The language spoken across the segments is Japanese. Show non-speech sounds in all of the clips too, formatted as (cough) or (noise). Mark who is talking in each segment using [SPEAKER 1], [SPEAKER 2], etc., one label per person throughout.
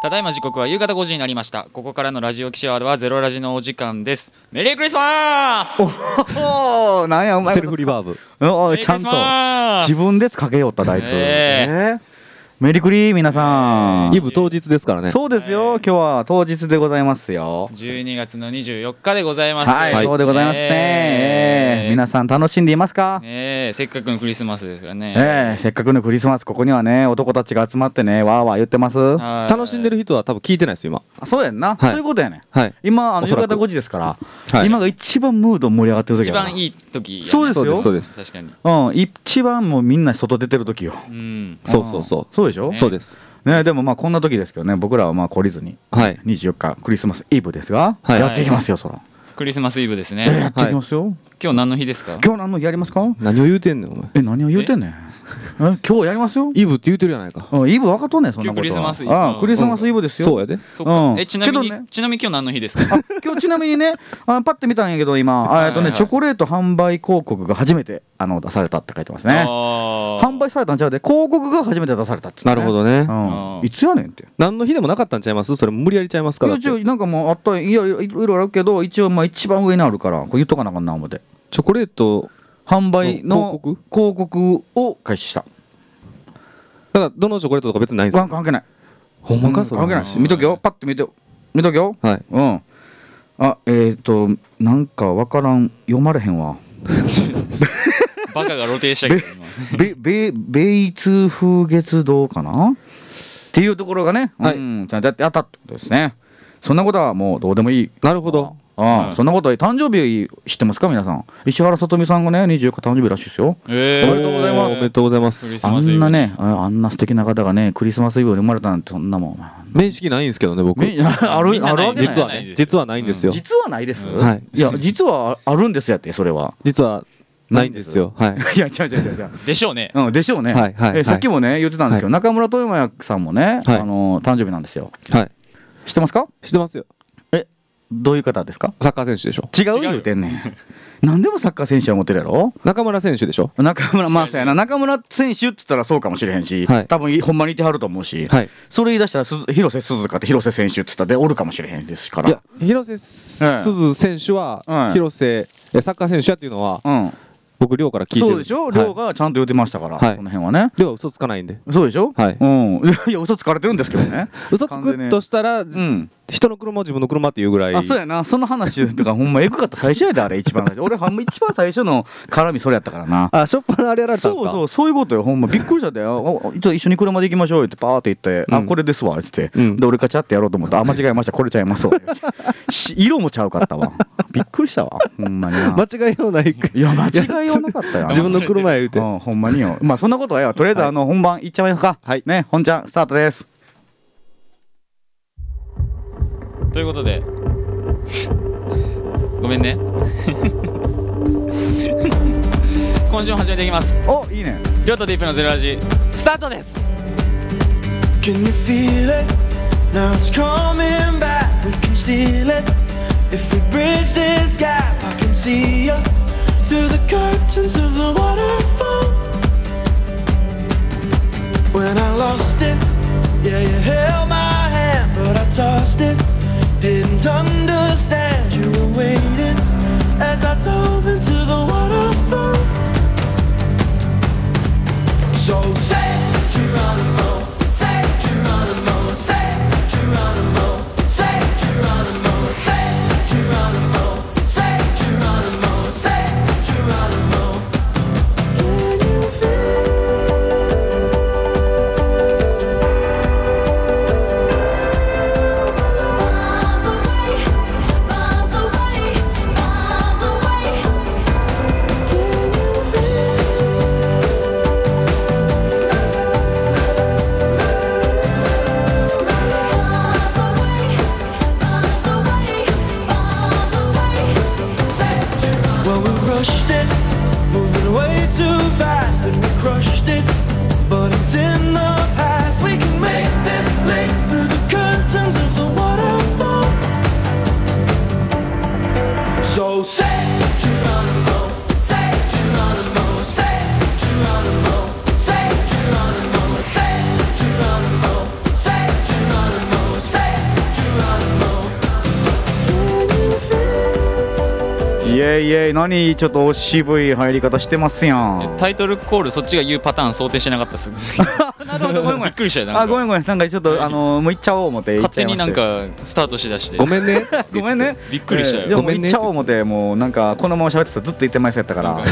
[SPEAKER 1] ただいま時刻は夕方5時になりましたここからのラジオ記者はゼロラジのお時間ですメリークリスマス
[SPEAKER 2] おおなんやお前
[SPEAKER 3] セルフリバーブ
[SPEAKER 2] お
[SPEAKER 1] メ
[SPEAKER 2] ー
[SPEAKER 1] リー
[SPEAKER 2] ち
[SPEAKER 1] ク
[SPEAKER 2] ゃ
[SPEAKER 1] リ
[SPEAKER 2] ん
[SPEAKER 1] ス
[SPEAKER 2] と
[SPEAKER 1] マス
[SPEAKER 2] 自分でかけよっただいつ、
[SPEAKER 1] え
[SPEAKER 2] ねメリクリ皆さん、
[SPEAKER 3] イブ当日ですからね
[SPEAKER 2] そうですよ、今日は当日でございますよ
[SPEAKER 1] 12月の24日でございます
[SPEAKER 2] はい、そうでございますね、ええ皆さん楽しんでいますか、
[SPEAKER 1] ねえせっかくのクリスマスですからね
[SPEAKER 2] ええせっかくのクリスマスここにはね男たちが集まってねわーわー言ってますあ
[SPEAKER 1] はい
[SPEAKER 3] 楽しんでる人は多分聞いてないですよ
[SPEAKER 2] そうやんな、
[SPEAKER 3] はい
[SPEAKER 2] そういうことやね
[SPEAKER 3] 今はい
[SPEAKER 2] 今あの
[SPEAKER 3] おそ
[SPEAKER 2] 夕
[SPEAKER 3] らく
[SPEAKER 2] 方5時ですから、
[SPEAKER 3] はい
[SPEAKER 2] 今が一番ムード盛り上がってる時
[SPEAKER 1] 一
[SPEAKER 2] やな
[SPEAKER 1] 番いい時やね
[SPEAKER 2] そうですよ
[SPEAKER 3] そうです
[SPEAKER 1] 確かに
[SPEAKER 2] うん一番もうみんな外出てる時よ
[SPEAKER 1] うん
[SPEAKER 3] そうそうそ
[SPEAKER 2] そうでしょ、
[SPEAKER 3] う
[SPEAKER 1] ね
[SPEAKER 3] そうです
[SPEAKER 2] ねでもまあこんな時ですけどね僕らはまあ懲りずに
[SPEAKER 3] はい
[SPEAKER 2] 24日クリスマスイブですが、
[SPEAKER 3] はい
[SPEAKER 2] やっていきますよそら、
[SPEAKER 1] クリスマスイブです
[SPEAKER 2] ええや
[SPEAKER 1] ね
[SPEAKER 2] っていきますよ、
[SPEAKER 1] 今日何の日ですか
[SPEAKER 2] 今日何の日やりますか
[SPEAKER 3] 何を言うてんねんお前
[SPEAKER 2] え何を言うてんねんえ今日やりますよ
[SPEAKER 3] イブって言うてるやないか
[SPEAKER 2] うんイブ分かっとんねんそんなことは
[SPEAKER 1] 今日クリスマスイブ
[SPEAKER 2] ああクリスマスイブですよ、
[SPEAKER 3] そうやで
[SPEAKER 1] そっか
[SPEAKER 2] うん
[SPEAKER 1] えちなみに
[SPEAKER 2] けどね
[SPEAKER 1] ちなみに今日何の日ですか
[SPEAKER 2] あ今日ちなみにねあパッて見たんやけど今あえっと
[SPEAKER 1] はいはい
[SPEAKER 2] ね
[SPEAKER 1] はい
[SPEAKER 2] チョコレート販売広告が初めてあの出されたって書いてますね販
[SPEAKER 1] 販
[SPEAKER 2] 売されたんちゃうで広告が初めて出されたっつってね、
[SPEAKER 3] なるほどね
[SPEAKER 2] うん
[SPEAKER 1] あー
[SPEAKER 2] いつやねんって
[SPEAKER 3] 何の日でもなかったんちゃいますそれ無理やりちゃいますからだって
[SPEAKER 2] 一応なんかもうあったいやいろいろいろあるけど一応まあ一番上にあるからこれ言っとかなあかんな思って
[SPEAKER 3] チョコレート
[SPEAKER 2] 販売の
[SPEAKER 3] 広告
[SPEAKER 2] 広告を開始した
[SPEAKER 3] だからどのチョコレートとか別にないんです
[SPEAKER 2] わん
[SPEAKER 3] よ
[SPEAKER 2] 関係ない
[SPEAKER 3] ほんまか
[SPEAKER 2] う
[SPEAKER 3] それ
[SPEAKER 2] 関係ない
[SPEAKER 1] し
[SPEAKER 2] です見とけよパッと見てよ見とけよ
[SPEAKER 3] はい
[SPEAKER 2] うんあえっ、ー、となんかわからん読まれへん
[SPEAKER 3] (laughs)
[SPEAKER 2] わ
[SPEAKER 1] バカが露呈したけど今
[SPEAKER 2] べべベイツ風月堂かなっていうところがね、
[SPEAKER 3] はい
[SPEAKER 2] うん、ちゃんとやってあったってことですねそんなことはもうどうでもいい
[SPEAKER 3] なるほど
[SPEAKER 2] ああ、
[SPEAKER 1] うん
[SPEAKER 2] そんなことは誕生日知ってますか皆さん石原さとみさんがね24日誕生日らしいですよ
[SPEAKER 1] えー
[SPEAKER 3] おめでとうございますおめでとうございま
[SPEAKER 1] クリ
[SPEAKER 3] す
[SPEAKER 1] ス
[SPEAKER 2] あ
[SPEAKER 1] マスイ
[SPEAKER 2] ん
[SPEAKER 1] ブ
[SPEAKER 2] なねああんな素敵な方がねクリスマスイブに生まれたなんてそんなもんお前
[SPEAKER 3] 面識ないんですけどね僕
[SPEAKER 2] め (laughs) あ
[SPEAKER 1] みん
[SPEAKER 2] る
[SPEAKER 1] な
[SPEAKER 2] あ
[SPEAKER 1] な
[SPEAKER 2] る
[SPEAKER 1] い
[SPEAKER 2] わけない
[SPEAKER 3] 実は
[SPEAKER 1] ないです
[SPEAKER 3] ね実はないんですよ
[SPEAKER 2] 実はないです、
[SPEAKER 3] はい
[SPEAKER 2] いや実はああるんですやってそれは (laughs)
[SPEAKER 3] 実はないんですよはい
[SPEAKER 2] いや違う違う違う違う
[SPEAKER 3] (laughs)
[SPEAKER 1] でしょうね
[SPEAKER 2] うん、でしょうね、
[SPEAKER 3] はいはい
[SPEAKER 2] え
[SPEAKER 3] はい
[SPEAKER 2] さっきもね言ってたんですけど、中村豊也さんもね、
[SPEAKER 3] はい
[SPEAKER 2] あの誕生日なんですよ
[SPEAKER 3] はい
[SPEAKER 2] 知ってますか
[SPEAKER 3] 知ってますよ
[SPEAKER 2] どういう方ですか
[SPEAKER 3] サッカー選手でしょ
[SPEAKER 2] 違う
[SPEAKER 1] 違うよ
[SPEAKER 2] 言うてんねん何でもサッカー選手は持ってるやろ
[SPEAKER 3] 中村選手でしょ
[SPEAKER 2] 中村まあ
[SPEAKER 1] 違う
[SPEAKER 2] そうやな中村選手って言ったらそうかもしれへんし、
[SPEAKER 3] はい
[SPEAKER 2] 多分ほんまにいてはると思うし、
[SPEAKER 3] はい
[SPEAKER 2] それ言い出したらすず広瀬すずかって広瀬選手って言ったらでおるかもしれへんですから
[SPEAKER 3] いや広瀬すず選手は、
[SPEAKER 2] うん
[SPEAKER 3] 広瀬えサッカー選手やっていうのは、
[SPEAKER 2] うん
[SPEAKER 3] 僕亮から聞いてる
[SPEAKER 2] そうでしょ、亮
[SPEAKER 3] はい
[SPEAKER 2] がちゃんと言ってましたから、
[SPEAKER 3] はい
[SPEAKER 2] その辺はね
[SPEAKER 3] 亮は嘘つかないんで
[SPEAKER 2] そうでしょ、
[SPEAKER 3] はい
[SPEAKER 2] うんいや嘘つかれてるんですけどね
[SPEAKER 3] (laughs) 嘘つくとしたら、
[SPEAKER 2] 完全にうん
[SPEAKER 3] 人の車を自分の車っていうぐらい
[SPEAKER 2] あそうやなその話とかほんまエグかった最初やであれ一番最初俺ほんま一番最初の絡みそれやったからな
[SPEAKER 3] あしょっぱなあれやられたんで
[SPEAKER 2] そ
[SPEAKER 3] す
[SPEAKER 2] う
[SPEAKER 3] か
[SPEAKER 2] そうそういうことよほんまびっくりしたで「あ
[SPEAKER 3] (laughs)
[SPEAKER 2] ああちょっと一緒に車で行きましょうよ」ってパーって言って「
[SPEAKER 3] う
[SPEAKER 2] あ
[SPEAKER 3] ん
[SPEAKER 2] これですわ」っつって、
[SPEAKER 3] うん
[SPEAKER 2] で俺カチャってやろうと思ったあ間違えましたこれちゃい
[SPEAKER 3] (laughs)
[SPEAKER 2] ますわ」し色もちゃうかったわびっくりしたわほんまに
[SPEAKER 3] (laughs)
[SPEAKER 2] な
[SPEAKER 3] 間違いようない
[SPEAKER 2] いや間違いようなかったよ
[SPEAKER 3] (laughs) 自分の車や言うて
[SPEAKER 2] うん、ほんまによまあそんなことはええわとりあえずあの本番いっちゃいますか
[SPEAKER 3] はい
[SPEAKER 2] ね本ちゃんスタートです
[SPEAKER 1] ということで (laughs) ごめんね (laughs) 今週も始めていきます
[SPEAKER 2] おいいね
[SPEAKER 1] りょうとディープのゼロラジスタートです
[SPEAKER 4] Can you feel it? Now it's coming back. We can steal it if we bridge this gap. I can see you through the curtains of the waterfall. When I lost it, yeah, you held my hand, but I tossed it. Didn't understand you were waiting as I dove into the waterfall. So say Geronimo, say Geronimo, say Geronimo, say Geronimo, say Geronimo, say Geronimo, say Geronimo. Can you feel?
[SPEAKER 5] miles away.
[SPEAKER 2] エイイエイ何ちょっと渋い入り方してますやん
[SPEAKER 1] タイトルコールそっちが言うパターン想定してなかったですなるほ (laughs) どごめんびっくりしたよなんか
[SPEAKER 2] あごめんごめんなんかちょっとあのもう行っちゃおう思って行っ
[SPEAKER 1] 勝
[SPEAKER 2] ちゃ
[SPEAKER 1] 手
[SPEAKER 2] いま
[SPEAKER 1] に
[SPEAKER 2] して
[SPEAKER 1] なんかスタートしだして
[SPEAKER 3] ごめんね
[SPEAKER 2] ごめんね
[SPEAKER 1] びっくりしたよ
[SPEAKER 2] えーでも
[SPEAKER 3] ごめん
[SPEAKER 2] 行
[SPEAKER 3] ね
[SPEAKER 2] っちゃおう思ってもうなんかこのまま喋ってたらずっと言ってまいそうやったか
[SPEAKER 1] なん
[SPEAKER 2] ら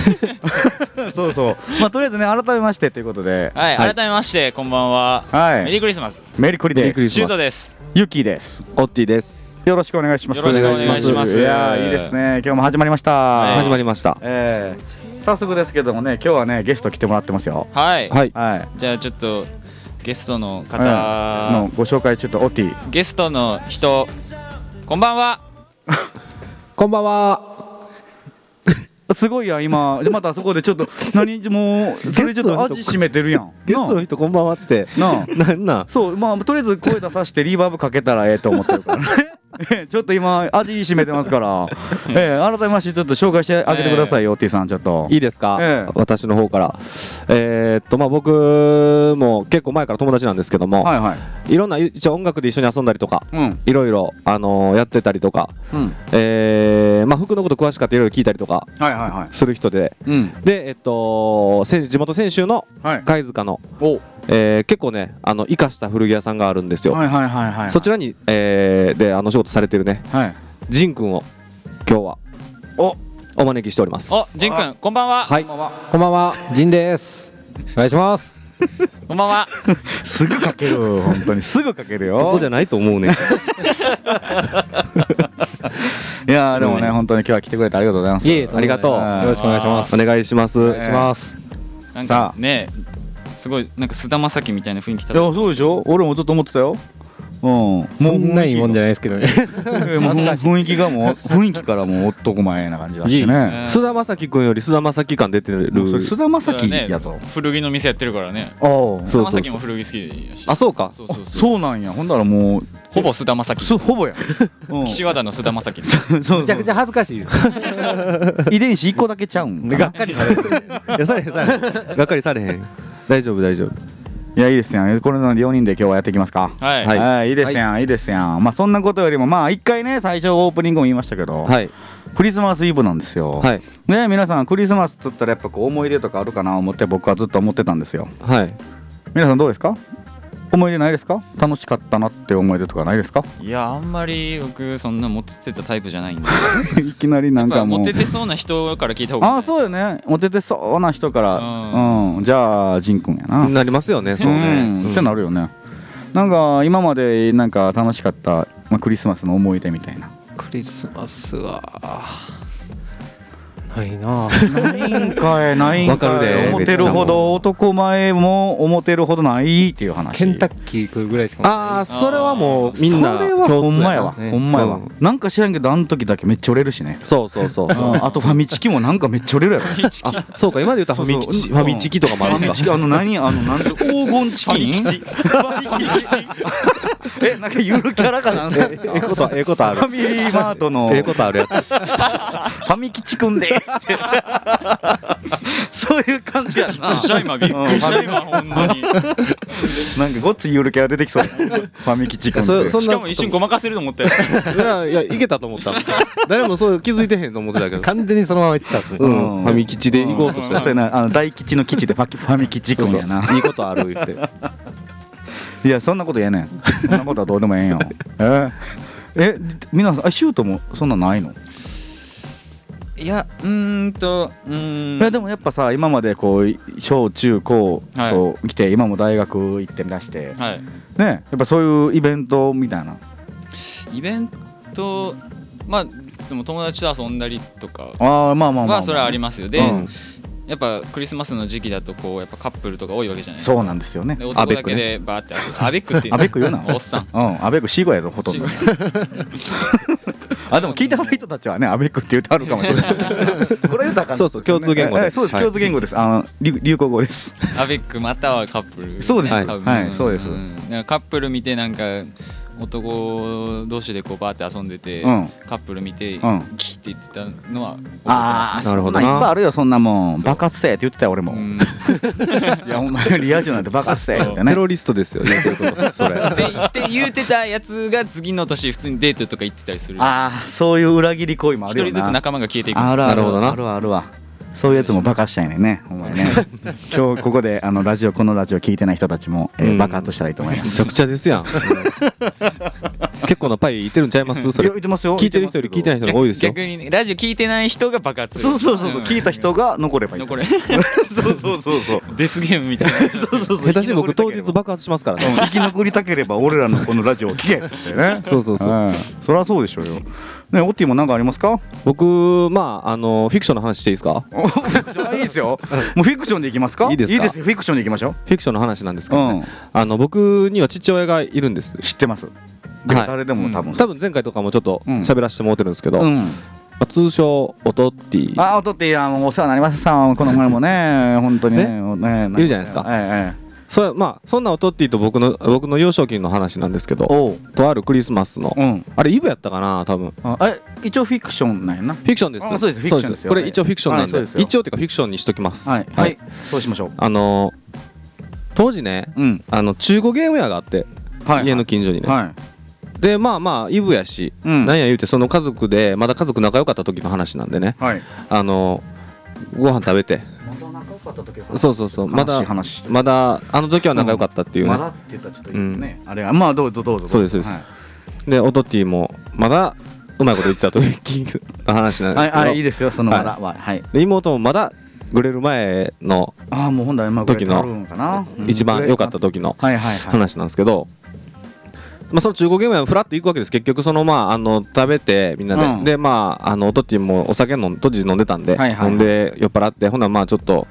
[SPEAKER 2] (laughs) そうそうまあとりあえずね改めましてということでは
[SPEAKER 1] はい、改めましてこんばんは、
[SPEAKER 2] はい
[SPEAKER 1] メリークリスマス
[SPEAKER 2] メリクリ
[SPEAKER 3] メ
[SPEAKER 2] で
[SPEAKER 3] リクリ
[SPEAKER 2] す
[SPEAKER 3] ス
[SPEAKER 1] シュートです
[SPEAKER 2] ユキです
[SPEAKER 3] オッティです
[SPEAKER 2] よろしくお願いします
[SPEAKER 1] よろしくお願いします
[SPEAKER 2] いやーいいですね今日も始まりました、
[SPEAKER 1] はい
[SPEAKER 3] 始まりました
[SPEAKER 2] えー早速ですけどもね今日はねゲスト来てもらってますよ
[SPEAKER 1] はい、
[SPEAKER 3] はい
[SPEAKER 2] はい
[SPEAKER 1] じゃあちょっとゲストの方、
[SPEAKER 2] のご紹介ちょっとオッティ
[SPEAKER 1] ゲストの人こんばんは
[SPEAKER 6] こんばんは。
[SPEAKER 2] すごいやん今でまたそこでちょっと何もうそれちょっと味しめてるやん
[SPEAKER 3] ゲストの人こんばんはって
[SPEAKER 2] なあなあ
[SPEAKER 3] なんなん
[SPEAKER 2] そうまあとりあえず声出さしてリバーブかけたらええと思ってる (laughs) からねちょっと今味しめてます (laughs) から、ええ改めましてちょっと紹介してあげてくださいよ、オッティさんちょっと
[SPEAKER 3] いいですか、
[SPEAKER 2] ええ
[SPEAKER 3] 私の方からえーっとまあ僕も結構前から友達なんですけども、
[SPEAKER 2] はいはい
[SPEAKER 3] い、ろんな一応音楽で一緒に遊んだりとか
[SPEAKER 2] うん
[SPEAKER 3] いろいろ、あのーやってたりとか、
[SPEAKER 2] うん
[SPEAKER 3] えーまあ、服のこと詳しかったいろいろ聞いたりとか
[SPEAKER 2] はいはいはい
[SPEAKER 3] する人で
[SPEAKER 2] うん
[SPEAKER 3] で、えっと、先地元泉州の
[SPEAKER 2] はい
[SPEAKER 3] 貝塚の、
[SPEAKER 2] お
[SPEAKER 3] えー結構ねあの生かした古着屋さんがあるんですよ、
[SPEAKER 2] はいはいはいはい
[SPEAKER 3] そちらに、えーであの仕事されてるね
[SPEAKER 2] はい
[SPEAKER 3] ジンくんを今日はおお招きしております
[SPEAKER 1] おジンくんこんばんは、
[SPEAKER 3] はい
[SPEAKER 6] こんばんは。ジンです。お願いします。
[SPEAKER 1] こんばんは
[SPEAKER 2] すぐかける (laughs) 本当にすぐかけるよ
[SPEAKER 3] そこじゃないと思うね
[SPEAKER 2] いやーでもね、本当に今日は来てくれてありがとうございます
[SPEAKER 6] いえいえとんでもな
[SPEAKER 3] あ
[SPEAKER 6] い
[SPEAKER 3] りがとう
[SPEAKER 6] よろしくお願いします。
[SPEAKER 3] お願いします
[SPEAKER 6] お願いします。
[SPEAKER 1] なん
[SPEAKER 2] さ
[SPEAKER 1] か
[SPEAKER 2] あ
[SPEAKER 1] ねすごいなんか菅田将暉みたいな雰囲気
[SPEAKER 2] い
[SPEAKER 1] 漂
[SPEAKER 2] やそうでしょ俺もちょっと思ってたようんもう
[SPEAKER 6] そんないいもんじ
[SPEAKER 2] ゃ
[SPEAKER 6] ゃないですけどね。
[SPEAKER 2] もう雰囲気がもう雰囲気からもう男前な感じだしてね
[SPEAKER 1] う
[SPEAKER 3] 須田将暉くんより須田将暉感出てる
[SPEAKER 2] もうそれ菅田将
[SPEAKER 1] それは
[SPEAKER 2] 暉
[SPEAKER 1] ね
[SPEAKER 2] やぞ
[SPEAKER 1] 古着の店やってるからね
[SPEAKER 2] ああ
[SPEAKER 3] そうそうそ
[SPEAKER 1] 菅
[SPEAKER 3] う
[SPEAKER 1] 田将暉も古着好きでいらっしゃ
[SPEAKER 3] あ
[SPEAKER 1] る
[SPEAKER 3] そうか
[SPEAKER 1] そう
[SPEAKER 2] あ
[SPEAKER 1] そうそう
[SPEAKER 2] そうなんやほんだらもう
[SPEAKER 1] ほぼ菅田将暉
[SPEAKER 2] そうほ
[SPEAKER 1] (laughs)
[SPEAKER 2] ぼやんうん
[SPEAKER 1] 岸和田の菅田将暉
[SPEAKER 2] そう
[SPEAKER 6] めちゃくちゃ恥ずかしいです。
[SPEAKER 2] (laughs) 遺伝子一個だけちゃうんか
[SPEAKER 6] がっかりされる。
[SPEAKER 3] いやされへんされへん (laughs) がっかりされへん大丈夫大丈夫
[SPEAKER 2] いやいいですやんこれの4人で今日はやっていきますか
[SPEAKER 1] はい、
[SPEAKER 3] はい
[SPEAKER 2] い、いいですやん、い、いですやんまあそんなことよりもまあ一回ね最初オープニングも言いましたけど、
[SPEAKER 3] はい
[SPEAKER 2] クリスマスイブなんですよ、
[SPEAKER 3] はい
[SPEAKER 2] ね皆さんクリスマスっつったらやっぱこう思い出とかあるかな思って僕はずっと思ってたんですよ
[SPEAKER 3] はい
[SPEAKER 2] 皆さんどうですか思い出ないですか楽しかったなって思い出とかないですか (laughs)
[SPEAKER 1] いやあんまり僕そんなモテてたタイプじゃないんで
[SPEAKER 2] いきなりな
[SPEAKER 1] やっ
[SPEAKER 2] ん
[SPEAKER 1] ぱ
[SPEAKER 2] かもう
[SPEAKER 1] モテてそうな人から聞いた方がいい
[SPEAKER 2] ああそうよねモテてそうな人から
[SPEAKER 1] う
[SPEAKER 2] うん、じゃあジンくんやな
[SPEAKER 3] なりますよねそうね
[SPEAKER 2] んってなるよねなんか今までなんか楽しかった、まあ、クリスマスの思い出みたいな
[SPEAKER 6] クリスマスは。ないな
[SPEAKER 2] な
[SPEAKER 6] あ。
[SPEAKER 2] いんかいないん
[SPEAKER 3] わ
[SPEAKER 2] か
[SPEAKER 3] かる
[SPEAKER 2] い
[SPEAKER 3] で
[SPEAKER 2] 思てるほど男前も思てるほどないっていう話
[SPEAKER 6] (laughs) ケンタッキー来るぐらいしか。
[SPEAKER 3] ああそれはもうみんな
[SPEAKER 2] それはほんまやわ、
[SPEAKER 6] 共通やな
[SPEAKER 2] ほんまやわ、
[SPEAKER 3] うん
[SPEAKER 2] なんか知らんけどあの時だけめっちゃ売れるしね
[SPEAKER 3] そうそうそうそう
[SPEAKER 2] あとファミチキもなんかめっちゃ売れるやろフ
[SPEAKER 3] あそうか今で言ったらファミチ
[SPEAKER 2] そうそう
[SPEAKER 3] ファミチキとかもある
[SPEAKER 2] ァ
[SPEAKER 3] んだ
[SPEAKER 2] ミチキあの何あのなんて黄金チキン (laughs) えなんかゆるキャラかなんかですか
[SPEAKER 3] ええことええことあ
[SPEAKER 2] ファ
[SPEAKER 3] る
[SPEAKER 2] ミリーマートの
[SPEAKER 3] ええことあるやつ
[SPEAKER 2] ファミキチくんで (laughs) ーってそういう感じやな
[SPEAKER 1] びっくりした今びっくりした今ほんまに
[SPEAKER 2] なんかごっついゆるキャラ出てきそうファミキチくん
[SPEAKER 3] そ
[SPEAKER 2] で
[SPEAKER 3] そん
[SPEAKER 1] し
[SPEAKER 3] な
[SPEAKER 1] かも一瞬ごまかせると思ったよ
[SPEAKER 3] いやいやいけたと思った (laughs) 誰もそう気づいてへんと思ってたけど
[SPEAKER 6] 完全にそのまま言ってたんです
[SPEAKER 3] う
[SPEAKER 6] ね。
[SPEAKER 3] んファミキチで行こうとして
[SPEAKER 2] そうやなあの大吉の吉でファキファミ吉君やな
[SPEAKER 3] そうそういいことある言って
[SPEAKER 2] いやそんなことええねんそんなことはどうでもええんよえ (laughs) ーえ皆さんあシュートもそんなんないの、
[SPEAKER 1] いやうーんとうーん
[SPEAKER 2] いやでもやっぱさ今までこう小中高と来て、今も大学行って出してね
[SPEAKER 1] はい
[SPEAKER 2] やっぱそういうイベントみたいな
[SPEAKER 1] イベントまあでも友達と遊んだりとか
[SPEAKER 2] あーまあまあまあ、ま
[SPEAKER 1] はそれはあり
[SPEAKER 2] ま
[SPEAKER 1] ますよで、
[SPEAKER 3] うん
[SPEAKER 1] やっぱクリスマスの時期だとこうやっぱカップルとか多いわけじゃないですか
[SPEAKER 2] そうなんですよね
[SPEAKER 1] で
[SPEAKER 3] ア
[SPEAKER 1] 男
[SPEAKER 3] ベ
[SPEAKER 1] だ
[SPEAKER 3] ック
[SPEAKER 1] け
[SPEAKER 3] ね
[SPEAKER 1] でバーって遊ぶアベックっていう
[SPEAKER 2] アベック言うな
[SPEAKER 1] (laughs) おっさん
[SPEAKER 2] うんアベック死後やぞほとんど
[SPEAKER 1] (laughs)
[SPEAKER 2] あでも聞いてはる人たちはねアベックって言うとあるかもしれ
[SPEAKER 1] (laughs)
[SPEAKER 2] ないこれ言うたらあかん
[SPEAKER 3] そうそう共通言語で
[SPEAKER 2] ええそうです共通言語です、あの流流行語です
[SPEAKER 1] アベックまたはカップル
[SPEAKER 2] そうです
[SPEAKER 1] 多分
[SPEAKER 2] はいはいそうです
[SPEAKER 1] んなんかカップル見てなんか男同士でこうバーって遊んでて、
[SPEAKER 2] うん
[SPEAKER 1] カップル見て、
[SPEAKER 2] うん
[SPEAKER 1] キーって言ってたのは覚えて
[SPEAKER 2] あ
[SPEAKER 1] ま
[SPEAKER 2] あ
[SPEAKER 1] すね
[SPEAKER 3] ーなるほど
[SPEAKER 2] い
[SPEAKER 3] な
[SPEAKER 2] っぱいあるよそんなもん爆発せえって言ってたよ俺も、
[SPEAKER 1] うん
[SPEAKER 2] (laughs) いやほんまにリア充なんて爆発せえってね
[SPEAKER 3] テロリストですよ言うてることそれ
[SPEAKER 1] って言ってたやつが次の年普通にデートとか行ってたりする
[SPEAKER 2] ああそういう裏切り行為もあ
[SPEAKER 1] 一
[SPEAKER 2] るよな
[SPEAKER 1] 人ずつ仲間が消えていくんで
[SPEAKER 2] あ
[SPEAKER 1] す
[SPEAKER 2] るあ
[SPEAKER 3] な
[SPEAKER 2] る
[SPEAKER 3] るほどな
[SPEAKER 2] あるあるわそういうやつも爆発したいねんねお前
[SPEAKER 3] (laughs)
[SPEAKER 2] ね今日ここであのラジオこのラジオ聞いてない人たちも、えー
[SPEAKER 3] うん
[SPEAKER 2] 爆発したらいいと思いま
[SPEAKER 3] め
[SPEAKER 2] す
[SPEAKER 3] ちゃくちゃですやん結構なパイいってるんちゃいますそ
[SPEAKER 2] い
[SPEAKER 3] れ
[SPEAKER 2] や言ってますよ
[SPEAKER 3] 聞いてる人より聞いてない人の方が多いですよ
[SPEAKER 1] 逆にねラジオ聞いてない人が爆発する
[SPEAKER 2] そうそうそう、聞いた人が残ればいい
[SPEAKER 1] 残れ
[SPEAKER 2] そうそうそうそう
[SPEAKER 1] デスゲームみたいな
[SPEAKER 2] そうそうそう
[SPEAKER 3] (laughs) 下手し僕当日爆発しますからね
[SPEAKER 2] 生き残りたければ俺らのこのラジオを聞けっつってね
[SPEAKER 3] (laughs) そうそうそう
[SPEAKER 2] うんそりゃそうでしょうよねオッティも何かあります
[SPEAKER 3] (laughs)
[SPEAKER 2] か
[SPEAKER 3] 僕まああのフィクションの話していいですか
[SPEAKER 2] おフィクションいいですよもうフィクションでいきますか
[SPEAKER 3] いいですか
[SPEAKER 2] いいですよフィクションでいきましょ
[SPEAKER 3] フィクションの話なんです
[SPEAKER 2] う
[SPEAKER 3] け
[SPEAKER 2] う
[SPEAKER 3] どね、
[SPEAKER 2] ん
[SPEAKER 3] あの僕には父親がいるんです
[SPEAKER 2] 知ってますでも誰でも多分
[SPEAKER 3] 多分前回とかもちょっと
[SPEAKER 2] うん
[SPEAKER 3] 喋らせてもらってるんですけど、
[SPEAKER 2] う
[SPEAKER 3] ま
[SPEAKER 2] ん
[SPEAKER 3] あ、通称「おとってい
[SPEAKER 2] あおとっていやもうお世話になりましたこの前も
[SPEAKER 3] (laughs)
[SPEAKER 2] ね本当にね
[SPEAKER 3] ね
[SPEAKER 2] もうね
[SPEAKER 3] いるじゃないですか
[SPEAKER 2] ええええ
[SPEAKER 3] そ,、まあ、そんな「おとっていと僕の僕の幼少期の話なんですけど
[SPEAKER 2] おう
[SPEAKER 3] とあるクリスマスの、
[SPEAKER 2] うん
[SPEAKER 3] あれイブやったかな多分フ
[SPEAKER 2] あえ一応フィクションなんやな
[SPEAKER 3] ィクションです
[SPEAKER 2] あそうですフィクションですよ
[SPEAKER 3] これ一応フィクションなんで,、
[SPEAKER 2] はいそうですよ
[SPEAKER 3] 一応っていうかフィクションにしときます
[SPEAKER 2] はいはいそうしましょう
[SPEAKER 3] あの当時ね
[SPEAKER 2] うん
[SPEAKER 3] あの中古ゲーム屋があって、
[SPEAKER 2] はい
[SPEAKER 3] 家の近所にね、
[SPEAKER 2] はい
[SPEAKER 3] でまあまあイブやし、
[SPEAKER 2] うん
[SPEAKER 3] なんや言うてその家族でまだ家族仲良かった時の話なんでね
[SPEAKER 2] はい
[SPEAKER 3] あのご飯食べて
[SPEAKER 2] また仲良かった時
[SPEAKER 3] そうそうそうま
[SPEAKER 2] 悲
[SPEAKER 3] だ
[SPEAKER 2] しい話してる
[SPEAKER 3] まだあの時は仲良かったっていうね、
[SPEAKER 2] まだって言ったらちょっとね、あれはまあどうぞどうぞ
[SPEAKER 3] そうですそうです
[SPEAKER 2] はい
[SPEAKER 3] でオトティもまだうまいこと言っ
[SPEAKER 2] (laughs)
[SPEAKER 3] てたという聞いた話なんです
[SPEAKER 2] は
[SPEAKER 3] け
[SPEAKER 2] い
[SPEAKER 3] ど、
[SPEAKER 2] はいいいですよその
[SPEAKER 3] は
[SPEAKER 2] ま
[SPEAKER 3] い
[SPEAKER 2] だははい
[SPEAKER 3] で妹もまだグレる前の
[SPEAKER 2] ああもう本来うまくやって
[SPEAKER 3] 時の
[SPEAKER 2] あるのかなうん
[SPEAKER 3] 一番良かった時の
[SPEAKER 2] はいはいはい
[SPEAKER 3] 話なんですけど、まあ、その中古ゲームはフラッと行くわけです結局そのまああの食べてみんなで、
[SPEAKER 2] うん
[SPEAKER 3] でまああのオトティもお酒飲ん当時飲んでたんで、
[SPEAKER 2] はいはいはい
[SPEAKER 3] 飲んで酔っ払ってほんならまあちょっと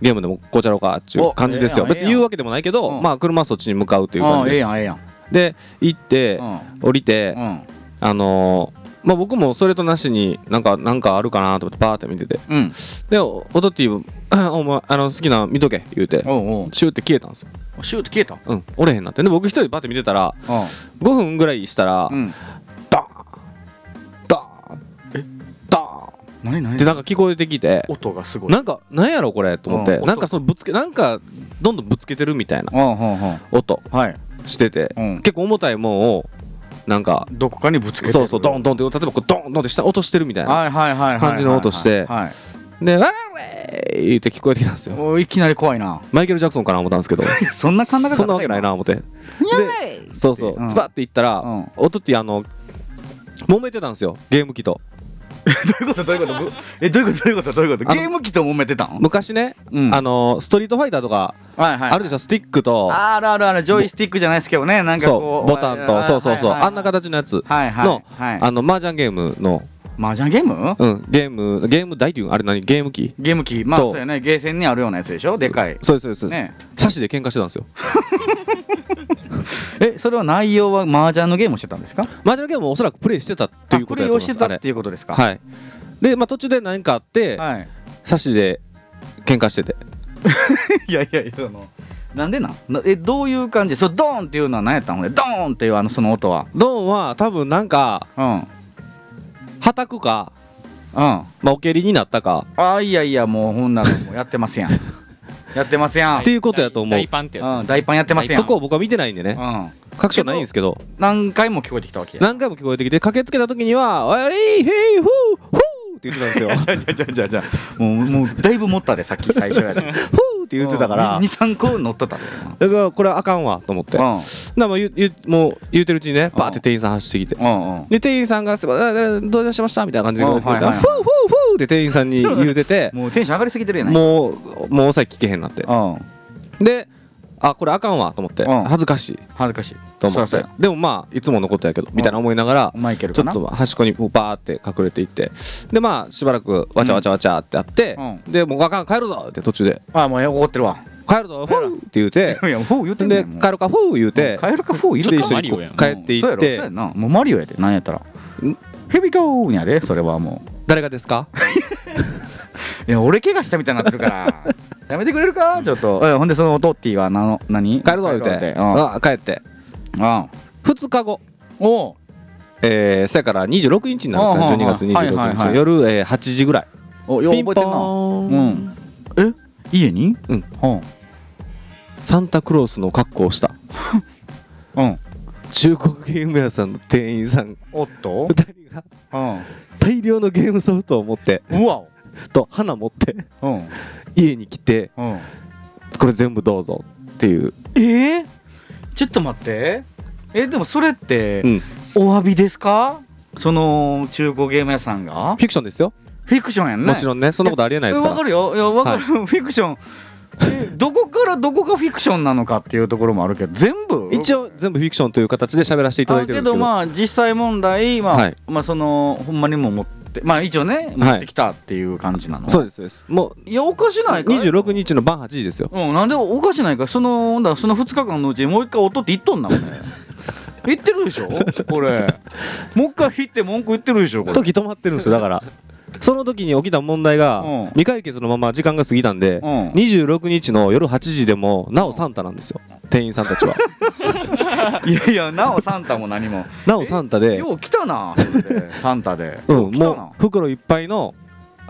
[SPEAKER 3] ゲームでもこうちゃろうかっていう感じですよ、
[SPEAKER 2] おええやん
[SPEAKER 3] 別に言うわけでもないけど、
[SPEAKER 2] うん
[SPEAKER 3] まあ車はそっちに向かうという
[SPEAKER 2] あ
[SPEAKER 3] 感
[SPEAKER 2] あええ
[SPEAKER 3] じです
[SPEAKER 2] やんええやん
[SPEAKER 3] で行って、降りて、
[SPEAKER 2] うんうん
[SPEAKER 3] あのーまあ、僕もそれとなしになんかなんかあるかなと思ってパーって見てて
[SPEAKER 2] うん
[SPEAKER 3] でおオトティも (clears throat) お前あの好きなの見とけ」言うて
[SPEAKER 2] おうお
[SPEAKER 3] シューって消えたんですよ、
[SPEAKER 2] うシュート消えた
[SPEAKER 3] うん、おれへんなってで僕一人でパーって見てたら
[SPEAKER 2] う
[SPEAKER 3] 5分ぐらいしたら、
[SPEAKER 2] ん
[SPEAKER 3] ダーンダーンダーン
[SPEAKER 2] 何何
[SPEAKER 3] ってなんか聞こえてきて
[SPEAKER 2] 音がすごい
[SPEAKER 3] なんかなんやろこれと思って、
[SPEAKER 2] うん
[SPEAKER 3] なんかそのぶつけなんかどんどんぶつけてるみたいな
[SPEAKER 2] うんうんうん
[SPEAKER 3] 音
[SPEAKER 2] はい
[SPEAKER 3] してて、
[SPEAKER 2] うん
[SPEAKER 3] 結構重たいもんをなんか
[SPEAKER 2] どこかにぶつけてる
[SPEAKER 3] そうそうドンドンって例えばこうドンドンって下落としてるみたいな
[SPEAKER 2] はいはいはいはいはい
[SPEAKER 3] 感じの音して
[SPEAKER 2] はい
[SPEAKER 3] で「ララレー!」って聞こえてきたんですよ
[SPEAKER 2] おいきなり怖いな
[SPEAKER 3] マイケル・ジャクソンかな思ったんですけど
[SPEAKER 2] そんな感覚
[SPEAKER 3] そんなわけないな思ってでそうそう
[SPEAKER 2] うん
[SPEAKER 3] バッて行ったら、
[SPEAKER 2] うん
[SPEAKER 3] 音ってあの揉めてたんですよゲーム機と
[SPEAKER 2] どういうことどういうことぶえどういうことどういうことどういうこと
[SPEAKER 3] あの
[SPEAKER 2] ゲーム機と揉めてたん
[SPEAKER 3] 昔ね、
[SPEAKER 2] うん
[SPEAKER 3] あのストリートファイターとか
[SPEAKER 2] はいはい
[SPEAKER 3] あるでしょスティックと
[SPEAKER 2] あるあるあるジョイスティックじゃないですけどねなんかこ
[SPEAKER 3] そううボタンとそうそうそう、あんな
[SPEAKER 2] 形
[SPEAKER 3] 形のやつの、
[SPEAKER 2] はいはいはい
[SPEAKER 3] あの麻雀ゲームの、
[SPEAKER 2] マージャンゲーム
[SPEAKER 3] うん、ゲームゲーム台っていうあれ何ゲーム機
[SPEAKER 2] ゲーム機まあ
[SPEAKER 3] と
[SPEAKER 2] そうやねゲーセンにあるようなやつでしょでかい
[SPEAKER 3] そうですそうです、
[SPEAKER 2] ね
[SPEAKER 3] サシで喧嘩してたんですよ
[SPEAKER 2] えそれは内容はマージャンのゲームをしてたんですか
[SPEAKER 3] 麻雀ゲームをおそらくプレイしてたっていう
[SPEAKER 2] あプ
[SPEAKER 3] こと
[SPEAKER 2] レ
[SPEAKER 3] や
[SPEAKER 2] イ
[SPEAKER 3] と
[SPEAKER 2] を
[SPEAKER 3] 思い
[SPEAKER 2] し
[SPEAKER 3] ま
[SPEAKER 2] て
[SPEAKER 3] す
[SPEAKER 2] た
[SPEAKER 3] あ
[SPEAKER 2] っ
[SPEAKER 3] れ
[SPEAKER 2] ていうことですか
[SPEAKER 3] はいでまあ途中で何かあって、
[SPEAKER 2] はい (laughs)
[SPEAKER 3] サシで喧嘩してて
[SPEAKER 2] いやいやいやそのなんでなんなえどういう感じそのドーンっていうのは何やったんほんでドーンっていうあのその音は
[SPEAKER 3] ドンは多分なんか
[SPEAKER 2] うんうん
[SPEAKER 3] はたくか、
[SPEAKER 2] あ
[SPEAKER 3] まあ、お蹴りになったか
[SPEAKER 2] あいやいやもうほんならもうやってます
[SPEAKER 3] (laughs)
[SPEAKER 2] やんやってますやん
[SPEAKER 3] っていうことやと思う
[SPEAKER 1] 大大パンってやつ
[SPEAKER 2] うん大パンやってますやん
[SPEAKER 3] そこを僕は見てないんでね
[SPEAKER 2] うん
[SPEAKER 3] 確証ないんですけど
[SPEAKER 2] 何回も聞こえてきたわけや
[SPEAKER 3] 何回も聞こえてきて駆けつけた時には「わりーへいふうふう」って言ってたん
[SPEAKER 2] (laughs)
[SPEAKER 3] ですよ
[SPEAKER 2] じゃじゃじゃじゃじゃもうもうだいぶ持ったでさっ (laughs) き最初やで
[SPEAKER 3] ふうって言ってたから
[SPEAKER 2] 23個乗っとったで
[SPEAKER 3] だからこれあかんわと思ってだか
[SPEAKER 2] うん
[SPEAKER 3] らもう言う言うもう言うてるうちにねバーって店員さん走ってきて
[SPEAKER 2] うんうん
[SPEAKER 3] で店員さんが「すいませんどういたしました」みたいな感じで言われてくれた
[SPEAKER 2] うん
[SPEAKER 3] ら
[SPEAKER 2] はい
[SPEAKER 3] 「
[SPEAKER 2] はい
[SPEAKER 3] ふ
[SPEAKER 2] は
[SPEAKER 3] うふうふう」って店員さんに言うてて
[SPEAKER 2] もうテンション上がりすぎてるやない
[SPEAKER 3] もうもうおさえ聞けへんなって
[SPEAKER 2] うん
[SPEAKER 3] であこれあかんわと思って
[SPEAKER 2] うん
[SPEAKER 3] 恥ずかしい
[SPEAKER 2] 恥ずかしい
[SPEAKER 3] と思っ
[SPEAKER 2] そう
[SPEAKER 3] て
[SPEAKER 2] やそう
[SPEAKER 3] でもまあいつものことやけどみたいな思いながら
[SPEAKER 2] やマイケル
[SPEAKER 3] ち
[SPEAKER 2] か
[SPEAKER 3] ょ
[SPEAKER 2] な
[SPEAKER 3] っと端っこにこうバーって隠れていってでまあしばらくわちゃわちゃわちゃってやって
[SPEAKER 2] うん
[SPEAKER 3] でもうあかん帰るぞって途中で
[SPEAKER 2] あもう怒ってるわ
[SPEAKER 3] 帰るぞフーって言うて
[SPEAKER 2] いやフォー言ってんね
[SPEAKER 3] で
[SPEAKER 2] んもう
[SPEAKER 3] 帰ろうかフー言うて
[SPEAKER 2] カエルかフォーい
[SPEAKER 3] で
[SPEAKER 2] る
[SPEAKER 3] 一
[SPEAKER 2] か
[SPEAKER 3] 緒
[SPEAKER 1] マ
[SPEAKER 3] に
[SPEAKER 1] リ
[SPEAKER 3] こ
[SPEAKER 1] オやん
[SPEAKER 3] う帰っていっ
[SPEAKER 2] そうやろそうや
[SPEAKER 3] て
[SPEAKER 2] なもうマリオやでなんやったら
[SPEAKER 3] ん
[SPEAKER 2] ヘビゴーやでそれはも
[SPEAKER 3] 誰がですか
[SPEAKER 2] ういや俺怪我したみたいになってるから (laughs) やめてくれるかちょっとえほんでそのトッティがなの何
[SPEAKER 3] 帰るぞ言うて
[SPEAKER 2] うん
[SPEAKER 3] あ帰って
[SPEAKER 2] うん
[SPEAKER 3] 2日後
[SPEAKER 2] おう
[SPEAKER 3] えー、そやから26日にな
[SPEAKER 2] あ
[SPEAKER 3] る
[SPEAKER 2] ー
[SPEAKER 3] んです
[SPEAKER 2] は
[SPEAKER 3] ね12月
[SPEAKER 2] いはい
[SPEAKER 3] 26
[SPEAKER 2] はいは
[SPEAKER 3] 日
[SPEAKER 2] い
[SPEAKER 3] 夜えー8時ぐらい
[SPEAKER 2] およう
[SPEAKER 3] ピン
[SPEAKER 2] 覚
[SPEAKER 3] ポ
[SPEAKER 2] えてんな
[SPEAKER 3] ーン、
[SPEAKER 2] うんえ家に
[SPEAKER 3] うん
[SPEAKER 2] うん
[SPEAKER 3] サンタクロースの格好をした
[SPEAKER 2] うん
[SPEAKER 3] 中古ゲーム屋さんの店員さん
[SPEAKER 2] おっと
[SPEAKER 3] 2人が
[SPEAKER 2] うん
[SPEAKER 3] 大量のゲームソフトを持って
[SPEAKER 2] うわ
[SPEAKER 3] と花持って
[SPEAKER 2] うん
[SPEAKER 3] 家に来て
[SPEAKER 2] うん
[SPEAKER 3] これ全部どうぞっていう
[SPEAKER 7] えー、ちょっと待ってえでもそれって
[SPEAKER 3] うん
[SPEAKER 7] お詫びですか
[SPEAKER 2] その中古ゲーム屋さんが
[SPEAKER 3] フィクションですよ
[SPEAKER 2] フィクションやんね
[SPEAKER 3] もちろんねそんなことありえないですか
[SPEAKER 2] わからるよいやわかる、フィクションえどこからどこがフィクションなのかっていうところもあるけど全部
[SPEAKER 3] 一応全部フィクションという形で喋らせていただい
[SPEAKER 2] あ
[SPEAKER 3] てる
[SPEAKER 2] け
[SPEAKER 3] んです
[SPEAKER 2] ど
[SPEAKER 3] けど
[SPEAKER 2] まあ実際問題まあ、
[SPEAKER 3] はい
[SPEAKER 2] まあそのほんまにもう持ってまあ一応ね持ってきたっていう感じなの、
[SPEAKER 3] そうですそうですもう
[SPEAKER 2] い、やおかしないかい
[SPEAKER 3] 26日の晩8時ですよ
[SPEAKER 2] うんなんでおかしないかそのほんだらその2日間のうちにもう一回音って言っと
[SPEAKER 3] (laughs)
[SPEAKER 2] んなもんね言ってるでしょこれもう一回言って文句言ってるでしょこれ
[SPEAKER 3] 時止まってるんですよだからその時に起きた問題が
[SPEAKER 2] うん
[SPEAKER 3] 未解決のまま時間が過ぎたん
[SPEAKER 2] う
[SPEAKER 3] で
[SPEAKER 2] ん
[SPEAKER 3] 26日の夜8時でもなおサンタなんですよ店員さんた
[SPEAKER 2] (laughs)
[SPEAKER 3] ちは
[SPEAKER 2] いやいやなおサンタも何
[SPEAKER 3] (laughs)
[SPEAKER 2] も
[SPEAKER 3] なおサンタで
[SPEAKER 2] よう来たなそれでサンタで、
[SPEAKER 3] うん
[SPEAKER 2] 来たな
[SPEAKER 3] もう袋いっぱいの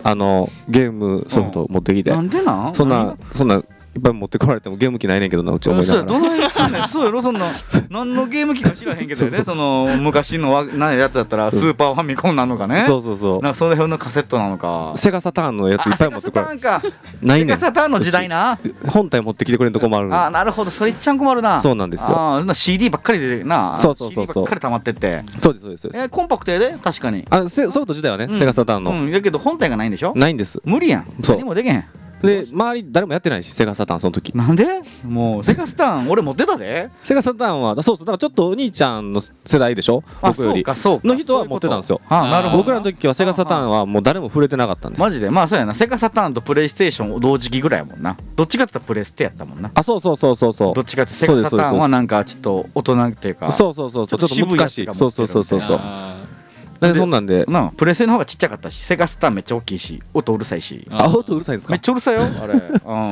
[SPEAKER 3] あのゲームソフトを持ってきて
[SPEAKER 2] なんでなん
[SPEAKER 3] そん
[SPEAKER 2] 何
[SPEAKER 3] な
[SPEAKER 2] が
[SPEAKER 3] そんないっぱい持ってこられてもゲーム機ないねんけどなう
[SPEAKER 2] う
[SPEAKER 3] ち思
[SPEAKER 2] ん
[SPEAKER 3] い
[SPEAKER 2] そう
[SPEAKER 3] な
[SPEAKER 2] や
[SPEAKER 3] がら
[SPEAKER 2] どないすんねんそうやろそんな何のゲーム機か知らへんけどね
[SPEAKER 3] (laughs) そう
[SPEAKER 2] その昔のわなんやつだったらスーパーファミコンなのかね、
[SPEAKER 3] そうそうそ
[SPEAKER 2] なんかその辺のカセットなのか
[SPEAKER 3] うセガサターンのやついっぱい持ってこら
[SPEAKER 2] あセガサター
[SPEAKER 3] れ
[SPEAKER 2] ンか
[SPEAKER 3] てない
[SPEAKER 2] セ
[SPEAKER 3] ね
[SPEAKER 2] ガ
[SPEAKER 3] ん
[SPEAKER 2] サターンの時代な
[SPEAKER 3] 本体持ってきてくれんとこもある
[SPEAKER 2] あーなるほどそれいっちゃん困るな
[SPEAKER 3] そうなんですよ
[SPEAKER 2] あーな CD ばっかりでな
[SPEAKER 3] そうそうそうそ
[SPEAKER 2] CD ばっ
[SPEAKER 3] う
[SPEAKER 2] かり溜まってって
[SPEAKER 3] そうですそうですそう
[SPEAKER 2] え
[SPEAKER 3] です
[SPEAKER 2] ーコンパクトやで確かに
[SPEAKER 3] あせソフト自体はね
[SPEAKER 2] うん
[SPEAKER 3] セガサターン
[SPEAKER 2] う
[SPEAKER 3] の
[SPEAKER 2] んだけど本体がないんでしょ
[SPEAKER 3] ないんです
[SPEAKER 2] 無理やん
[SPEAKER 3] そう
[SPEAKER 2] 何もできへん
[SPEAKER 3] で周り誰もやってないしセガサターンその時
[SPEAKER 2] なんでもうセガスターン俺持ってたで
[SPEAKER 3] セガサターンはそうそうだからちょっとお兄ちゃんの世代でしょ
[SPEAKER 2] あ
[SPEAKER 3] 僕よ
[SPEAKER 2] そう
[SPEAKER 3] り
[SPEAKER 2] かそうか
[SPEAKER 3] の人は持ってたんですよ
[SPEAKER 2] そういうことあーなるほど
[SPEAKER 3] 僕らの時はセガサターンはもう誰も触れてなかったんです
[SPEAKER 2] マジでまあそうやなセガサターンとプレイステーション同時期ぐらいやもんなどっちかって言ったらプレステやったもんな
[SPEAKER 3] あそうそうそうそうそう
[SPEAKER 2] どっちかって言ったらセガサターンはなんかちょっと大人っていうか
[SPEAKER 3] そうそうそうそうちょっと難しい
[SPEAKER 2] ちょっと渋いやつが持ってる
[SPEAKER 3] そうそうそうそうそう
[SPEAKER 1] あ
[SPEAKER 3] でそんなんで
[SPEAKER 2] なあプレステの方がちっちゃかったしセガサターンめっちゃ大きいし音うるさいし
[SPEAKER 1] ー
[SPEAKER 3] あ音うるさいんです
[SPEAKER 2] めっ
[SPEAKER 3] か
[SPEAKER 2] ちゃうるさいよあ
[SPEAKER 3] (laughs)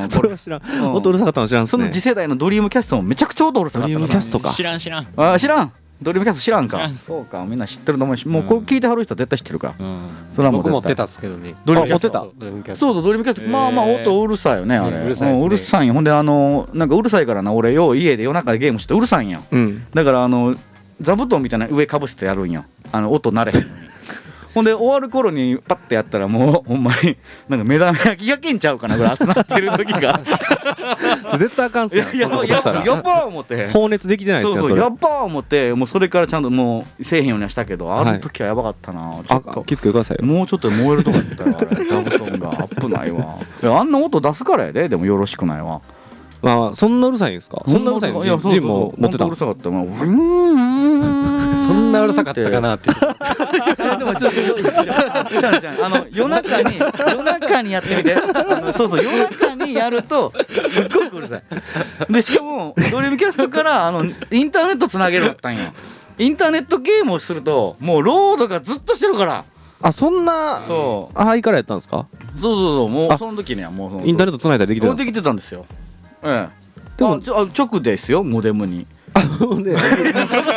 [SPEAKER 2] れ、うん、
[SPEAKER 3] そ
[SPEAKER 2] こ
[SPEAKER 3] れ
[SPEAKER 2] れ
[SPEAKER 3] は知らん
[SPEAKER 2] うん
[SPEAKER 3] 音うるさかったの知らんっす
[SPEAKER 2] その
[SPEAKER 3] ね
[SPEAKER 2] 次世代のドリームキャストもめちゃくちゃ音うるさかったから
[SPEAKER 3] ドリームキャストか
[SPEAKER 1] 知らん知らん
[SPEAKER 2] あー知らんドリームキャスト知らんか
[SPEAKER 1] 知らん
[SPEAKER 2] そうかみんな知ってると思うしもうこれ聞いてはる人は絶対知ってるか、
[SPEAKER 1] うん
[SPEAKER 2] それはもう
[SPEAKER 6] 僕
[SPEAKER 2] 絶対
[SPEAKER 6] 持ってたっすけどね。
[SPEAKER 2] ドリー
[SPEAKER 6] あ
[SPEAKER 2] ムキャスト
[SPEAKER 6] 持ってドリームキャスト。
[SPEAKER 2] そうそうドリームキャスト、
[SPEAKER 1] へー
[SPEAKER 2] まあまあ音うるさいよねあれ、
[SPEAKER 6] うんうるさいですね
[SPEAKER 2] んうるさいよほんであのなんかうるさいからな俺よう家で夜中でゲームしてうるさいんよ
[SPEAKER 3] うん
[SPEAKER 2] だからあの座布団みたいな上かぶせてやるんよあの音慣れへんのにほんで終わる頃にパッてやったらもうほんまになんか目玉焼きがけんちゃうかなぐらい集まってる時が
[SPEAKER 3] 絶対あかんっ
[SPEAKER 2] い
[SPEAKER 3] すよ
[SPEAKER 2] やいや
[SPEAKER 3] そんな
[SPEAKER 2] も
[SPEAKER 3] こ
[SPEAKER 2] う
[SPEAKER 3] と
[SPEAKER 2] や
[SPEAKER 3] したら
[SPEAKER 2] やっばー思って
[SPEAKER 3] 放熱できてないで
[SPEAKER 2] そう
[SPEAKER 3] すよ
[SPEAKER 2] そ
[SPEAKER 3] そうれ
[SPEAKER 2] やっばー思ってもうそれからちゃんともうせえへんようにはしたけどあの時はやばかったな、ちょ
[SPEAKER 3] あ
[SPEAKER 2] っと
[SPEAKER 3] 気付けてくださいよ
[SPEAKER 2] もうちょっとで燃えるとこだったよあれ座布団が危ない
[SPEAKER 3] (laughs)
[SPEAKER 2] わいやあんな音出すからやででもよろしくないわ
[SPEAKER 3] まあそんなうるさいんですかそんなうるさいん
[SPEAKER 2] いやそうそう
[SPEAKER 3] ジンも持ってた
[SPEAKER 2] ほんとうるさ
[SPEAKER 3] の
[SPEAKER 2] かったもううーん
[SPEAKER 6] そ
[SPEAKER 2] (laughs)
[SPEAKER 6] んなうるさかったかなって。
[SPEAKER 2] いやでもちょっとちゃうちゃうあの夜中に夜中にやってみてあのそうそう夜中にやるとすっごくうるさいでしかもドリームキャストからあのインターネットつなげるだったんよインターネットゲームをするともうロードがずっとしてるから
[SPEAKER 3] あそんな
[SPEAKER 2] そ
[SPEAKER 3] ハイからやったんですか
[SPEAKER 2] そうそうそうも
[SPEAKER 3] あ
[SPEAKER 2] うその時にはもうその
[SPEAKER 3] インターネットつないだらできてた
[SPEAKER 2] できてたんですよええ
[SPEAKER 3] でも
[SPEAKER 2] あちょあ直ですよモデム
[SPEAKER 3] (laughs)
[SPEAKER 2] に
[SPEAKER 3] で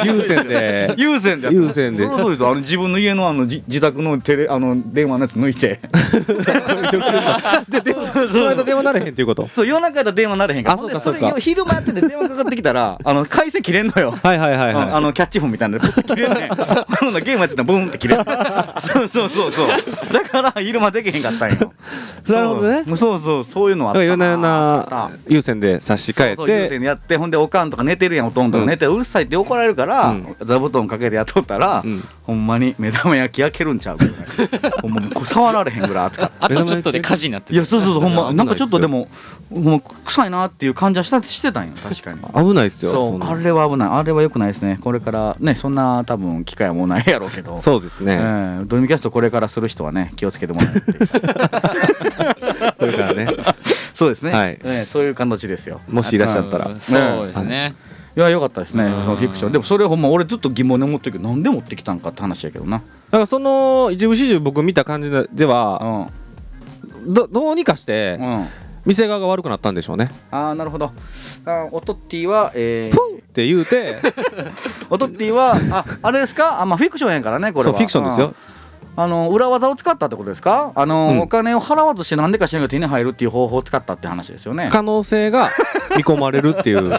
[SPEAKER 3] 有
[SPEAKER 2] (laughs)
[SPEAKER 3] 線で
[SPEAKER 2] 有線で
[SPEAKER 3] 有線で
[SPEAKER 2] そのそうですあの自分の家のあのじ自宅のテレあの電話のやつ抜いて
[SPEAKER 3] (laughs) で電話その間電話なれへんっていうこと
[SPEAKER 2] そう夜中やったら電話なれへんから
[SPEAKER 3] あそうか
[SPEAKER 2] ほんで
[SPEAKER 3] そうか
[SPEAKER 2] れ昼間やってて電話かかってきた
[SPEAKER 3] (laughs)
[SPEAKER 2] らあの回線切れんのよ
[SPEAKER 3] はいはいはい
[SPEAKER 2] あのあのキャッチフォンみたいなので切れんねんほんならゲームやってたらボンって切
[SPEAKER 3] (laughs)
[SPEAKER 2] れんそうそうそうそうだから昼間できへんかったんよ
[SPEAKER 3] なるほどね
[SPEAKER 2] そうそうそうそういうのはあ
[SPEAKER 3] だ
[SPEAKER 2] っ
[SPEAKER 3] か
[SPEAKER 2] た
[SPEAKER 3] らいろんなよう
[SPEAKER 2] あった
[SPEAKER 3] な有線で差し替え
[SPEAKER 2] そうそう優先
[SPEAKER 3] て
[SPEAKER 2] でやってほんでおかんとか寝てるやんおとんとか寝て、うるさいって怒られるから、
[SPEAKER 3] うん
[SPEAKER 2] 座布団かけてやっとったら、
[SPEAKER 3] うん
[SPEAKER 2] ほんまに目玉焼き焼けるんちゃうか (laughs) ぐらいほんまもうこう触られへんぐらい暑かった
[SPEAKER 1] あとちょっとで火事になって
[SPEAKER 2] いやそうそうそうほんま
[SPEAKER 3] 危
[SPEAKER 2] な
[SPEAKER 3] ないっすよ
[SPEAKER 2] んかちょっとでもほんま臭いなっていう感じはしたしてたんよ確かに
[SPEAKER 3] 危ないっすよ
[SPEAKER 2] そ
[SPEAKER 3] ん
[SPEAKER 2] う
[SPEAKER 3] な
[SPEAKER 2] あれは危ないあれは良くないですねこれからねそんな多分機会はもうないやろうけど
[SPEAKER 3] そうです
[SPEAKER 2] え
[SPEAKER 3] ね
[SPEAKER 2] ードリームキャストこれからする人はね気をつけてもらえる
[SPEAKER 3] これからね
[SPEAKER 2] (laughs) そうですね、
[SPEAKER 3] はい
[SPEAKER 2] えーそういう形ですよ
[SPEAKER 3] もしいらっしゃったら
[SPEAKER 1] うんそうですね
[SPEAKER 2] いや良かったですねそのフィクショ
[SPEAKER 1] うん
[SPEAKER 2] ンでもそれほんま俺ずっと疑問に思ってるけどなんで持ってきたんかって話やけどな
[SPEAKER 3] だからその一部始終僕見た感じで
[SPEAKER 2] う
[SPEAKER 3] は
[SPEAKER 2] ん
[SPEAKER 3] どどうにかして
[SPEAKER 2] うん
[SPEAKER 3] 店側が悪くなったんでしょうね
[SPEAKER 2] ああなるほどあーおとっティはえー
[SPEAKER 3] って言うて
[SPEAKER 2] オトッティはああれですかあまあフィクションやからね (laughs) これ
[SPEAKER 3] そう
[SPEAKER 2] は
[SPEAKER 3] フィクションですよ
[SPEAKER 2] うんあの裏技を使ったってことですかあの、
[SPEAKER 3] うん
[SPEAKER 2] お金を払わずして何でかしらが手に入るっていう方法を使ったって話ですよね
[SPEAKER 3] 可能性が見込まれるっていう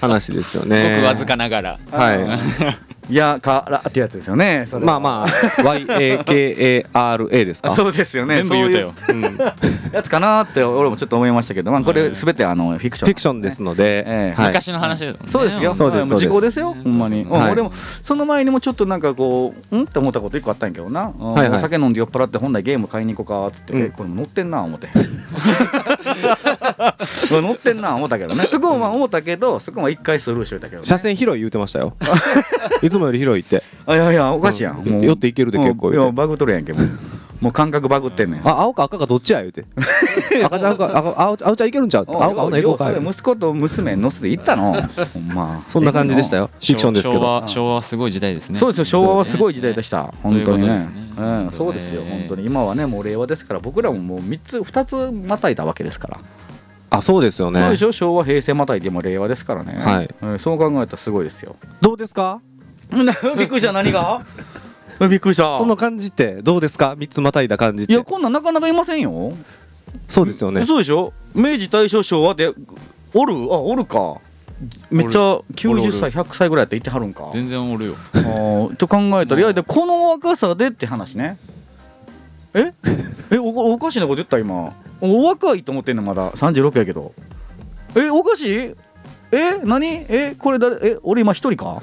[SPEAKER 3] 話ですよね
[SPEAKER 1] 僕わずかながら
[SPEAKER 3] はい
[SPEAKER 2] やからってやつですよねそ
[SPEAKER 3] い
[SPEAKER 2] れ
[SPEAKER 3] まあまあ YAKARA ですか
[SPEAKER 2] そうですよね
[SPEAKER 1] 全部言うたよ
[SPEAKER 3] う
[SPEAKER 2] そう
[SPEAKER 3] んフ
[SPEAKER 2] いうやつかなって俺もちょっと思いましたけど、まあ、これ全てあのフィクション
[SPEAKER 3] ィクションですので、
[SPEAKER 2] ええ
[SPEAKER 3] はい
[SPEAKER 1] 昔の話だもんね
[SPEAKER 2] そうですよ。
[SPEAKER 3] そうです
[SPEAKER 2] も時
[SPEAKER 3] そう
[SPEAKER 2] 効
[SPEAKER 3] で
[SPEAKER 2] ですよ。ほんまに。
[SPEAKER 1] そう
[SPEAKER 3] そう
[SPEAKER 2] うん
[SPEAKER 3] はい
[SPEAKER 2] でもその前にもちょっとなんかこううんって思ったこと一個あったんやけどな。うん
[SPEAKER 3] はいはい
[SPEAKER 2] お酒飲んで酔っ払って本来ゲーム買いに行こうかっつって、
[SPEAKER 3] うん
[SPEAKER 2] えこれも乗ってんな思って。乗ってんな思ったけどね。そこはまあ思ったけど、そこは一回スルーしてたけど、ね。
[SPEAKER 3] 車線広い言うてましたよ (laughs) いつもより広いって
[SPEAKER 2] あいやいやおかしいやん。
[SPEAKER 3] うん酔っていけるで結構
[SPEAKER 2] うん
[SPEAKER 3] 言う
[SPEAKER 2] い
[SPEAKER 3] て
[SPEAKER 2] やバグ取るやんけもう。もう感覚バグってんねん。
[SPEAKER 3] あ青か赤かどっちや言うて赤ちゃんか赤青青ちゃんいけるんちゃう
[SPEAKER 2] うん
[SPEAKER 3] 青か青な行こうか
[SPEAKER 2] ようそれ息子と娘乗せて行ったの。ほんま。
[SPEAKER 3] そんな感じでした
[SPEAKER 2] よ。
[SPEAKER 3] よフィクションですけ
[SPEAKER 1] 昭
[SPEAKER 3] ど
[SPEAKER 1] 和昭和はすごい時代ですね
[SPEAKER 2] そうですよ昭和はすごい時代でした、
[SPEAKER 1] そうですね
[SPEAKER 2] 本当にね
[SPEAKER 1] と
[SPEAKER 2] う
[SPEAKER 1] いうことですね
[SPEAKER 2] ん、そうですよ本当に今はねもう令和ですから僕らももう3つ2つまたいだわけですから、
[SPEAKER 3] あそうですよ
[SPEAKER 2] そうで
[SPEAKER 3] ね
[SPEAKER 2] しょ昭和平成またいでも令和ですからね、
[SPEAKER 3] はい
[SPEAKER 2] うん、そう考えたらすごいですよ
[SPEAKER 3] どうですか
[SPEAKER 2] (laughs) びっくりした何が (laughs) びっくりした
[SPEAKER 3] その感じってどうですか三つまたいだ感じっ
[SPEAKER 2] い
[SPEAKER 3] て
[SPEAKER 2] やこんなんなかなかいませんよ、
[SPEAKER 3] そうですよね
[SPEAKER 2] そうでしょ明治大正昭和でおるあおるかめっちゃ90歳100歳ぐらいやって言ってはるんか
[SPEAKER 1] 全然おるよ
[SPEAKER 2] あーと考えたらいやでこの若さでって話ねえ (laughs) えおおかしなこと言った今お若いと思ってんのまだ36やけどえおかしいえ何えこれ誰え俺今一人
[SPEAKER 3] (laughs)
[SPEAKER 2] か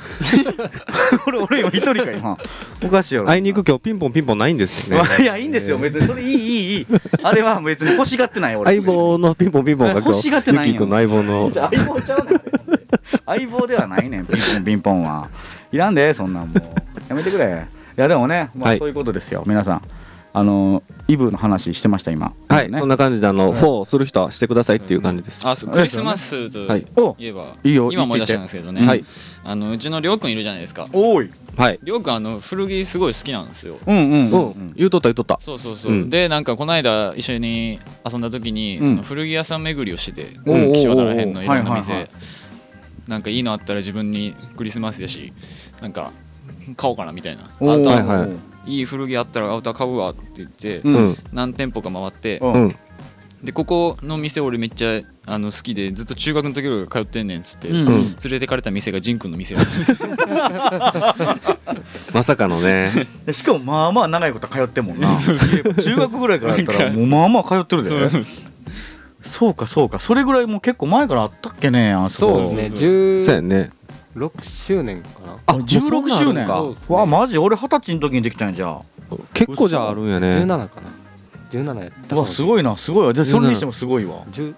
[SPEAKER 2] 俺俺今一人か今おかしいよ
[SPEAKER 3] あいにく今日ピンポンピンポンないんですよ
[SPEAKER 2] (laughs)
[SPEAKER 3] ね
[SPEAKER 2] いやいいんですよ別にそれいいいいいいあれは別に欲しがってない俺
[SPEAKER 3] 相棒のピンポンピンポンが今
[SPEAKER 2] (laughs) 欲し
[SPEAKER 3] 日
[SPEAKER 2] がってないんよ
[SPEAKER 3] ゆきくんの相棒の
[SPEAKER 2] じゃあ相棒ちゃうねん相棒ではないねんピンポンピンポンはいらんでそんなんもうやめてくれいやでもねま
[SPEAKER 3] は
[SPEAKER 2] あ
[SPEAKER 3] い
[SPEAKER 2] そういうことですよ、皆さんあのイブの話してました今
[SPEAKER 3] はい
[SPEAKER 2] ね
[SPEAKER 3] そんな感じであのフォーする人はしてくださいっていう感じです
[SPEAKER 1] あそうクリスマスと
[SPEAKER 3] はい
[SPEAKER 1] い
[SPEAKER 2] お
[SPEAKER 1] えば
[SPEAKER 2] いいよ
[SPEAKER 1] 今思い出したんですけどね
[SPEAKER 3] はい
[SPEAKER 1] あのうちのりょうくんいるじゃないですか
[SPEAKER 2] おい
[SPEAKER 3] はい
[SPEAKER 1] りょうくんあの古着すごい好きなんですよ
[SPEAKER 2] うんうん
[SPEAKER 3] う
[SPEAKER 2] うん
[SPEAKER 3] ん言うとった言うとった
[SPEAKER 1] そうそうそう、
[SPEAKER 3] うん
[SPEAKER 1] でなんかこの間一緒に遊んだ時に、
[SPEAKER 2] うん
[SPEAKER 1] その古着屋さん巡りをしてて、
[SPEAKER 2] おうおうおう
[SPEAKER 1] 岸和田ら辺のいろんな店、
[SPEAKER 2] はいはい
[SPEAKER 1] なんかいいのあったら自分にクリスマスやしなんか買おうかなみたいな
[SPEAKER 2] お
[SPEAKER 1] アウター、
[SPEAKER 3] はいはい
[SPEAKER 1] い、い古着あったらアウター買うわって言って、
[SPEAKER 2] うん
[SPEAKER 3] うん
[SPEAKER 1] 何店舗か回って、
[SPEAKER 2] うん
[SPEAKER 3] うん
[SPEAKER 1] でここの店俺めっちゃあの好きでずっと中学の時から通ってんねんっつって、
[SPEAKER 8] うん
[SPEAKER 1] 連れてかれた店がジンくんの店やったん
[SPEAKER 2] (laughs)
[SPEAKER 1] ですよ
[SPEAKER 3] まさか
[SPEAKER 2] (laughs)
[SPEAKER 3] のね
[SPEAKER 2] でしかもまあまあ長いこと通ってんもんな
[SPEAKER 1] そうそう
[SPEAKER 2] 中学ぐらいからやったらもうまあまあ通ってるで
[SPEAKER 1] そうそう
[SPEAKER 2] そうかそうかそれぐらいもう結構前からあったっけねあそ
[SPEAKER 6] そう
[SPEAKER 2] こ
[SPEAKER 6] ですね
[SPEAKER 3] そうや
[SPEAKER 6] 16
[SPEAKER 3] ね
[SPEAKER 6] 周年かな
[SPEAKER 2] あ16周年
[SPEAKER 6] か
[SPEAKER 2] うわマジ俺二十歳の時にできたんやじゃあ
[SPEAKER 3] 結構じゃああるんやね
[SPEAKER 6] 17かな17やった
[SPEAKER 2] うわすごいなすごいわでそれにしてもすごいわ
[SPEAKER 6] 17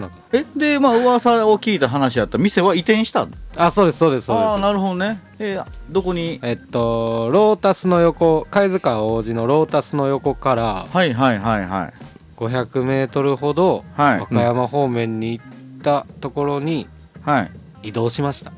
[SPEAKER 6] か
[SPEAKER 2] えでまあ噂を聞いた話やった店は移転した
[SPEAKER 6] あそうですそうですそう
[SPEAKER 2] ああ
[SPEAKER 6] です
[SPEAKER 2] なるほどねえーどこに
[SPEAKER 6] えっとロータスの横貝塚王子のロータスの横から
[SPEAKER 2] はいはいはいはい
[SPEAKER 6] 500メートルほど
[SPEAKER 2] はい
[SPEAKER 6] 和歌山方面に行ったところに
[SPEAKER 2] はい
[SPEAKER 6] 移動しました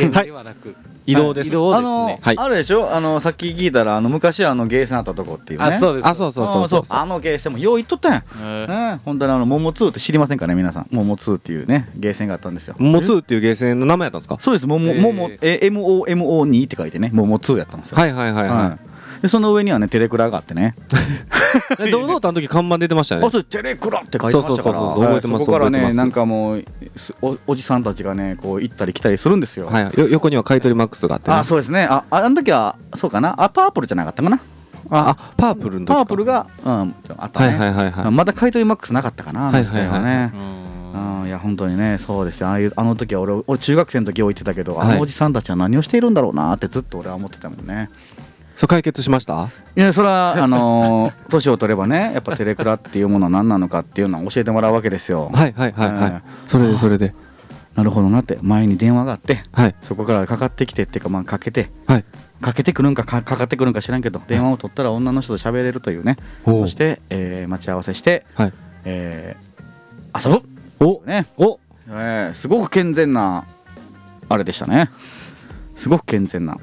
[SPEAKER 6] 移転ではな (laughs) く
[SPEAKER 3] 移動です
[SPEAKER 6] 移動
[SPEAKER 2] あ
[SPEAKER 6] です
[SPEAKER 2] の
[SPEAKER 6] ね
[SPEAKER 3] はい
[SPEAKER 2] あれでしょあのさっき聞いたらあの昔あのゲーセンあったとこっていうね
[SPEAKER 6] あそうです
[SPEAKER 3] あそうそうそうそう
[SPEAKER 2] あのゲーセンもよう行っとったやん
[SPEAKER 1] えー
[SPEAKER 2] ね本当にあの桃2って知りませんかね皆さん桃2っていうねゲーセンがあったんですよ
[SPEAKER 3] モツーっていうゲーセンの名前やったんですか
[SPEAKER 2] そうです桃
[SPEAKER 6] えー
[SPEAKER 2] 桃え MOMO2 って書いてね桃2やったんですよ
[SPEAKER 3] はいはいはいは
[SPEAKER 2] はいでその上にはねテレクラがあってね
[SPEAKER 3] いで堂々とあの時看板出てましたよね
[SPEAKER 2] あそうテレクラって書いてましたから
[SPEAKER 3] そうそうそうそう覚えてます
[SPEAKER 2] はいそこから
[SPEAKER 3] 覚えてま
[SPEAKER 2] ね
[SPEAKER 3] す
[SPEAKER 2] なんかもうすおおじさんたちがねこう行ったり来たりするんですよ、
[SPEAKER 3] はい、よ横には買い取りマックスがあって、ね、
[SPEAKER 2] あそうですねあああの時はそうかなあパープルじゃなかったかなあ
[SPEAKER 3] あパープルの時か
[SPEAKER 2] パープルが、うん、あった
[SPEAKER 3] は
[SPEAKER 2] ね、
[SPEAKER 3] いはいはいはい、
[SPEAKER 2] まだ買い取りマックスなかったかな、
[SPEAKER 3] はいはいは
[SPEAKER 2] あ
[SPEAKER 3] い
[SPEAKER 2] の時ね
[SPEAKER 1] うん
[SPEAKER 2] うん、いや本当にねそうですよああいうあの時は俺俺中学生の時置いてたけど、あ
[SPEAKER 3] はい
[SPEAKER 2] のおじさんたちは何をしているんだろうなってずっと俺は思ってたもんね
[SPEAKER 3] そう解決しました
[SPEAKER 2] いやそれはあのー年を取ればねやっぱテレクラっていうものは何なのかっていうのを教えてもらうわけですよ
[SPEAKER 3] はいはいはいはい、
[SPEAKER 2] うん
[SPEAKER 3] それでそれで
[SPEAKER 2] なるほどなって前に電話があって
[SPEAKER 3] はい
[SPEAKER 2] そこからかかってきてっていうかまあかけて
[SPEAKER 3] はい
[SPEAKER 2] かけてくるんかかかかってくるんか知らんけど電話を取ったら女の人と喋れるというね
[SPEAKER 3] おう
[SPEAKER 2] そして、えー待ち合わせして、
[SPEAKER 3] はい
[SPEAKER 2] えー遊
[SPEAKER 3] お
[SPEAKER 2] ぶね、
[SPEAKER 3] お
[SPEAKER 2] えーすごく健全なあれでしたねすごく健全な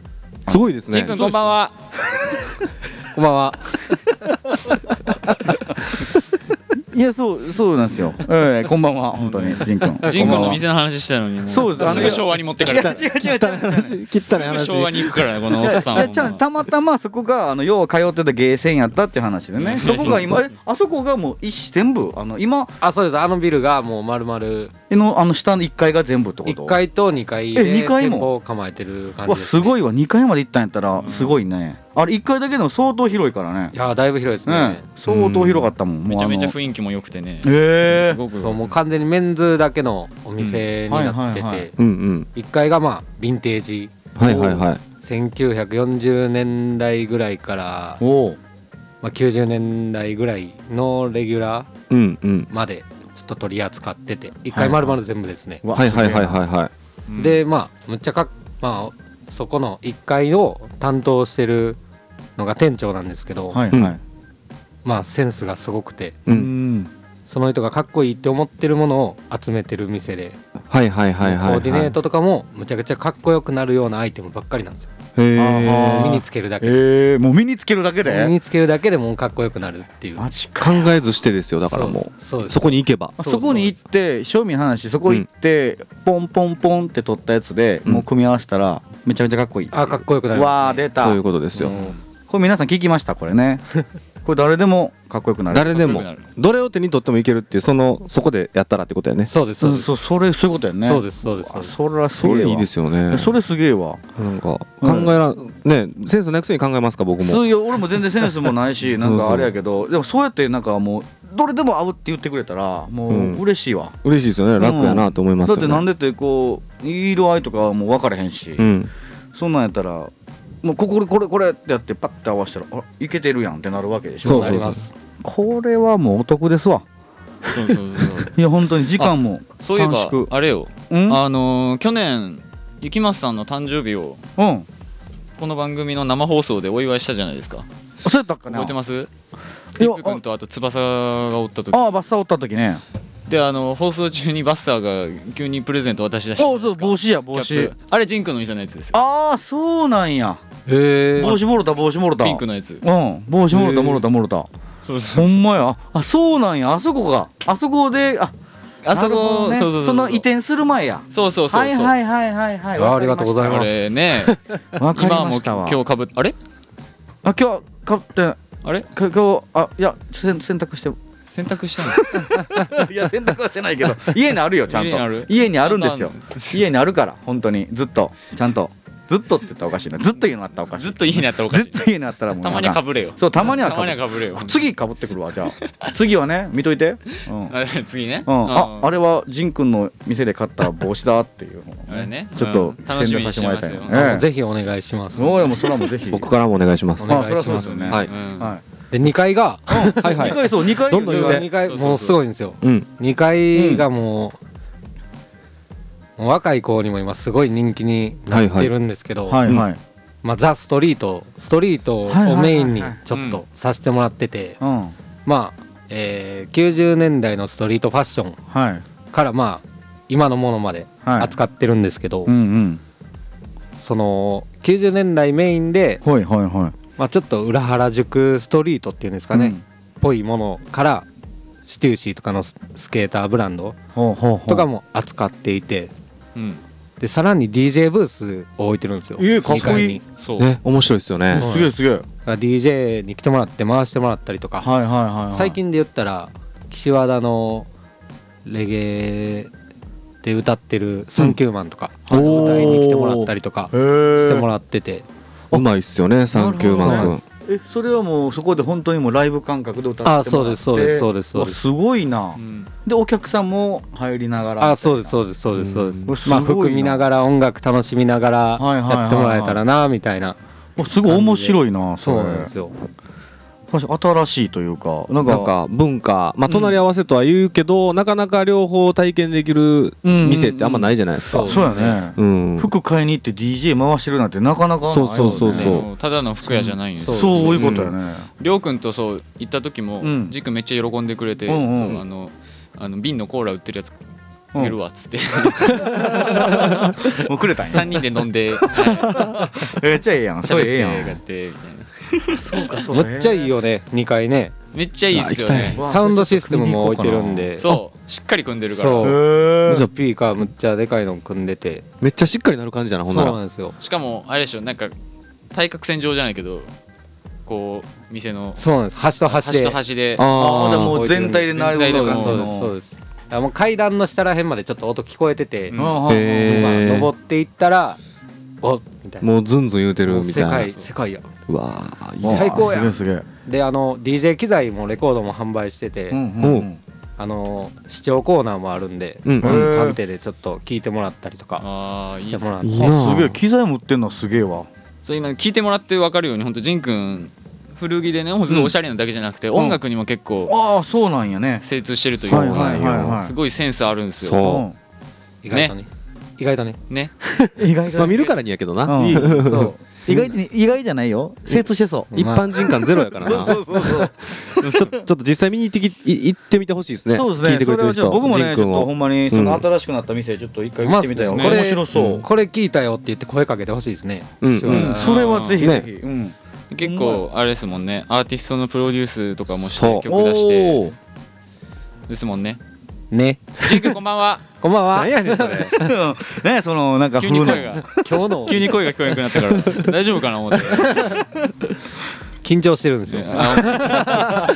[SPEAKER 3] すごいです
[SPEAKER 1] ジン
[SPEAKER 3] ね
[SPEAKER 1] くんこんばんは
[SPEAKER 6] こんばんは
[SPEAKER 2] いやそうそうなんですよ。ええこんばんは本当にジン君。
[SPEAKER 1] ジン君
[SPEAKER 2] こんば
[SPEAKER 1] の
[SPEAKER 2] んは
[SPEAKER 1] 店の話してたのにも
[SPEAKER 2] そうです
[SPEAKER 1] すぐ昭和に持ってかれたす
[SPEAKER 2] 違う違う違う
[SPEAKER 3] 話切ったね
[SPEAKER 1] ぐ昭和
[SPEAKER 3] 話
[SPEAKER 1] に行くからねこのおっさん
[SPEAKER 2] い
[SPEAKER 1] は
[SPEAKER 2] やちゃうたまたまそこがあのよう通ってたゲーセンやったっていう話でねそこが今えあそこがもう一全部あの今
[SPEAKER 6] あそうですあのビルがもう丸々
[SPEAKER 2] のあの下の1階が全部ってこと
[SPEAKER 6] 1階と2階
[SPEAKER 2] え
[SPEAKER 6] で
[SPEAKER 2] 二階
[SPEAKER 6] 店
[SPEAKER 2] も
[SPEAKER 6] 舗を構えてる感じ
[SPEAKER 2] わ
[SPEAKER 6] ですすね
[SPEAKER 2] ごいわ2階まで行ったんやったらすごいねあれ1階だけでも相当広いからね
[SPEAKER 6] いやだいぶ広いです
[SPEAKER 2] ね
[SPEAKER 6] ね
[SPEAKER 2] 相当広かったもんも
[SPEAKER 1] め
[SPEAKER 2] う
[SPEAKER 1] ち
[SPEAKER 2] あ
[SPEAKER 1] ゃ
[SPEAKER 2] の
[SPEAKER 1] めちゃ雰囲気も良くてね
[SPEAKER 2] え
[SPEAKER 1] すごく
[SPEAKER 6] そうもう完全にメンズだけのお店になって
[SPEAKER 2] うんはいはいはい
[SPEAKER 6] て
[SPEAKER 3] うんうん
[SPEAKER 6] 1階がまあヴィンテージ
[SPEAKER 3] はいはいはい
[SPEAKER 6] 1940年代ぐらいから
[SPEAKER 2] え、おお
[SPEAKER 6] まあ、90年代ぐらいのレギュラー
[SPEAKER 3] うんうん
[SPEAKER 6] までちょっと取り扱ってて1
[SPEAKER 2] は
[SPEAKER 6] 回
[SPEAKER 2] いはい
[SPEAKER 6] 丸々全部ですね、
[SPEAKER 3] はいはいはいはいはい
[SPEAKER 1] うん
[SPEAKER 6] でまあむっちゃかっまあそこの1階を担当してるのが店長なんですけど、
[SPEAKER 2] はい
[SPEAKER 3] うん
[SPEAKER 2] はい
[SPEAKER 6] まあセンスがすごくて
[SPEAKER 3] う
[SPEAKER 2] うんん
[SPEAKER 6] その人がかっこいいって思ってるものを集めてる店で、
[SPEAKER 3] はいはいはいはい
[SPEAKER 6] コーディネートとかもむちゃくちゃかっこよくなるようなアイテムばっかりなんですよ
[SPEAKER 3] へ
[SPEAKER 2] あー
[SPEAKER 3] え
[SPEAKER 6] 身につけるだけで
[SPEAKER 2] ええもう身につけるだけ
[SPEAKER 6] 身
[SPEAKER 2] で
[SPEAKER 6] につけるだけでもうかっこよくなるっていう
[SPEAKER 2] マジか
[SPEAKER 3] 考えずしてですよだからも
[SPEAKER 6] そう
[SPEAKER 3] う
[SPEAKER 6] です
[SPEAKER 3] そこに行けば
[SPEAKER 6] そうそ
[SPEAKER 2] そうこに行って正味の話そこ行ってポンポンポンって取ったやつでもう組み合わせたらめちゃめちゃかっこいい
[SPEAKER 6] あかっこよくなる
[SPEAKER 2] わあ出た
[SPEAKER 3] そういうことですよ
[SPEAKER 2] これ皆さん聞きましたこれ
[SPEAKER 3] (laughs)
[SPEAKER 2] ねこれ誰でもかっこよくなる
[SPEAKER 3] 誰
[SPEAKER 1] か
[SPEAKER 3] でも
[SPEAKER 1] っこよくな
[SPEAKER 3] どれを手に取ってもいけるっていうそのそこでやったらってことやね
[SPEAKER 6] そうです
[SPEAKER 2] そ
[SPEAKER 6] そう
[SPEAKER 2] う
[SPEAKER 6] です
[SPEAKER 2] そうそれそういうことやね
[SPEAKER 6] そうですそうですそう
[SPEAKER 2] あ
[SPEAKER 6] です
[SPEAKER 2] それはす
[SPEAKER 3] そ
[SPEAKER 2] げえ
[SPEAKER 3] れ
[SPEAKER 2] わ
[SPEAKER 3] いいですよね
[SPEAKER 2] それすげえわ
[SPEAKER 3] なんか考えらねセンスないくせに考えますか僕も
[SPEAKER 2] そういや俺も全然センスもない
[SPEAKER 3] (laughs)
[SPEAKER 2] しなんかあれやけどでもそうやってなんかもうどれでも合うって言ってくれたらも
[SPEAKER 3] うん
[SPEAKER 2] う嬉しいわ、
[SPEAKER 3] 嬉しいですよね楽やなと思います
[SPEAKER 2] だ
[SPEAKER 3] よ
[SPEAKER 2] っ
[SPEAKER 3] ね
[SPEAKER 2] てなんでってこう色合いとかはもう分からへんし、
[SPEAKER 3] うん
[SPEAKER 2] そんなんやったらもうこここれこれってやってパッて合わせたらあいけてるやんってなるわけでしょ
[SPEAKER 3] そう
[SPEAKER 6] な
[SPEAKER 3] そう
[SPEAKER 6] り
[SPEAKER 3] そ
[SPEAKER 6] ま
[SPEAKER 3] う
[SPEAKER 6] す
[SPEAKER 2] これはもうお得ですわ
[SPEAKER 1] そうそうそうそう
[SPEAKER 2] いや本当に時間も
[SPEAKER 1] そういえば
[SPEAKER 2] 短縮
[SPEAKER 1] あれよ
[SPEAKER 2] うん
[SPEAKER 1] あのー去年ゆきまさんの誕生日を
[SPEAKER 2] うん
[SPEAKER 1] この番組の生放送でお祝いしたじゃないですか
[SPEAKER 2] そうやったっかな
[SPEAKER 1] 覚えてます
[SPEAKER 2] い
[SPEAKER 1] テ
[SPEAKER 2] や
[SPEAKER 1] ィップ君とあと翼がおった時
[SPEAKER 2] ああバッサーおった時ね
[SPEAKER 1] であの放送中にバッサーが急にプレゼント渡し出したじゃ
[SPEAKER 2] お
[SPEAKER 1] ないで
[SPEAKER 2] そう
[SPEAKER 1] すか
[SPEAKER 2] 帽子や帽
[SPEAKER 1] キャッ
[SPEAKER 2] 子
[SPEAKER 1] プあれジン君の店のやつですよ
[SPEAKER 2] ああそうなんや
[SPEAKER 6] へえ
[SPEAKER 2] 帽子もろた帽子もろた
[SPEAKER 1] ピンクのやつ
[SPEAKER 2] うん帽子もろたもろたもろた
[SPEAKER 1] そうそ
[SPEAKER 2] ほ
[SPEAKER 1] うん
[SPEAKER 2] まやあそうなんやあそこがあそこであ
[SPEAKER 1] あそこ、
[SPEAKER 2] なるほどね
[SPEAKER 1] そうそうそう
[SPEAKER 2] その移転する前や
[SPEAKER 1] そうそうそうそう、
[SPEAKER 2] はいはいはいはいはい
[SPEAKER 6] あありがとうござい
[SPEAKER 1] こ
[SPEAKER 6] ます
[SPEAKER 1] れね
[SPEAKER 2] す (laughs) わかり
[SPEAKER 1] 今は
[SPEAKER 2] ま
[SPEAKER 1] もう
[SPEAKER 2] したわ
[SPEAKER 1] 今日かぶっあれ
[SPEAKER 2] あ今日買って
[SPEAKER 1] あれ
[SPEAKER 2] 今日あいやせん洗濯して
[SPEAKER 1] 洗濯したの
[SPEAKER 2] いや洗濯はしてないけど (laughs) 家にあるよちゃん
[SPEAKER 1] 家
[SPEAKER 2] と
[SPEAKER 1] にある
[SPEAKER 2] 家にあるんですよ
[SPEAKER 1] ちゃんとある
[SPEAKER 2] 家にあるから本当にずっとちゃんとずっとって言ったらおかしいなずっと家にあったらおかしい
[SPEAKER 1] (laughs) ずっと家にあったらおか
[SPEAKER 2] ず
[SPEAKER 1] し
[SPEAKER 2] っ
[SPEAKER 1] い
[SPEAKER 2] と家にあったらもう
[SPEAKER 1] たまにはか
[SPEAKER 2] ぶ
[SPEAKER 1] ぶれよ
[SPEAKER 2] そうたまには
[SPEAKER 1] た
[SPEAKER 2] か
[SPEAKER 1] ま
[SPEAKER 2] ぶ
[SPEAKER 1] にはかぶれよ
[SPEAKER 2] 次かぶってくるわじゃあ次はね見といてうん
[SPEAKER 1] あ次ね、
[SPEAKER 2] うん、ああ
[SPEAKER 1] れ
[SPEAKER 2] れは仁君の店で買った帽子だっていうのを
[SPEAKER 1] あれね
[SPEAKER 2] ちょっと
[SPEAKER 1] うん楽
[SPEAKER 2] 宣
[SPEAKER 1] しみ
[SPEAKER 2] 伝
[SPEAKER 1] に
[SPEAKER 2] さ
[SPEAKER 1] し
[SPEAKER 2] せ
[SPEAKER 1] て
[SPEAKER 2] ても
[SPEAKER 1] ま
[SPEAKER 2] らい
[SPEAKER 1] す
[SPEAKER 2] たい
[SPEAKER 1] よ
[SPEAKER 2] ね
[SPEAKER 6] あもう
[SPEAKER 2] え
[SPEAKER 6] ぜひお願いしま
[SPEAKER 2] え
[SPEAKER 6] す
[SPEAKER 2] そうやもうそれはもうぜひ
[SPEAKER 3] 僕からもお願いします
[SPEAKER 6] お
[SPEAKER 2] ま
[SPEAKER 6] 願
[SPEAKER 2] あそ
[SPEAKER 6] いし
[SPEAKER 2] れ
[SPEAKER 6] ま
[SPEAKER 2] は
[SPEAKER 6] す
[SPEAKER 2] そうですよね
[SPEAKER 3] はい
[SPEAKER 2] は
[SPEAKER 6] で2階が
[SPEAKER 2] い
[SPEAKER 3] はいはい
[SPEAKER 2] 二回そう二回
[SPEAKER 3] どんどん言うて
[SPEAKER 6] 2階
[SPEAKER 1] そうそうそう
[SPEAKER 6] もうすごいんですよ
[SPEAKER 3] うん
[SPEAKER 6] 2階がもう、もう若い子にも今すごい人気になってるんですけど、
[SPEAKER 2] はいい
[SPEAKER 3] は
[SPEAKER 2] はいい
[SPEAKER 6] まあ、ザ・ストリートストリートをメインにちょ
[SPEAKER 1] はいはい
[SPEAKER 6] っ
[SPEAKER 1] はいはい
[SPEAKER 6] とさせてもらってて、
[SPEAKER 2] うんは
[SPEAKER 6] まあ、えー90年代のストリートファッション
[SPEAKER 2] い
[SPEAKER 6] からまあ今のものまで
[SPEAKER 2] はい
[SPEAKER 6] 扱ってるんですけど、
[SPEAKER 2] うんうん
[SPEAKER 6] その90年代メインで、
[SPEAKER 2] はいはいは
[SPEAKER 6] まあ、ちょっと裏原宿ストリートっていうんです
[SPEAKER 2] い
[SPEAKER 6] かね、ぽいものからステューシーとかのススケーターブランド
[SPEAKER 2] ほうほうほう
[SPEAKER 6] とかも扱っていて。
[SPEAKER 1] うん
[SPEAKER 6] でさらに DJ ブースを置いてるんですよ
[SPEAKER 2] えかっこいい
[SPEAKER 6] 2階に
[SPEAKER 1] そう、
[SPEAKER 3] ね面白いですよね
[SPEAKER 2] すげえすげえはい
[SPEAKER 6] だから DJ に来てもらって回してもらったりとか、
[SPEAKER 2] はいはいはい
[SPEAKER 6] 最近で言ったら岸和田のレゲエで歌ってる「サンキューマン」とか、
[SPEAKER 2] うん
[SPEAKER 6] あの歌いに来てもらったりと
[SPEAKER 2] へ
[SPEAKER 6] かし
[SPEAKER 2] え
[SPEAKER 6] てもらってて、
[SPEAKER 3] うまいっすよねサンキューマン
[SPEAKER 2] えそれはもうそこで本当にもうライブ感覚で歌ってもらって
[SPEAKER 6] あそうですそうですそうですそうです
[SPEAKER 2] わすごいな
[SPEAKER 1] うん
[SPEAKER 2] でお客さんも入りながら
[SPEAKER 6] あそうです
[SPEAKER 2] う
[SPEAKER 6] そうですそうですそうです、
[SPEAKER 2] うんすご
[SPEAKER 6] ま
[SPEAKER 2] い
[SPEAKER 6] あ
[SPEAKER 2] な
[SPEAKER 6] 服見ながら音楽楽しみながら
[SPEAKER 2] はいはいはいはい
[SPEAKER 6] やってもらえたらなみたいな、
[SPEAKER 2] すごい面白いな
[SPEAKER 6] そう
[SPEAKER 2] れ
[SPEAKER 6] なんですよ
[SPEAKER 2] 確かに新しいというかなん
[SPEAKER 3] く
[SPEAKER 2] か
[SPEAKER 3] なんか文化まあ隣り合わせとは言うけどなかなか両方体験できる店ってあんまないじゃないですか
[SPEAKER 2] そうやね、
[SPEAKER 3] うん
[SPEAKER 2] 服買いに行って DJ 回してるなんてなかなかないもんね
[SPEAKER 3] そうそうそう
[SPEAKER 1] あのただの服屋じゃないんです
[SPEAKER 6] そ
[SPEAKER 1] よ
[SPEAKER 6] う
[SPEAKER 2] そういうことやね、
[SPEAKER 1] りょうくんとそう行った時も、
[SPEAKER 2] うん
[SPEAKER 1] ジックめっちゃ喜んでくれて、
[SPEAKER 2] うんうん
[SPEAKER 1] そうあのあの瓶のコーラ売ってるやつ
[SPEAKER 2] うん
[SPEAKER 1] 売るわっつ
[SPEAKER 2] (laughs)
[SPEAKER 1] って、
[SPEAKER 2] もうくれたんや
[SPEAKER 1] 3人で飲ん
[SPEAKER 2] (laughs)
[SPEAKER 1] ではい
[SPEAKER 2] めっちゃええやんそ
[SPEAKER 1] 喋っ
[SPEAKER 2] れええ
[SPEAKER 1] て
[SPEAKER 2] や
[SPEAKER 1] やっ
[SPEAKER 2] ん
[SPEAKER 1] てみたいな
[SPEAKER 2] そうかそ
[SPEAKER 6] めっちゃいいよね2階ね
[SPEAKER 1] めっちゃいいっすよね
[SPEAKER 2] わあ
[SPEAKER 6] サウンドシステムも置いてるんで
[SPEAKER 1] そうしっかり組んでるから
[SPEAKER 6] そう
[SPEAKER 2] へえ
[SPEAKER 6] スピーカーむっちゃでかいの組んでて
[SPEAKER 3] めっちゃしっかりなる感じだなほ
[SPEAKER 6] そうん
[SPEAKER 3] なら
[SPEAKER 6] なんですよ
[SPEAKER 1] しかもあれでしょなんか対角線上じゃないけどこう店の
[SPEAKER 6] そうなんです端と端
[SPEAKER 1] 端
[SPEAKER 6] で
[SPEAKER 1] と端で
[SPEAKER 2] ああで
[SPEAKER 3] あ
[SPEAKER 2] もう全体でなる
[SPEAKER 1] 全体
[SPEAKER 2] ほ
[SPEAKER 1] で
[SPEAKER 2] ど
[SPEAKER 1] も
[SPEAKER 6] そうですそうですあもう階段の下らへんまでちょっと音聞こえてて、
[SPEAKER 1] う
[SPEAKER 2] ああああ
[SPEAKER 3] あへ
[SPEAKER 6] まあ
[SPEAKER 3] え
[SPEAKER 6] 登っていったらおみたいな
[SPEAKER 3] もうズンズン言うてるみたい
[SPEAKER 6] 世
[SPEAKER 3] な
[SPEAKER 6] 界世界や
[SPEAKER 3] うわあいい
[SPEAKER 2] わあ
[SPEAKER 6] 最高や
[SPEAKER 2] すげえすげえ
[SPEAKER 6] であの DJ 機材もレコードも販売してて、
[SPEAKER 2] うん
[SPEAKER 3] う
[SPEAKER 6] あの視聴コーナーもあるんで、
[SPEAKER 3] うんうん
[SPEAKER 2] へー
[SPEAKER 6] 探偵でちょっと聞いてもらったりとか
[SPEAKER 1] ああい
[SPEAKER 6] し
[SPEAKER 1] い
[SPEAKER 6] て
[SPEAKER 1] っす
[SPEAKER 6] もらって
[SPEAKER 3] いい
[SPEAKER 2] あ
[SPEAKER 3] な
[SPEAKER 2] すげえ機材持ってんのすげえわ
[SPEAKER 1] そう今聞いてもらって分かるように本当ジンくん古着でねほんとすごいおしゃれなだけじゃなくて、音楽にも結構
[SPEAKER 2] ああそうなんやね
[SPEAKER 1] 精通してるというか、
[SPEAKER 2] はいはいはいはい
[SPEAKER 1] すごいセンスあるんですよ
[SPEAKER 3] そう
[SPEAKER 6] 意外とね意外とね
[SPEAKER 1] ね
[SPEAKER 2] 意外
[SPEAKER 3] まあ見るからにやけどな
[SPEAKER 2] うん (laughs) そう意外に意外じゃないよ精通してそ
[SPEAKER 6] うん
[SPEAKER 3] 一般人感ゼロやからな
[SPEAKER 2] うそうそう
[SPEAKER 3] ちょちょっと実際見に行ってきい行ってみてほしいですね
[SPEAKER 2] そうですね
[SPEAKER 3] 聞いてくれて
[SPEAKER 2] それは
[SPEAKER 3] る
[SPEAKER 2] じゃあ
[SPEAKER 3] 人
[SPEAKER 2] 僕もね
[SPEAKER 3] 仁
[SPEAKER 2] ちょ
[SPEAKER 3] 君
[SPEAKER 2] っ
[SPEAKER 3] を
[SPEAKER 2] とほんまにその
[SPEAKER 3] うん
[SPEAKER 2] 新しくなった店ちょっと一回行
[SPEAKER 6] ま
[SPEAKER 2] っ
[SPEAKER 6] ってす
[SPEAKER 2] みたい
[SPEAKER 6] ね
[SPEAKER 2] な
[SPEAKER 6] こ
[SPEAKER 1] ね
[SPEAKER 6] れ
[SPEAKER 2] 面白そう
[SPEAKER 6] これ聞いたよって言って声かけてほしいですね、
[SPEAKER 3] うん
[SPEAKER 6] シワ
[SPEAKER 3] うん
[SPEAKER 6] だな
[SPEAKER 2] それはぜひぜひ
[SPEAKER 3] ね
[SPEAKER 2] うん
[SPEAKER 1] 結構あれですもんねアーティストのプロデュースとかもして
[SPEAKER 3] そう
[SPEAKER 1] 曲出して
[SPEAKER 2] おー
[SPEAKER 1] ですもんね
[SPEAKER 6] ね
[SPEAKER 1] ジンくんこんばん
[SPEAKER 2] (laughs)
[SPEAKER 1] は
[SPEAKER 6] こんばんは
[SPEAKER 3] 何やねんそれ
[SPEAKER 2] ねそのなんか
[SPEAKER 1] 急
[SPEAKER 2] 風
[SPEAKER 1] に
[SPEAKER 2] の
[SPEAKER 1] 声が
[SPEAKER 6] 今日の
[SPEAKER 1] (laughs) 急に声が聞こえなくなったから大丈夫かな思
[SPEAKER 2] (laughs)
[SPEAKER 1] って
[SPEAKER 6] (laughs) 緊張してるんですよ
[SPEAKER 1] あ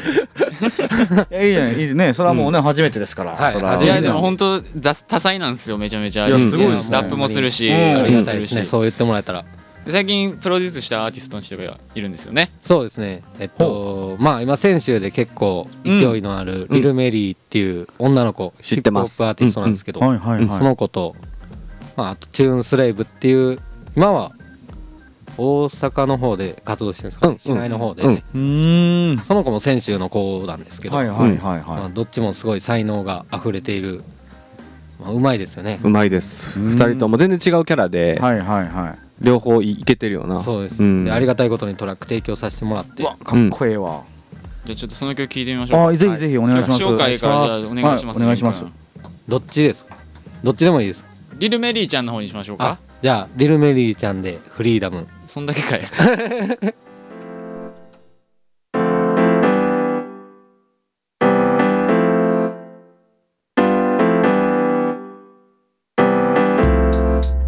[SPEAKER 2] いやいいじゃないいいねそれはもうね初めてですから
[SPEAKER 6] はい
[SPEAKER 2] それは
[SPEAKER 6] 初
[SPEAKER 1] い
[SPEAKER 6] め
[SPEAKER 1] や
[SPEAKER 6] て
[SPEAKER 1] でも本当多多彩なんですよめちゃめちゃ
[SPEAKER 2] いや
[SPEAKER 1] うん
[SPEAKER 2] すごいですね
[SPEAKER 1] ラップもするし
[SPEAKER 2] うん
[SPEAKER 1] あ
[SPEAKER 6] あ
[SPEAKER 1] れ
[SPEAKER 6] り
[SPEAKER 1] も
[SPEAKER 6] が
[SPEAKER 1] す
[SPEAKER 6] たい
[SPEAKER 1] る
[SPEAKER 6] で
[SPEAKER 1] し
[SPEAKER 6] すねそう言ってもらえたら
[SPEAKER 1] で最近プロデュースしたアーティストの人がいるんですよね
[SPEAKER 6] そうですねえっとまあ今泉州で結構勢いのあるリル・メリーっていう女の子
[SPEAKER 3] 知ってます
[SPEAKER 6] ヒップホップアーティストなんですけど、
[SPEAKER 2] はいはい
[SPEAKER 6] そ
[SPEAKER 2] は
[SPEAKER 6] の子と、まあ、あとチューンスレイブっていう今は大阪の方で活動してるんですか、
[SPEAKER 3] うんうん
[SPEAKER 6] 市内の方でね、
[SPEAKER 3] うん
[SPEAKER 2] いうーん
[SPEAKER 6] その子も泉州の子なんですけど、
[SPEAKER 2] はいはいはいはい
[SPEAKER 6] まあ、どっちもすごい才能が溢れている、まあ、うまいですよね、
[SPEAKER 3] うまいです
[SPEAKER 2] うん
[SPEAKER 3] 二人とも全然違うキャラで
[SPEAKER 2] はいはいはい
[SPEAKER 3] 両方いけてるよな
[SPEAKER 6] そうです、
[SPEAKER 3] ん
[SPEAKER 6] でありがたいことにトラック提供させてもらって
[SPEAKER 2] うわかっこええわ
[SPEAKER 1] じゃあちょっとその曲聴いてみましょう
[SPEAKER 2] あぜひぜひお願いします
[SPEAKER 1] 曲紹介からじゃあお願いします
[SPEAKER 2] はお願いします
[SPEAKER 1] ジンく
[SPEAKER 6] どっちですかどっちでもいいで
[SPEAKER 1] ん
[SPEAKER 6] す
[SPEAKER 1] リルメリーちゃんの方にしましょう
[SPEAKER 6] あ
[SPEAKER 1] か
[SPEAKER 6] じゃあリル・メリーちゃんで「フリーダム
[SPEAKER 1] そんだけかい (laughs)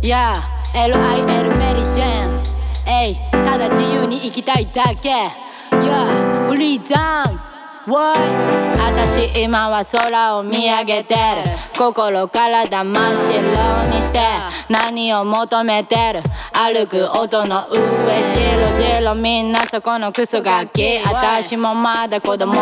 [SPEAKER 9] Yeah, LIL メリジェン Ay ただ自由に生きたいだけ Yeah, フリーダウン Why? 私今は空を見上げてる心体真っ白にして何を求めてる歩く音の上ジロジロみんなそこのクソガキ私もまだ子供だ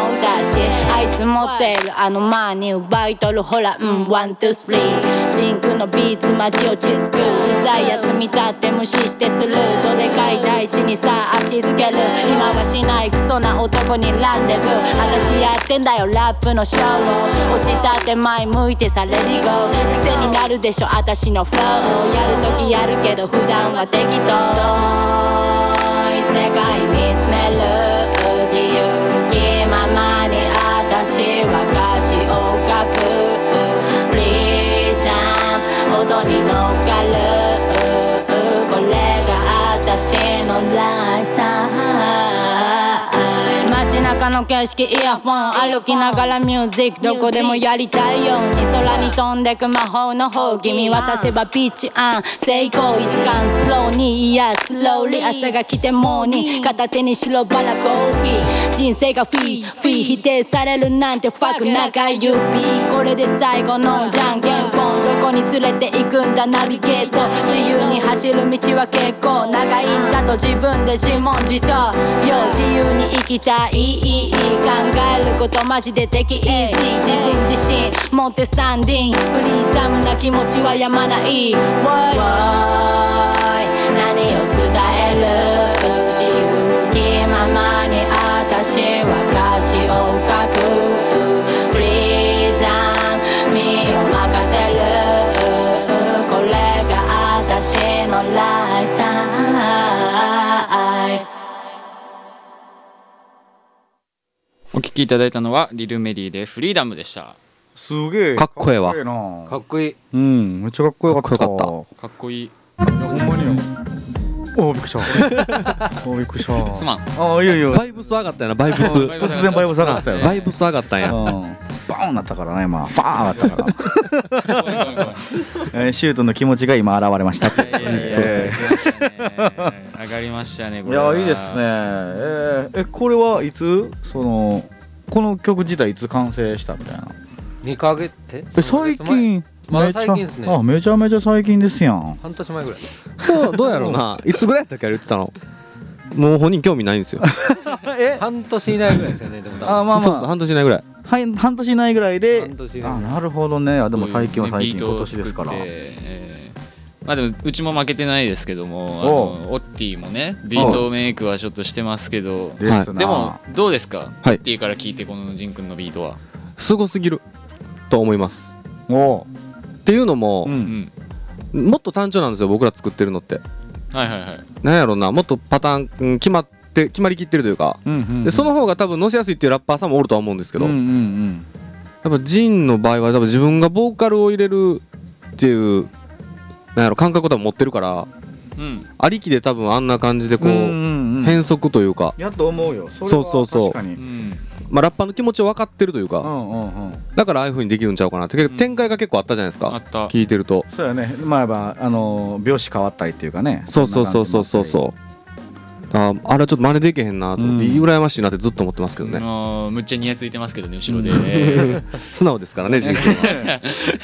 [SPEAKER 9] しあいつ持っているあのマニー奪い取るほらうんワンツースリージンクのビーツマジ落ち着くうざいやつ見たって無視してスルーどでかい大地にさ足つける今はしないクソな男にランデブー私やってんだよラップのショーを落ちたて前向いてさレディゴー癖になるでしょ私のフローやるときやるけど普段は適当遠い世界見つめる自由気ままに私は歌詞を書くフリーダム音に乗っかるこれが私のライフスタイル街中の景色イヤフォン歩きながらミュージックどこでもやりたいように空に飛んでく魔法の方気見渡せばビーチアン成功一間スローにいやスローリー朝が来てもうに片手に白バラコーヒー人生がフィーフィー否定されるなんてファク中指これで最後のじゃんけんぽんどこに連れて行くんだナビゲート自由に走る道は結構長いんだと自分で自問自答よ自由に生きたいいいいい考えることマジでできイージー自分自身持ってスタンディングフリーダムな気持ちはやまない Why? Why? 何を伝える自由気ままに私は歌詞を書くフリーダム身を任せるこれが私のライフスタイル
[SPEAKER 1] お聴きいただいたのはリルメリーでフリーダムでした
[SPEAKER 2] すげえ
[SPEAKER 3] かっこええわ
[SPEAKER 2] かっこええな
[SPEAKER 6] かっこいい
[SPEAKER 2] うんめっちゃかっこよかった
[SPEAKER 3] かっこ
[SPEAKER 1] かっこいい
[SPEAKER 2] いやほんまによおーびっくりした (laughs) おーびっくりした
[SPEAKER 1] すまん
[SPEAKER 2] ああいやいや
[SPEAKER 3] バイブス上がったよなバイブス
[SPEAKER 1] うんバイブ
[SPEAKER 2] 突然バイブス上がったよ
[SPEAKER 3] バイブス上がったんや
[SPEAKER 2] うんバーンなったからね今ファーン上がったか
[SPEAKER 1] ごめんごめんごめん
[SPEAKER 2] ら (laughs) えーシュートの気持ちが今現れました
[SPEAKER 1] いやいやいや
[SPEAKER 2] そうですね
[SPEAKER 1] 上がりましたね。上がりましたね。これは
[SPEAKER 2] いやいいですね。えーえこれはいつそのこの曲自体いつ完成したみたいな
[SPEAKER 6] 2ヶ月え
[SPEAKER 2] え最近
[SPEAKER 6] まだ
[SPEAKER 2] めちゃ
[SPEAKER 6] 最近ですね
[SPEAKER 2] あめちゃめちゃ最近ですやん
[SPEAKER 6] 半年前ぐらい
[SPEAKER 3] どうどうやろうないつぐらいやったっけあれ言ってたのもう本人興味ないんですよ
[SPEAKER 2] え
[SPEAKER 6] 半年以内ぐらいですよねでも多分
[SPEAKER 2] あまあ
[SPEAKER 3] そうそう
[SPEAKER 2] ま
[SPEAKER 3] 半年ないぐらい
[SPEAKER 2] あはい半年以内ぐらいで
[SPEAKER 6] 半年以内
[SPEAKER 2] あなるほどねあでも最近は最近
[SPEAKER 1] こういう
[SPEAKER 2] 今
[SPEAKER 1] ね
[SPEAKER 2] 年ですから
[SPEAKER 1] ビートを作ってえーまあでもうちも負けてないですけども、あ
[SPEAKER 2] おう
[SPEAKER 1] のオッティもねビートメイクはちょっとしてますけど。
[SPEAKER 2] ですな
[SPEAKER 1] でもどうですか、
[SPEAKER 3] はい
[SPEAKER 1] オッティから聞いてこのジン君のビートは、
[SPEAKER 3] すごすぎると思います
[SPEAKER 2] おう
[SPEAKER 3] っていうのも
[SPEAKER 2] う、
[SPEAKER 1] うんん、
[SPEAKER 3] もっと単調なんですよ僕ら作ってるのって
[SPEAKER 1] はいはいはい
[SPEAKER 3] なんやろうなもっとパターンうん決まって決まりきってるというか、
[SPEAKER 2] うんうん
[SPEAKER 3] でその方が多分乗せやすいっていうラッパーさんもおるとは思うんですけど、
[SPEAKER 2] うんうんうん
[SPEAKER 3] やっぱジンの場合は多分自分がボーカルを入れるっていうなんやろ感覚を多分持ってるから
[SPEAKER 1] うん
[SPEAKER 3] ありきで多分あんな感じでこ
[SPEAKER 2] う
[SPEAKER 3] う、
[SPEAKER 2] んうんうん
[SPEAKER 3] 変則というか、
[SPEAKER 2] やと思うよそれは
[SPEAKER 3] そうそうそう
[SPEAKER 2] 確か
[SPEAKER 1] う
[SPEAKER 2] に
[SPEAKER 1] ん
[SPEAKER 3] まあ、ラッパーの気持ちを分かってるという
[SPEAKER 2] う
[SPEAKER 3] か、
[SPEAKER 2] んうんうん
[SPEAKER 3] だからああいう風にできるんちゃうかなって
[SPEAKER 1] う
[SPEAKER 3] 結
[SPEAKER 1] ん
[SPEAKER 3] 構展開が結構あったじゃないです
[SPEAKER 1] あ
[SPEAKER 3] か、
[SPEAKER 1] った
[SPEAKER 3] 聞いてると
[SPEAKER 2] そうやねまあやっぱあのー拍子変わったりっていうかね
[SPEAKER 3] そうそうそうそうそう
[SPEAKER 2] う
[SPEAKER 3] そうああれはちょっと真似できへんなと思って、
[SPEAKER 2] うん
[SPEAKER 3] 羨ましいなってずっと思ってますけどね、
[SPEAKER 1] あーむっちゃニヤついてますけどね後ろで、え
[SPEAKER 3] 素直ですからねジン君は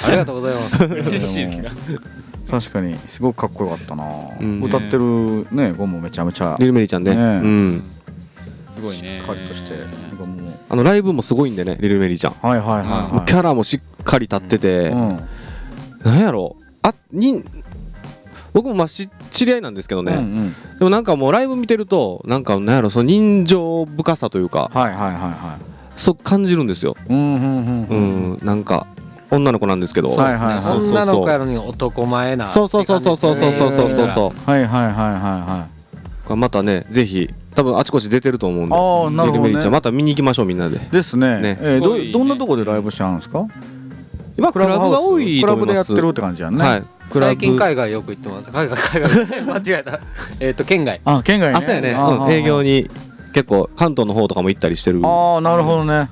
[SPEAKER 6] ありがとうございます
[SPEAKER 1] ー嬉しいですか
[SPEAKER 2] 確かにすごくかっこよかったな、
[SPEAKER 3] うん
[SPEAKER 2] 歌ってるねゴムめちゃめ (laughs) ちゃ
[SPEAKER 3] リルメリちゃんね、
[SPEAKER 2] ねえ
[SPEAKER 3] うん
[SPEAKER 1] すごいね
[SPEAKER 2] しっかりとしてなんかもう
[SPEAKER 3] あのライブもすごいんでねリルメリちゃん、
[SPEAKER 2] はいはいはい
[SPEAKER 1] うん
[SPEAKER 3] もうキャラもしっかり立ってて、
[SPEAKER 2] うん
[SPEAKER 3] なんやろあに僕もまあし知り合いなんですけどね、
[SPEAKER 2] うんうん
[SPEAKER 3] でもなんかもうライブ見てるとなんかなんやろその人情深さというか
[SPEAKER 2] はいはいはいは
[SPEAKER 3] そう感じるんですよ、
[SPEAKER 2] いうんうんう
[SPEAKER 3] うんん、なんか女の子なんですけど、
[SPEAKER 2] はいはいはい
[SPEAKER 3] そうそうそう
[SPEAKER 6] 女の子やのに男前な
[SPEAKER 3] そうそうそうそうそうそうそうそうそう
[SPEAKER 6] う
[SPEAKER 2] はいはいはいはいは
[SPEAKER 3] またねぜひ多分あちこち出てると思うん
[SPEAKER 2] い
[SPEAKER 3] で
[SPEAKER 2] ああなる
[SPEAKER 3] ゆ
[SPEAKER 2] ほ
[SPEAKER 3] めりち
[SPEAKER 2] ど
[SPEAKER 3] ゃん
[SPEAKER 2] ね
[SPEAKER 3] また見に行きましょうみんなで
[SPEAKER 2] ですね
[SPEAKER 3] ね
[SPEAKER 2] え
[SPEAKER 1] す
[SPEAKER 2] ー
[SPEAKER 1] ごいね
[SPEAKER 2] どどんなとこでライブしてはるんですか
[SPEAKER 3] 今クラブ
[SPEAKER 2] ハウス
[SPEAKER 3] が多い
[SPEAKER 2] ク
[SPEAKER 3] と
[SPEAKER 2] ラ
[SPEAKER 3] 思
[SPEAKER 2] ブで
[SPEAKER 3] い
[SPEAKER 2] や
[SPEAKER 3] ま
[SPEAKER 2] っ
[SPEAKER 3] す
[SPEAKER 2] てるって感じやね、
[SPEAKER 3] はいクラ
[SPEAKER 6] 最近
[SPEAKER 3] ブ
[SPEAKER 6] 海外よく行ってます海外海外間違えたえっと県外
[SPEAKER 2] あ県外ね
[SPEAKER 3] 朝やね、
[SPEAKER 2] あー
[SPEAKER 3] うん、営業に結構関東の方とかも行ったりしてるも
[SPEAKER 2] ああなるほどね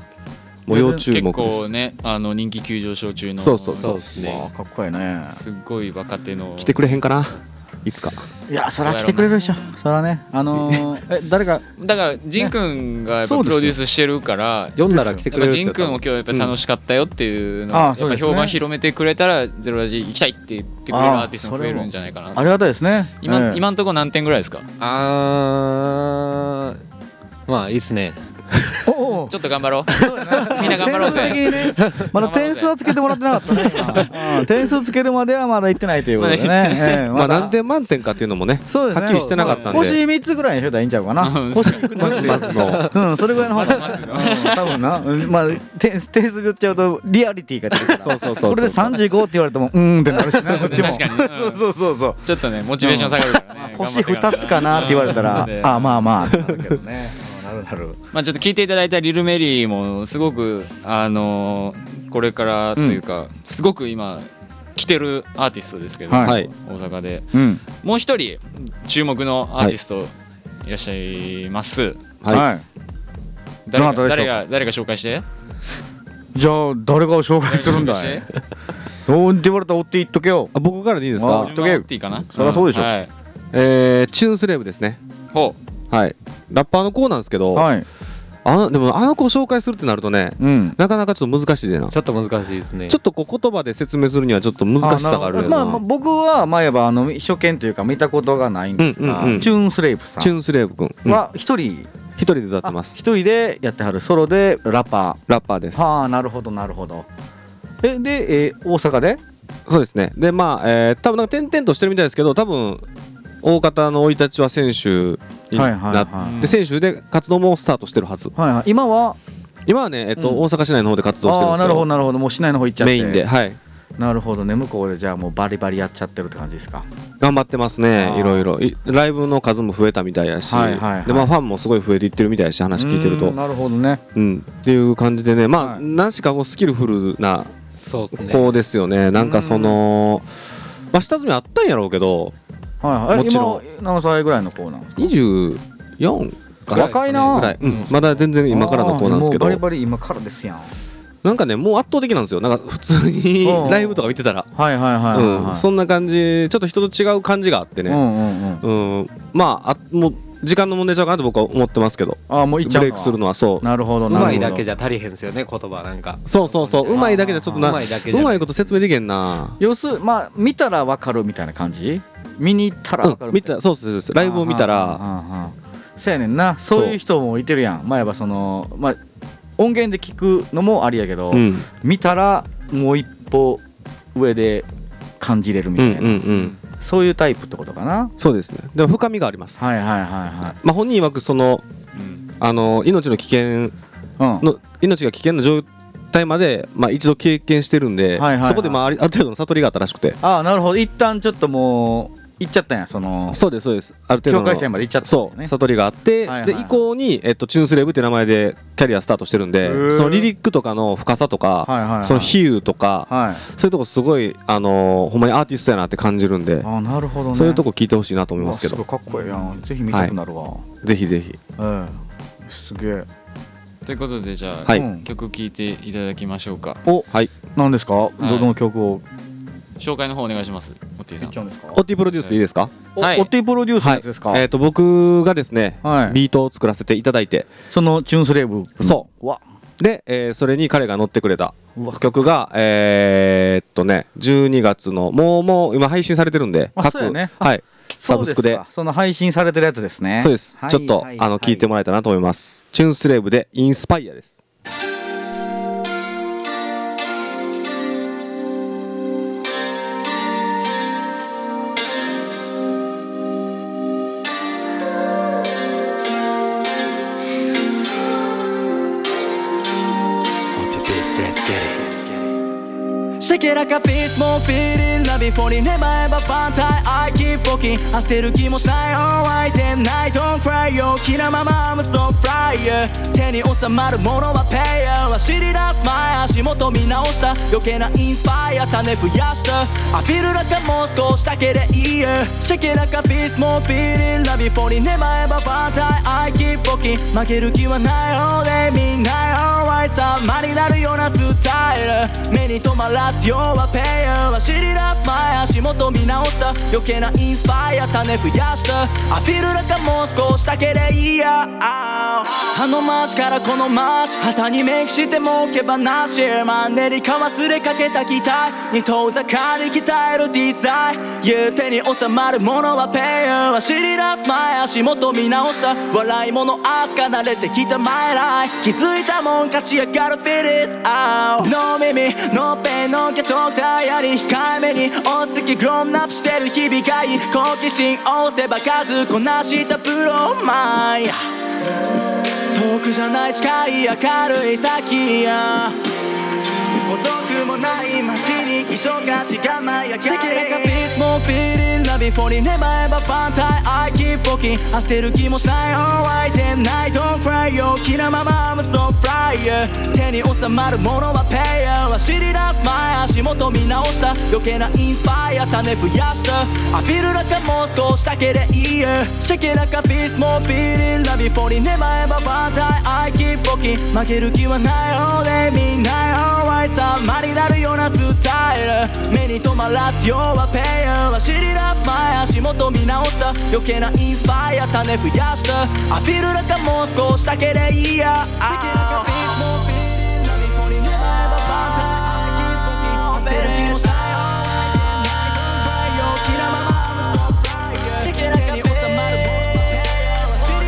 [SPEAKER 3] う要注
[SPEAKER 1] 結
[SPEAKER 3] 目で
[SPEAKER 1] 構
[SPEAKER 3] す
[SPEAKER 1] ねあの人気急上昇中の
[SPEAKER 3] そうそうそう
[SPEAKER 1] です
[SPEAKER 2] わ
[SPEAKER 1] ね
[SPEAKER 2] あかっこいいね
[SPEAKER 1] すっごい若手の
[SPEAKER 3] 来てくれへんかないつか
[SPEAKER 2] いやそら来てくれるでしょそらねあのーえ誰が
[SPEAKER 1] だから仁君がやっぱ
[SPEAKER 2] そうですよ
[SPEAKER 1] プロデュースしてるから、
[SPEAKER 6] 読んだら来て
[SPEAKER 1] や
[SPEAKER 6] く
[SPEAKER 1] っ
[SPEAKER 6] れ
[SPEAKER 1] ぱ
[SPEAKER 6] るんです
[SPEAKER 1] 仁
[SPEAKER 6] よ
[SPEAKER 1] 君を今日やっぱ楽しかったよっていうのを
[SPEAKER 2] うん
[SPEAKER 1] や
[SPEAKER 2] あ
[SPEAKER 1] っ
[SPEAKER 2] そう
[SPEAKER 1] ぱ
[SPEAKER 2] ですね
[SPEAKER 1] 評判広めてくれたら「ゼロラジ行きたい」って言ってくれるアーティストも増えるんじゃないか
[SPEAKER 2] あ
[SPEAKER 1] な
[SPEAKER 2] りがたいですねえ
[SPEAKER 1] 今
[SPEAKER 2] え
[SPEAKER 1] 今んとこ何点ぐらいですか
[SPEAKER 6] あーまあいいっすね
[SPEAKER 2] おうおう
[SPEAKER 1] ちょっと頑張ろうみんな頑張ろうぜ
[SPEAKER 2] 点数的にねまだ点数はつけてもらってなかったね今うん点数つけるまではまだ行ってないということでねええ
[SPEAKER 3] まあ
[SPEAKER 2] だ
[SPEAKER 3] 何点満点かっていうのもね
[SPEAKER 2] そうですね
[SPEAKER 3] はっきりしてなかったんで
[SPEAKER 2] 星3つぐらいにしといたらいいんちゃうかな
[SPEAKER 1] うん
[SPEAKER 2] 星
[SPEAKER 3] まずまずの
[SPEAKER 2] うんそれぐらいの方が
[SPEAKER 1] まずま
[SPEAKER 2] うん多分なうんまあ点点数言っちゃうとリアリティが出るから
[SPEAKER 3] そうそうそうそう
[SPEAKER 2] これで35って言われてもうーんってなるしなこっちも
[SPEAKER 1] 確かにうん
[SPEAKER 2] そうそうそうそう
[SPEAKER 1] ちょっとねモチベーション下がるからね
[SPEAKER 2] 星2つかなって言われたら
[SPEAKER 1] うん
[SPEAKER 2] あまあまあってなるけどねうんなるなる
[SPEAKER 1] まあ、ちょっと聞いていただいたリルメリーもすごくあのーこれからというか、すごく今来てるアーティストですけど、
[SPEAKER 2] はい
[SPEAKER 1] 大阪で
[SPEAKER 2] うん
[SPEAKER 1] もう一人注目のアーティストいらっしゃいます、
[SPEAKER 3] はい
[SPEAKER 1] 誰が
[SPEAKER 2] どなた
[SPEAKER 1] 誰
[SPEAKER 2] でしょう
[SPEAKER 1] が誰が紹介して
[SPEAKER 2] じゃあ誰が紹介するんだ
[SPEAKER 1] 誰
[SPEAKER 2] い
[SPEAKER 1] が紹
[SPEAKER 2] そうって言われたら追って言っとけよ
[SPEAKER 3] あ僕からでいいです
[SPEAKER 2] あ
[SPEAKER 3] か
[SPEAKER 1] 介して
[SPEAKER 2] ー
[SPEAKER 1] 順番は追っていいかな
[SPEAKER 2] そりゃそうでしょ
[SPEAKER 1] んはい、
[SPEAKER 3] えーチューンスレーブですね
[SPEAKER 1] ほ
[SPEAKER 3] はいラッパーの子なんですけど、
[SPEAKER 2] はい
[SPEAKER 3] あのでもあの子を紹介するってなるとね
[SPEAKER 2] うん
[SPEAKER 3] なかなかちょっと難しいでな
[SPEAKER 6] ちょっと難しいですね
[SPEAKER 3] ちょっとこう言葉で説明するにはちょっと難しさがあるよな
[SPEAKER 2] まあまあ、僕はまあ言えばあの初見というか見たことがないんですが、
[SPEAKER 3] うんうんうん
[SPEAKER 2] チューンスレイプさ
[SPEAKER 3] チュ
[SPEAKER 2] ん
[SPEAKER 3] ーンスレーブ君、うん
[SPEAKER 2] は一人
[SPEAKER 3] 一人で歌っ
[SPEAKER 2] あ
[SPEAKER 3] てま
[SPEAKER 2] 一
[SPEAKER 3] す
[SPEAKER 2] 人でやってはるソロでラッパ
[SPEAKER 3] ラッパーです
[SPEAKER 2] ーはあなるほどなるほどえで、えー大阪で
[SPEAKER 3] そうですねでまあ、えー、多分なんか転々としてるみたいですけど多分大方の生い立ちは選手
[SPEAKER 2] は
[SPEAKER 3] になっ
[SPEAKER 2] い
[SPEAKER 3] て、
[SPEAKER 2] はいはい
[SPEAKER 3] で選手で活動もスタートしてるはず
[SPEAKER 2] はいはい今は
[SPEAKER 3] 今はね、えっと
[SPEAKER 2] うん
[SPEAKER 3] 大阪市内の方で活動してるん
[SPEAKER 2] ああ
[SPEAKER 3] です
[SPEAKER 2] な
[SPEAKER 3] け
[SPEAKER 2] るほど
[SPEAKER 3] ど
[SPEAKER 2] なるほどもう市内の方行っちゃって
[SPEAKER 3] メインではい
[SPEAKER 2] なるほどね向こうでじゃあもうバリバリやっちゃってるって感じですか
[SPEAKER 3] 頑張ってます
[SPEAKER 2] あ
[SPEAKER 3] ね
[SPEAKER 2] ー
[SPEAKER 3] いろいろいライブの数も増えたみたいやし、
[SPEAKER 2] はいはいはい
[SPEAKER 3] でまあ、ファンもすごい増えていってるみたいやし話聞いてる
[SPEAKER 2] う
[SPEAKER 3] と
[SPEAKER 2] ん、なるほどね
[SPEAKER 3] うん、っていう感じでねまあ、
[SPEAKER 2] はい
[SPEAKER 3] 何しかこうスキルフルな
[SPEAKER 6] そうですね
[SPEAKER 3] 子ですよねなんかその、まあ、下積みあったんやろうけど
[SPEAKER 2] はいはい
[SPEAKER 3] もちろん
[SPEAKER 2] え今何歳ぐらいの子なんですか
[SPEAKER 3] 24かな
[SPEAKER 2] 若いな
[SPEAKER 3] ぐらい、うん、まだ全然今からの子なんですけ
[SPEAKER 2] あ
[SPEAKER 3] ど
[SPEAKER 2] ーもうバリバリ今からですやんは
[SPEAKER 3] なんかねもう圧倒的なんですよなんか普通に
[SPEAKER 2] うん
[SPEAKER 3] (laughs) ライブとか見てたら、
[SPEAKER 2] いはいはいはいは
[SPEAKER 3] うん、
[SPEAKER 2] い
[SPEAKER 3] そんな感じちょっと人と違う感じがあって
[SPEAKER 2] う
[SPEAKER 3] ね、
[SPEAKER 2] んうんうん
[SPEAKER 3] うんまああもう時間の問題ちゃうかなと僕は思ってますけど
[SPEAKER 2] あーもういっ
[SPEAKER 3] ブ
[SPEAKER 2] ちゃう
[SPEAKER 3] レイクするのはそう
[SPEAKER 2] なるほど
[SPEAKER 6] う
[SPEAKER 2] なるほど
[SPEAKER 6] まいだけじゃ足りへんですよね言葉なんか
[SPEAKER 3] そうそうそううまいだけじゃちょっとな
[SPEAKER 6] う
[SPEAKER 3] う
[SPEAKER 6] ま
[SPEAKER 3] ま
[SPEAKER 6] い
[SPEAKER 3] い
[SPEAKER 6] だけじゃ
[SPEAKER 3] こと説明できへんな
[SPEAKER 2] 要するまあ見たらわかるみたいな感じ見に行ったらわか
[SPEAKER 3] う
[SPEAKER 2] る
[SPEAKER 3] ん見たそうそうそうそうライブを見た
[SPEAKER 2] あー
[SPEAKER 3] ら
[SPEAKER 2] あーあーあーそうやねんなそういう人もいてるやん前はそのまあ音源で聞くのもありやけど、
[SPEAKER 3] うん
[SPEAKER 2] 見たらもう一歩上で感じれるみ
[SPEAKER 3] う
[SPEAKER 2] た
[SPEAKER 3] ん
[SPEAKER 2] い
[SPEAKER 3] うん
[SPEAKER 2] な、
[SPEAKER 3] うん
[SPEAKER 2] そういうタイプってことかな
[SPEAKER 3] そうですねでも深みがあります
[SPEAKER 2] はいはいは
[SPEAKER 3] まあ本人曰くそのあの命の危険
[SPEAKER 2] いはい、うん、
[SPEAKER 3] の命が危険な状態までまあ一度経験してるんで
[SPEAKER 2] はいはいはい
[SPEAKER 3] そこでまあありある程度の悟りがあったらしくて
[SPEAKER 2] ああなるほど一旦ちょっともう行っちゃったんやその
[SPEAKER 3] そうですそうですある程度
[SPEAKER 2] 境
[SPEAKER 3] の
[SPEAKER 2] 界線まで行っちゃったん
[SPEAKER 3] そ
[SPEAKER 2] や
[SPEAKER 3] う
[SPEAKER 2] ね
[SPEAKER 3] 悟りがあって
[SPEAKER 2] はいはい
[SPEAKER 3] で以降にえっとチューンスレーブって名前でキャリアスタートしてるんで
[SPEAKER 2] へー
[SPEAKER 3] そのリリックとかの深さと
[SPEAKER 2] はいはいは
[SPEAKER 3] か
[SPEAKER 2] い
[SPEAKER 3] その比喩とか
[SPEAKER 2] はい
[SPEAKER 3] そういうとこすごいあのーほんまにアーティストやなって感じるんで
[SPEAKER 2] ああなるほどね
[SPEAKER 3] そういうと
[SPEAKER 2] こ
[SPEAKER 3] こ聞いてほしいなと思いますけ
[SPEAKER 2] すご
[SPEAKER 3] ど
[SPEAKER 2] いかっこええやんぜひ見たくなるわ、
[SPEAKER 3] ぜひぜひ
[SPEAKER 2] うんすげえ
[SPEAKER 1] ということでじゃあ、
[SPEAKER 3] はい
[SPEAKER 2] うん
[SPEAKER 1] 曲聴いていただきましょうか
[SPEAKER 3] おはい
[SPEAKER 2] 何ですか、どの曲を
[SPEAKER 1] 紹介の方お願いしますモッティさん
[SPEAKER 2] ゃうんですか
[SPEAKER 3] オッティプロデュースいいですか
[SPEAKER 2] お
[SPEAKER 1] はい
[SPEAKER 2] オッティプロデュースのやつですか、
[SPEAKER 3] えっと僕がですね
[SPEAKER 2] はい
[SPEAKER 3] ビートを作らせていただいて
[SPEAKER 2] そのチューンスレーブ
[SPEAKER 3] そう
[SPEAKER 2] わ
[SPEAKER 3] でえーそれに彼が乗ってくれた
[SPEAKER 2] うわ
[SPEAKER 3] 曲がえーっとね12月のもうもう今配信されてるんで
[SPEAKER 2] あそうやねあ
[SPEAKER 3] はいサブスク
[SPEAKER 2] そ
[SPEAKER 3] で
[SPEAKER 2] うすかその配信されてるやつですね
[SPEAKER 3] そうです
[SPEAKER 2] はい
[SPEAKER 3] ちょっとあの聞いてもらえたらなと思いますチューンスレーブでインスパイアです
[SPEAKER 4] シェケラカピースもフィーリンラビフォリネバエババンタイ I keep walking 焦る気もしない Alright and night don't cry 陽気なまま I'm so flyer 手に収まるものは payer 走り出す前足元見直した余計なインスパイア種増やしたアピールなんかもう少しだけでいいやシェケラカピースもフィーリンラビフォリネバエババンタイ I keep walking 負ける気はない All day みんな Alright 様になるようなスタイル目に留まらず要はペイヤー走り出す前足元見直した余計なインスパイア種増やしたアピールなんかもう少しだけでいいやあの街からこの街朝にメイクしても置けばなしマンネリか忘れかけた期待二等坂に鍛えるデザイン言う手に収まるものはペイヤー走り出す前足元見直した笑いもの扱慣れてきた前来気づいたもん勝ち上がるフィリスアウトノー耳ノーペンノーケトークダイアリー控えめにお月グローンアップしてる日々がいい好奇心旺盛ば数こなしたプロマイ遠くじゃない近い明るい先や遅くもない街に気象がしが舞い上がり Shake it like a beast, more feeling Love it for it, never ever fun time I keep walking 焦る気もしない Alright and night, don't cry 陽気なまま I'm so flyer 手に収まるものは Payer 走り出す前足元見直した余計なインスパイア種増やしたアピールなんかもう少しだけでいいや Shake it like a beast, more feeling Love it for it, never ever fun time I keep walking 負ける気はない All day, midnight, alright 様になるようなスタイル目に留まらず要はペイヤー走り出す前足元見直した余計なインスパイア種増やしたアピールなんかもう少しだけでいいや焦る気もしない陽気なまま I'm so flyer 手に収まるもの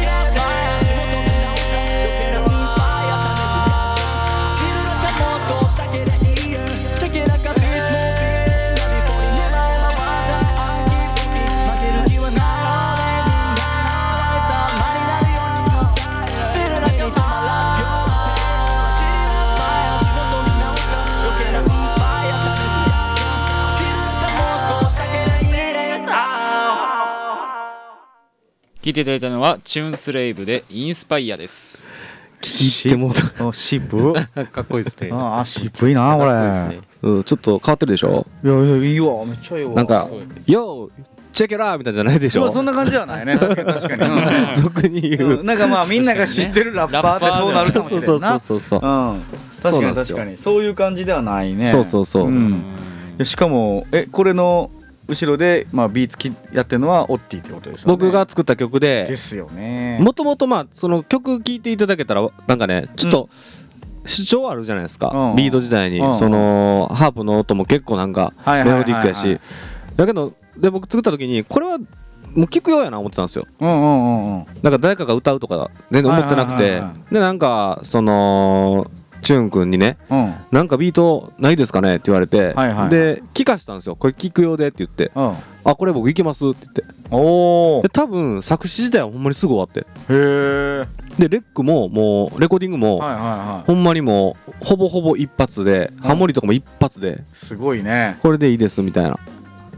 [SPEAKER 1] 聴いていただいたのは「チューンスレイブ」で「インスパイア」です
[SPEAKER 3] 聞いてもうた、
[SPEAKER 2] あ
[SPEAKER 3] (laughs)
[SPEAKER 2] 渋っ
[SPEAKER 6] かっこいいですね。
[SPEAKER 2] ああ渋いなこれ
[SPEAKER 3] うん、ちょっと変わってるでしょ
[SPEAKER 2] いやいやいいわめっちゃいいわ
[SPEAKER 3] なんか「よーチェケラー!」みたいなじゃないでし
[SPEAKER 2] まあ
[SPEAKER 3] ょ
[SPEAKER 2] そんな感じじゃないね確かに確かに、うん
[SPEAKER 3] 俗に (laughs) 言う、
[SPEAKER 2] うんなんかまあみんなが知ってるラッパーってそうなるかもし
[SPEAKER 3] そ
[SPEAKER 2] れ
[SPEAKER 3] う
[SPEAKER 2] な
[SPEAKER 3] そ
[SPEAKER 2] いう
[SPEAKER 3] そ
[SPEAKER 2] な
[SPEAKER 3] うそうそう
[SPEAKER 2] うん
[SPEAKER 3] そ
[SPEAKER 2] 確
[SPEAKER 3] う
[SPEAKER 2] か
[SPEAKER 3] なん
[SPEAKER 2] に
[SPEAKER 3] です
[SPEAKER 2] 確
[SPEAKER 3] よ
[SPEAKER 2] かにそういう感じではないね
[SPEAKER 3] そうそうそう、
[SPEAKER 2] んでしかもえこれの後ろで、まあ、ビーツきやってるのはオッティってことですよね
[SPEAKER 3] 僕が作った曲
[SPEAKER 2] で
[SPEAKER 3] です
[SPEAKER 2] よね
[SPEAKER 3] もともとまあその曲聴いていただけたらなんかねちょっと主張あるじゃないですか、
[SPEAKER 2] うん
[SPEAKER 3] ビート時代に、
[SPEAKER 2] うん
[SPEAKER 3] そのハープの音も結構なんか
[SPEAKER 2] はい
[SPEAKER 3] メ
[SPEAKER 2] はいはいはい
[SPEAKER 3] ロディックやしだけどで僕作った時にこれはもう聴くようやな思ってたんですよ
[SPEAKER 2] うんうんうんうん
[SPEAKER 3] なんか誰かが歌うとか全然思ってなく
[SPEAKER 2] はいはい
[SPEAKER 3] て
[SPEAKER 2] はいは
[SPEAKER 3] でなんかそのチュン君にね
[SPEAKER 2] うん
[SPEAKER 3] なんかビートないですかねって言われて、
[SPEAKER 2] はいはい
[SPEAKER 3] で聞かしたんですよこれ聞くようでって言って
[SPEAKER 2] うん
[SPEAKER 3] あこれ僕いけますって言って
[SPEAKER 2] おお
[SPEAKER 3] で多分作詞自体はほんまにすぐ終わって
[SPEAKER 2] へえ
[SPEAKER 3] でレックももうレコーディングも、
[SPEAKER 2] はいはいは
[SPEAKER 3] ほんまにもうほぼほぼ一発でハモリとかも一発で
[SPEAKER 2] いすごいね
[SPEAKER 3] これでいいですみたいな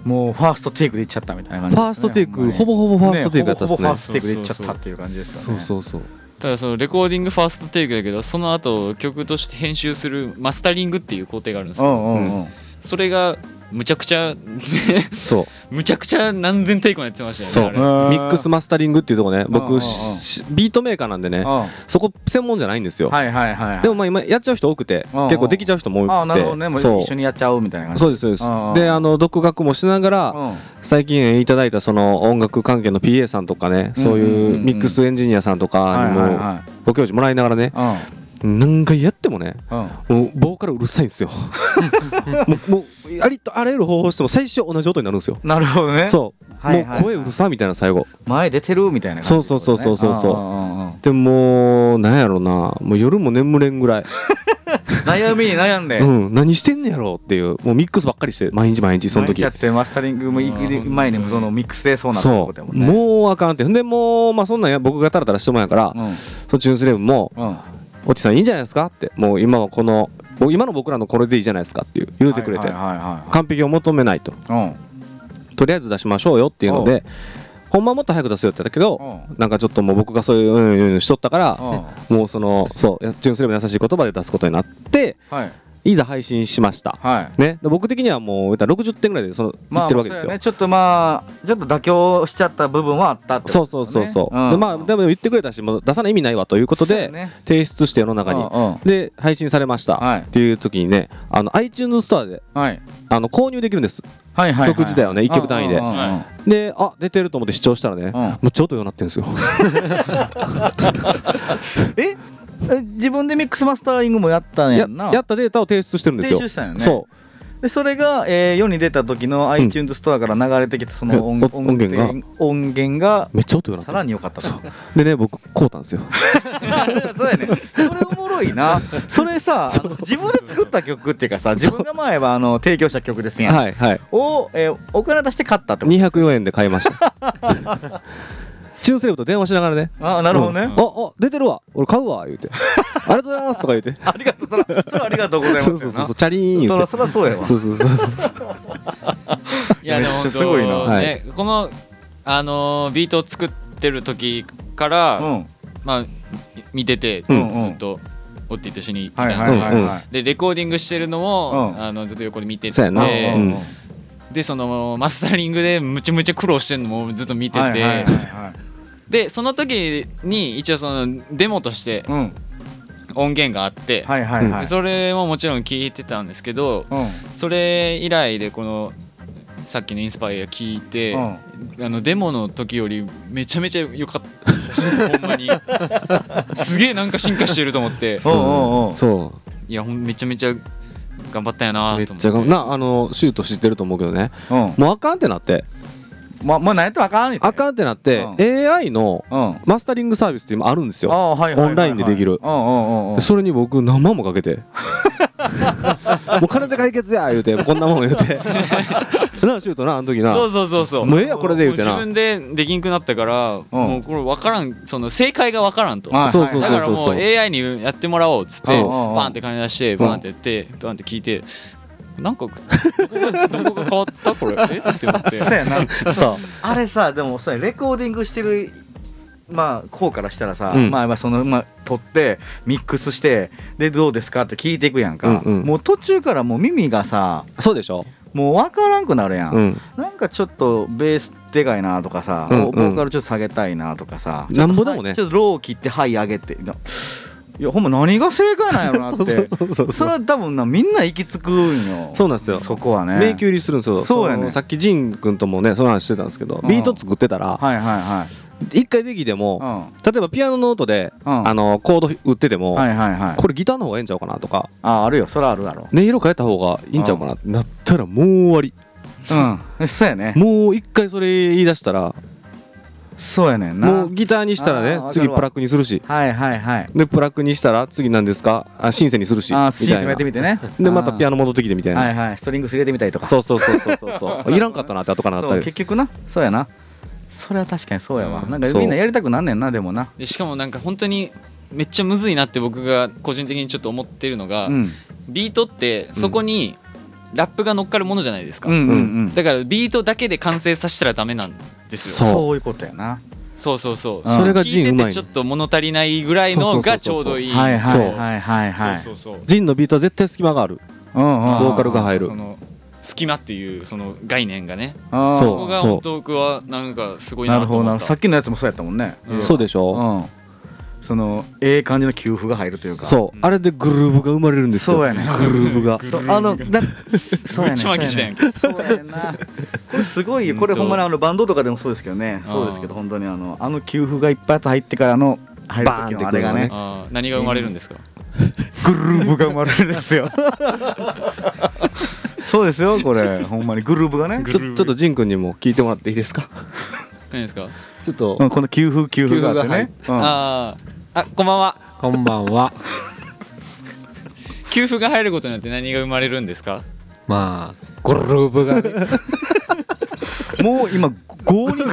[SPEAKER 2] もうファーストテイクでいっちゃったみたいな感
[SPEAKER 3] フ
[SPEAKER 2] じ
[SPEAKER 3] ァーストテイクほぼほぼファーストテイクやったっす
[SPEAKER 2] ほぼほぼフ
[SPEAKER 3] ね
[SPEAKER 2] ァーストテイクでいっちゃったっていう感じですよね
[SPEAKER 3] そうそうそう
[SPEAKER 1] ただそのレコーディングファーストテイクだけどその後曲として編集するマスタリングっていう工程があるんですけ
[SPEAKER 2] う
[SPEAKER 1] ど
[SPEAKER 2] んうんうん
[SPEAKER 1] それがむちゃくちゃ (laughs)
[SPEAKER 3] そう
[SPEAKER 1] むちゃくちゃ何千テイクもやってました
[SPEAKER 3] そう
[SPEAKER 1] よねあれ
[SPEAKER 3] ミックスマスタリングっていうとこね
[SPEAKER 2] うんうんうん
[SPEAKER 3] 僕しビートメーカーなんでね
[SPEAKER 2] うんはい
[SPEAKER 3] そこ専門じゃないんですよ
[SPEAKER 2] はいはいはい
[SPEAKER 3] でもまあ今やっちゃう人多くて
[SPEAKER 2] うんうん
[SPEAKER 3] 結構できちゃう人も
[SPEAKER 2] ああ
[SPEAKER 3] 多
[SPEAKER 2] なるほどねも
[SPEAKER 3] く
[SPEAKER 2] う
[SPEAKER 3] てそ
[SPEAKER 2] 一緒
[SPEAKER 3] う
[SPEAKER 2] にやっちゃおうみたいな感じ
[SPEAKER 3] そうですそうで
[SPEAKER 2] うんうん
[SPEAKER 3] すであの独学もしながら
[SPEAKER 2] うん
[SPEAKER 3] 最近いただいたその音楽関係の PA さんとかねそういうミックスエンジニアさんとかに
[SPEAKER 2] はい
[SPEAKER 3] も
[SPEAKER 2] は
[SPEAKER 3] ご教授もらいながらね
[SPEAKER 2] いはい
[SPEAKER 3] 何回やってもね
[SPEAKER 2] うんうん
[SPEAKER 3] もうボーカルうるさいんですよもうもうありとあらゆる方法をしても最初同じ音になるんですよ
[SPEAKER 2] なるほどね
[SPEAKER 3] そう、
[SPEAKER 2] はいはいはい
[SPEAKER 3] もう声うるさみたいな最後
[SPEAKER 2] 前出てるみたいな感じってことね
[SPEAKER 3] そうそうそうそうそうん
[SPEAKER 2] んうんうん
[SPEAKER 3] でもうなんやろなもう夜も眠れんぐらい、
[SPEAKER 2] 悩みに悩んで
[SPEAKER 3] うん、何してんねやろっていうもうミックスばっかりして毎日毎日その
[SPEAKER 2] 毎日
[SPEAKER 3] 時
[SPEAKER 2] やってマスタリングも行く前にもそのミックスでそうなったって
[SPEAKER 3] そ
[SPEAKER 2] こと
[SPEAKER 3] う
[SPEAKER 2] やもんね
[SPEAKER 3] もうあかんってほんでもう、まあ、そんなんや僕がタラタラしてもんやから、
[SPEAKER 2] うん
[SPEAKER 3] そっちのスレブンも
[SPEAKER 2] うん
[SPEAKER 3] 「おちさんいいんじゃないですか?」ってもう今はこのもう今の僕らのこれでいいじゃないですかっていう言うてくれて、
[SPEAKER 2] はいはいは
[SPEAKER 3] 完璧を求めないと
[SPEAKER 2] いはい
[SPEAKER 3] とりあえず出しましょうよっていうのでほんまはもっと早く出すよって言ったけど
[SPEAKER 2] う
[SPEAKER 3] なんかちょっともう僕がそういううんうんうんしとったから
[SPEAKER 2] うんう
[SPEAKER 3] (laughs)
[SPEAKER 2] ん
[SPEAKER 3] もうそのそうやチューンすれば優しい言葉で出すことになって
[SPEAKER 2] はい
[SPEAKER 3] いざ配信しました
[SPEAKER 2] はい
[SPEAKER 3] ねで僕的にはもう言ったら60点ぐらいでその言
[SPEAKER 2] ま
[SPEAKER 3] っ
[SPEAKER 2] あ
[SPEAKER 3] てるわけです
[SPEAKER 2] そうや
[SPEAKER 3] よ
[SPEAKER 2] ねちょっとまあちょっと妥協しちゃった部分はあったって
[SPEAKER 3] そ
[SPEAKER 2] こ
[SPEAKER 3] うそ
[SPEAKER 2] と
[SPEAKER 3] う
[SPEAKER 2] ですよ
[SPEAKER 3] そう
[SPEAKER 2] ね
[SPEAKER 3] そう
[SPEAKER 2] うん
[SPEAKER 3] でまあでも言ってくれたしもう出さない意味ないわということ
[SPEAKER 2] そうや
[SPEAKER 3] で
[SPEAKER 2] ね
[SPEAKER 3] 提出して世の中に
[SPEAKER 2] うんうん
[SPEAKER 3] で配信されまし
[SPEAKER 2] は
[SPEAKER 3] た
[SPEAKER 2] い
[SPEAKER 3] っていう時にねあの iTunes ストアで
[SPEAKER 2] はい
[SPEAKER 3] あの購入できるんです
[SPEAKER 2] はいはいはい
[SPEAKER 3] 曲自体はね一曲単位で
[SPEAKER 2] うんうんうんうん
[SPEAKER 3] であ出てると思って視聴したらね
[SPEAKER 2] ん
[SPEAKER 3] もうちょっとようなってんですよ
[SPEAKER 2] ええ自分でミックスマスタリングもやったん
[SPEAKER 3] や
[SPEAKER 2] やんな
[SPEAKER 3] やったデータを提出してるんですよ
[SPEAKER 2] 提出したんよね
[SPEAKER 3] そう
[SPEAKER 2] でそれが、えー世に出た時の iTunes ストアから流れてきたその音,、
[SPEAKER 3] お音源が
[SPEAKER 2] 音源が
[SPEAKER 3] めっちゃ音よなっ
[SPEAKER 2] さ
[SPEAKER 3] て
[SPEAKER 2] らに良かったと
[SPEAKER 3] でね僕こうたんですよ
[SPEAKER 2] (laughs) そうやねそれおもろいなそれさあの自分で作った曲っていうかさ自分が前はあの提供した曲ですやん、
[SPEAKER 3] はいはい
[SPEAKER 2] を、えーお金出して買ったってこと
[SPEAKER 3] 204円で買いました
[SPEAKER 2] (laughs)
[SPEAKER 3] チューンセレブと電話しながらね
[SPEAKER 2] あなるほどね、
[SPEAKER 3] うんああ出てるわ俺買うわ言うてありがとうございますとか言うて
[SPEAKER 2] ありがとうそれそれはありがとうございます
[SPEAKER 3] そう
[SPEAKER 2] よな
[SPEAKER 3] そうそうそうチャリーン言
[SPEAKER 2] そうら
[SPEAKER 3] て
[SPEAKER 2] そらそうやわ
[SPEAKER 3] そうそうそうそう
[SPEAKER 2] (laughs)
[SPEAKER 1] いやでも
[SPEAKER 2] めっちゃすごいな
[SPEAKER 1] 本当ねこのあのービートを作ってる時から、
[SPEAKER 2] うん
[SPEAKER 1] まあみ見てて、
[SPEAKER 3] うん
[SPEAKER 2] うん
[SPEAKER 1] ずっとオッティと一緒にいたん
[SPEAKER 2] はい
[SPEAKER 1] で、
[SPEAKER 2] はいはいはい
[SPEAKER 1] でレコーディングしてるのも、
[SPEAKER 2] うん
[SPEAKER 1] あのずっと横で見てて
[SPEAKER 3] そうやな
[SPEAKER 1] で
[SPEAKER 3] うんうん
[SPEAKER 1] でそのマスタリングでむちゃむちゃ苦労してるのもずっと見てて、
[SPEAKER 2] はいはいはいはい
[SPEAKER 1] でその時に一応そのデモとして
[SPEAKER 2] うん
[SPEAKER 1] 音源があって、
[SPEAKER 2] はいはいはい
[SPEAKER 1] でそれももちろん聞いてたんですけど
[SPEAKER 2] うん
[SPEAKER 1] それ以来でこのさっきの「インスパイア」聞いて、あのデモの時よりめちゃめちゃ良かったしほんまにすげえなんか進化してると思って
[SPEAKER 2] おうおうおう
[SPEAKER 3] そ
[SPEAKER 1] いやほんめちゃめちゃ頑張ったんやな
[SPEAKER 3] うめっ
[SPEAKER 1] と思っ
[SPEAKER 3] ち
[SPEAKER 1] て
[SPEAKER 3] ゃがなあのシュート知ってると思うけどね
[SPEAKER 2] うん
[SPEAKER 3] もうあかんってなって
[SPEAKER 2] ままあなんやってもあかんみたい
[SPEAKER 3] あ
[SPEAKER 2] な
[SPEAKER 3] かんってなって
[SPEAKER 2] う
[SPEAKER 3] AI の
[SPEAKER 2] うん
[SPEAKER 3] マスタリングサービスって今あるんです
[SPEAKER 2] あ
[SPEAKER 3] よ
[SPEAKER 2] あはいはいはいはい
[SPEAKER 3] オンラインでできる
[SPEAKER 2] うんうんうんうん
[SPEAKER 3] でそれに僕何万もかけてもう金で解決や言うてこんなもん言うてなあシュートなあの時な
[SPEAKER 1] そうそうそうそう
[SPEAKER 3] もうええやこれで言うてな
[SPEAKER 1] も自分でできんくなったから、もうこれ分からんその正解が分からんと、
[SPEAKER 2] はい
[SPEAKER 3] そうそう
[SPEAKER 1] だ
[SPEAKER 3] そ
[SPEAKER 1] か
[SPEAKER 3] う
[SPEAKER 1] ら
[SPEAKER 3] そう
[SPEAKER 1] もう
[SPEAKER 3] そう
[SPEAKER 1] AI にやってもらおうっつって
[SPEAKER 3] そう
[SPEAKER 1] バンって金出してバンってやってバンって聞いてなんかどこ (laughs) がどこが変わ
[SPEAKER 2] (laughs)
[SPEAKER 1] ったこれえって思って
[SPEAKER 2] そうやなそうあれさでもそうやレコーディングしてるまあこうからしたらさ、
[SPEAKER 3] うん
[SPEAKER 2] まあまあそのまあ取ってミックスしてでどうですかって聞いていくやんか、
[SPEAKER 3] うんうん
[SPEAKER 2] もう途中からもう耳がさ
[SPEAKER 3] そうでしょ
[SPEAKER 2] もう分からんくなるやん、
[SPEAKER 3] うん
[SPEAKER 2] なんかちょっとベースでかいなとかさ、
[SPEAKER 3] うんうん
[SPEAKER 2] ボーカルちょっと下げたいなとかさ、
[SPEAKER 3] なんぼでもね
[SPEAKER 2] ちょっとロー切ってはい上げていやほんま何が正解なんやろなって
[SPEAKER 3] (laughs) そうそうそうそう
[SPEAKER 2] れは多分なみんな行き着くんよ
[SPEAKER 3] そうなんですよ
[SPEAKER 2] そこはね
[SPEAKER 3] 迷宮入りするんですよ
[SPEAKER 2] そうやね
[SPEAKER 3] のさっき仁君ともねその話してたんですけど
[SPEAKER 2] うん
[SPEAKER 3] ビート作ってたら
[SPEAKER 2] はいはいはい
[SPEAKER 3] 一回できて
[SPEAKER 2] う
[SPEAKER 3] も
[SPEAKER 2] ん
[SPEAKER 3] 例えばピアノの音で
[SPEAKER 2] うん
[SPEAKER 3] あのコード打ってても
[SPEAKER 2] はいはいはい
[SPEAKER 3] これギターの方がええんちゃうかなとか
[SPEAKER 2] ああるよそらあるだろ
[SPEAKER 3] 音色変えた方がいいんちゃうかなってなったらもう終わり
[SPEAKER 2] うんそうやね
[SPEAKER 3] もう一回それ言い出したら
[SPEAKER 2] そうやねんな
[SPEAKER 3] もうギターにしたら
[SPEAKER 2] あーわかる
[SPEAKER 3] ね
[SPEAKER 2] わ
[SPEAKER 3] 次プラグにするし
[SPEAKER 2] はいはいはい
[SPEAKER 3] でプラグにしたら次何ですかあシンセにするしみ
[SPEAKER 2] あーシーズ
[SPEAKER 3] た
[SPEAKER 2] ン
[SPEAKER 3] い
[SPEAKER 2] や
[SPEAKER 3] な
[SPEAKER 2] ってみてね
[SPEAKER 3] でまたピアノ戻ってきてみたい
[SPEAKER 2] は
[SPEAKER 3] ない
[SPEAKER 2] はいストリングス入れてみたりとか
[SPEAKER 3] そうそうそうそうそう
[SPEAKER 2] (laughs)
[SPEAKER 3] そういらんかったなって後からなっ
[SPEAKER 2] そ
[SPEAKER 3] た
[SPEAKER 2] う
[SPEAKER 3] り
[SPEAKER 2] 結局なそうやなそれは確かにそうやわ
[SPEAKER 1] うん
[SPEAKER 2] なんか
[SPEAKER 3] そう
[SPEAKER 2] みんなやりたくなんねんなでもな
[SPEAKER 1] でしかもなんか本当にめっちゃむずいなって僕が個人的にちょっと思ってるのが、
[SPEAKER 2] うん
[SPEAKER 1] ビートってそこにラップが乗っかるものじゃないですか、
[SPEAKER 2] うんうんうん
[SPEAKER 1] だからビートだけで完成させたらダメなんですよ
[SPEAKER 3] そう
[SPEAKER 2] そういうことやな
[SPEAKER 1] そうそうそう
[SPEAKER 2] それ
[SPEAKER 1] 聞
[SPEAKER 3] がジ
[SPEAKER 1] い
[SPEAKER 3] ンう
[SPEAKER 1] て
[SPEAKER 3] まい
[SPEAKER 1] てちょっと物足りないぐらいのがちょうどいい
[SPEAKER 2] はいは
[SPEAKER 3] そ
[SPEAKER 2] いうはいはいはい
[SPEAKER 1] そうそうそう
[SPEAKER 3] ジンのビートは絶対隙間がある
[SPEAKER 2] うんうん
[SPEAKER 3] ボーカルが入る
[SPEAKER 1] その隙間っていうその概念がね
[SPEAKER 2] あー
[SPEAKER 1] そこ
[SPEAKER 3] そう
[SPEAKER 1] が本当僕はなんかすごい
[SPEAKER 2] な
[SPEAKER 1] な
[SPEAKER 2] る
[SPEAKER 1] と
[SPEAKER 2] ほどな
[SPEAKER 1] 思っ
[SPEAKER 2] るほど
[SPEAKER 1] た
[SPEAKER 2] さっきのやつもそうやったもんね
[SPEAKER 1] うん
[SPEAKER 3] そうでしょ
[SPEAKER 2] うんそのええ感じの給付が入るというか
[SPEAKER 3] そうあれでグルーブが生まれるんですよ
[SPEAKER 2] そうやね
[SPEAKER 3] グルーブが
[SPEAKER 2] (laughs) そうあ
[SPEAKER 3] (laughs)
[SPEAKER 2] のだそう
[SPEAKER 1] めっ
[SPEAKER 2] やね
[SPEAKER 1] ちゃ巻き舌やんけ
[SPEAKER 2] そうやねんなこれすごいよこれほんまにあのバンドとかでもそうですけどね
[SPEAKER 1] ん
[SPEAKER 2] そうですけど本当にあのあの給付がいっぱい入ってからの入る時のあれがね
[SPEAKER 1] あー何が生まれるんですか
[SPEAKER 2] グルーブが生まれるんですよそうですよこれほんまにグルーブがね
[SPEAKER 3] ちょちょっとジン君にも聞いてもらっていいですか
[SPEAKER 1] 何ですか
[SPEAKER 3] (laughs) ちょっと
[SPEAKER 2] うんこの給付給付があってねうん
[SPEAKER 1] あーあこんばんは
[SPEAKER 6] こんばんは。
[SPEAKER 1] 給付が入ることによって何が生まれるんですか
[SPEAKER 6] まあ、グルーブがね、
[SPEAKER 2] もう今ゴーに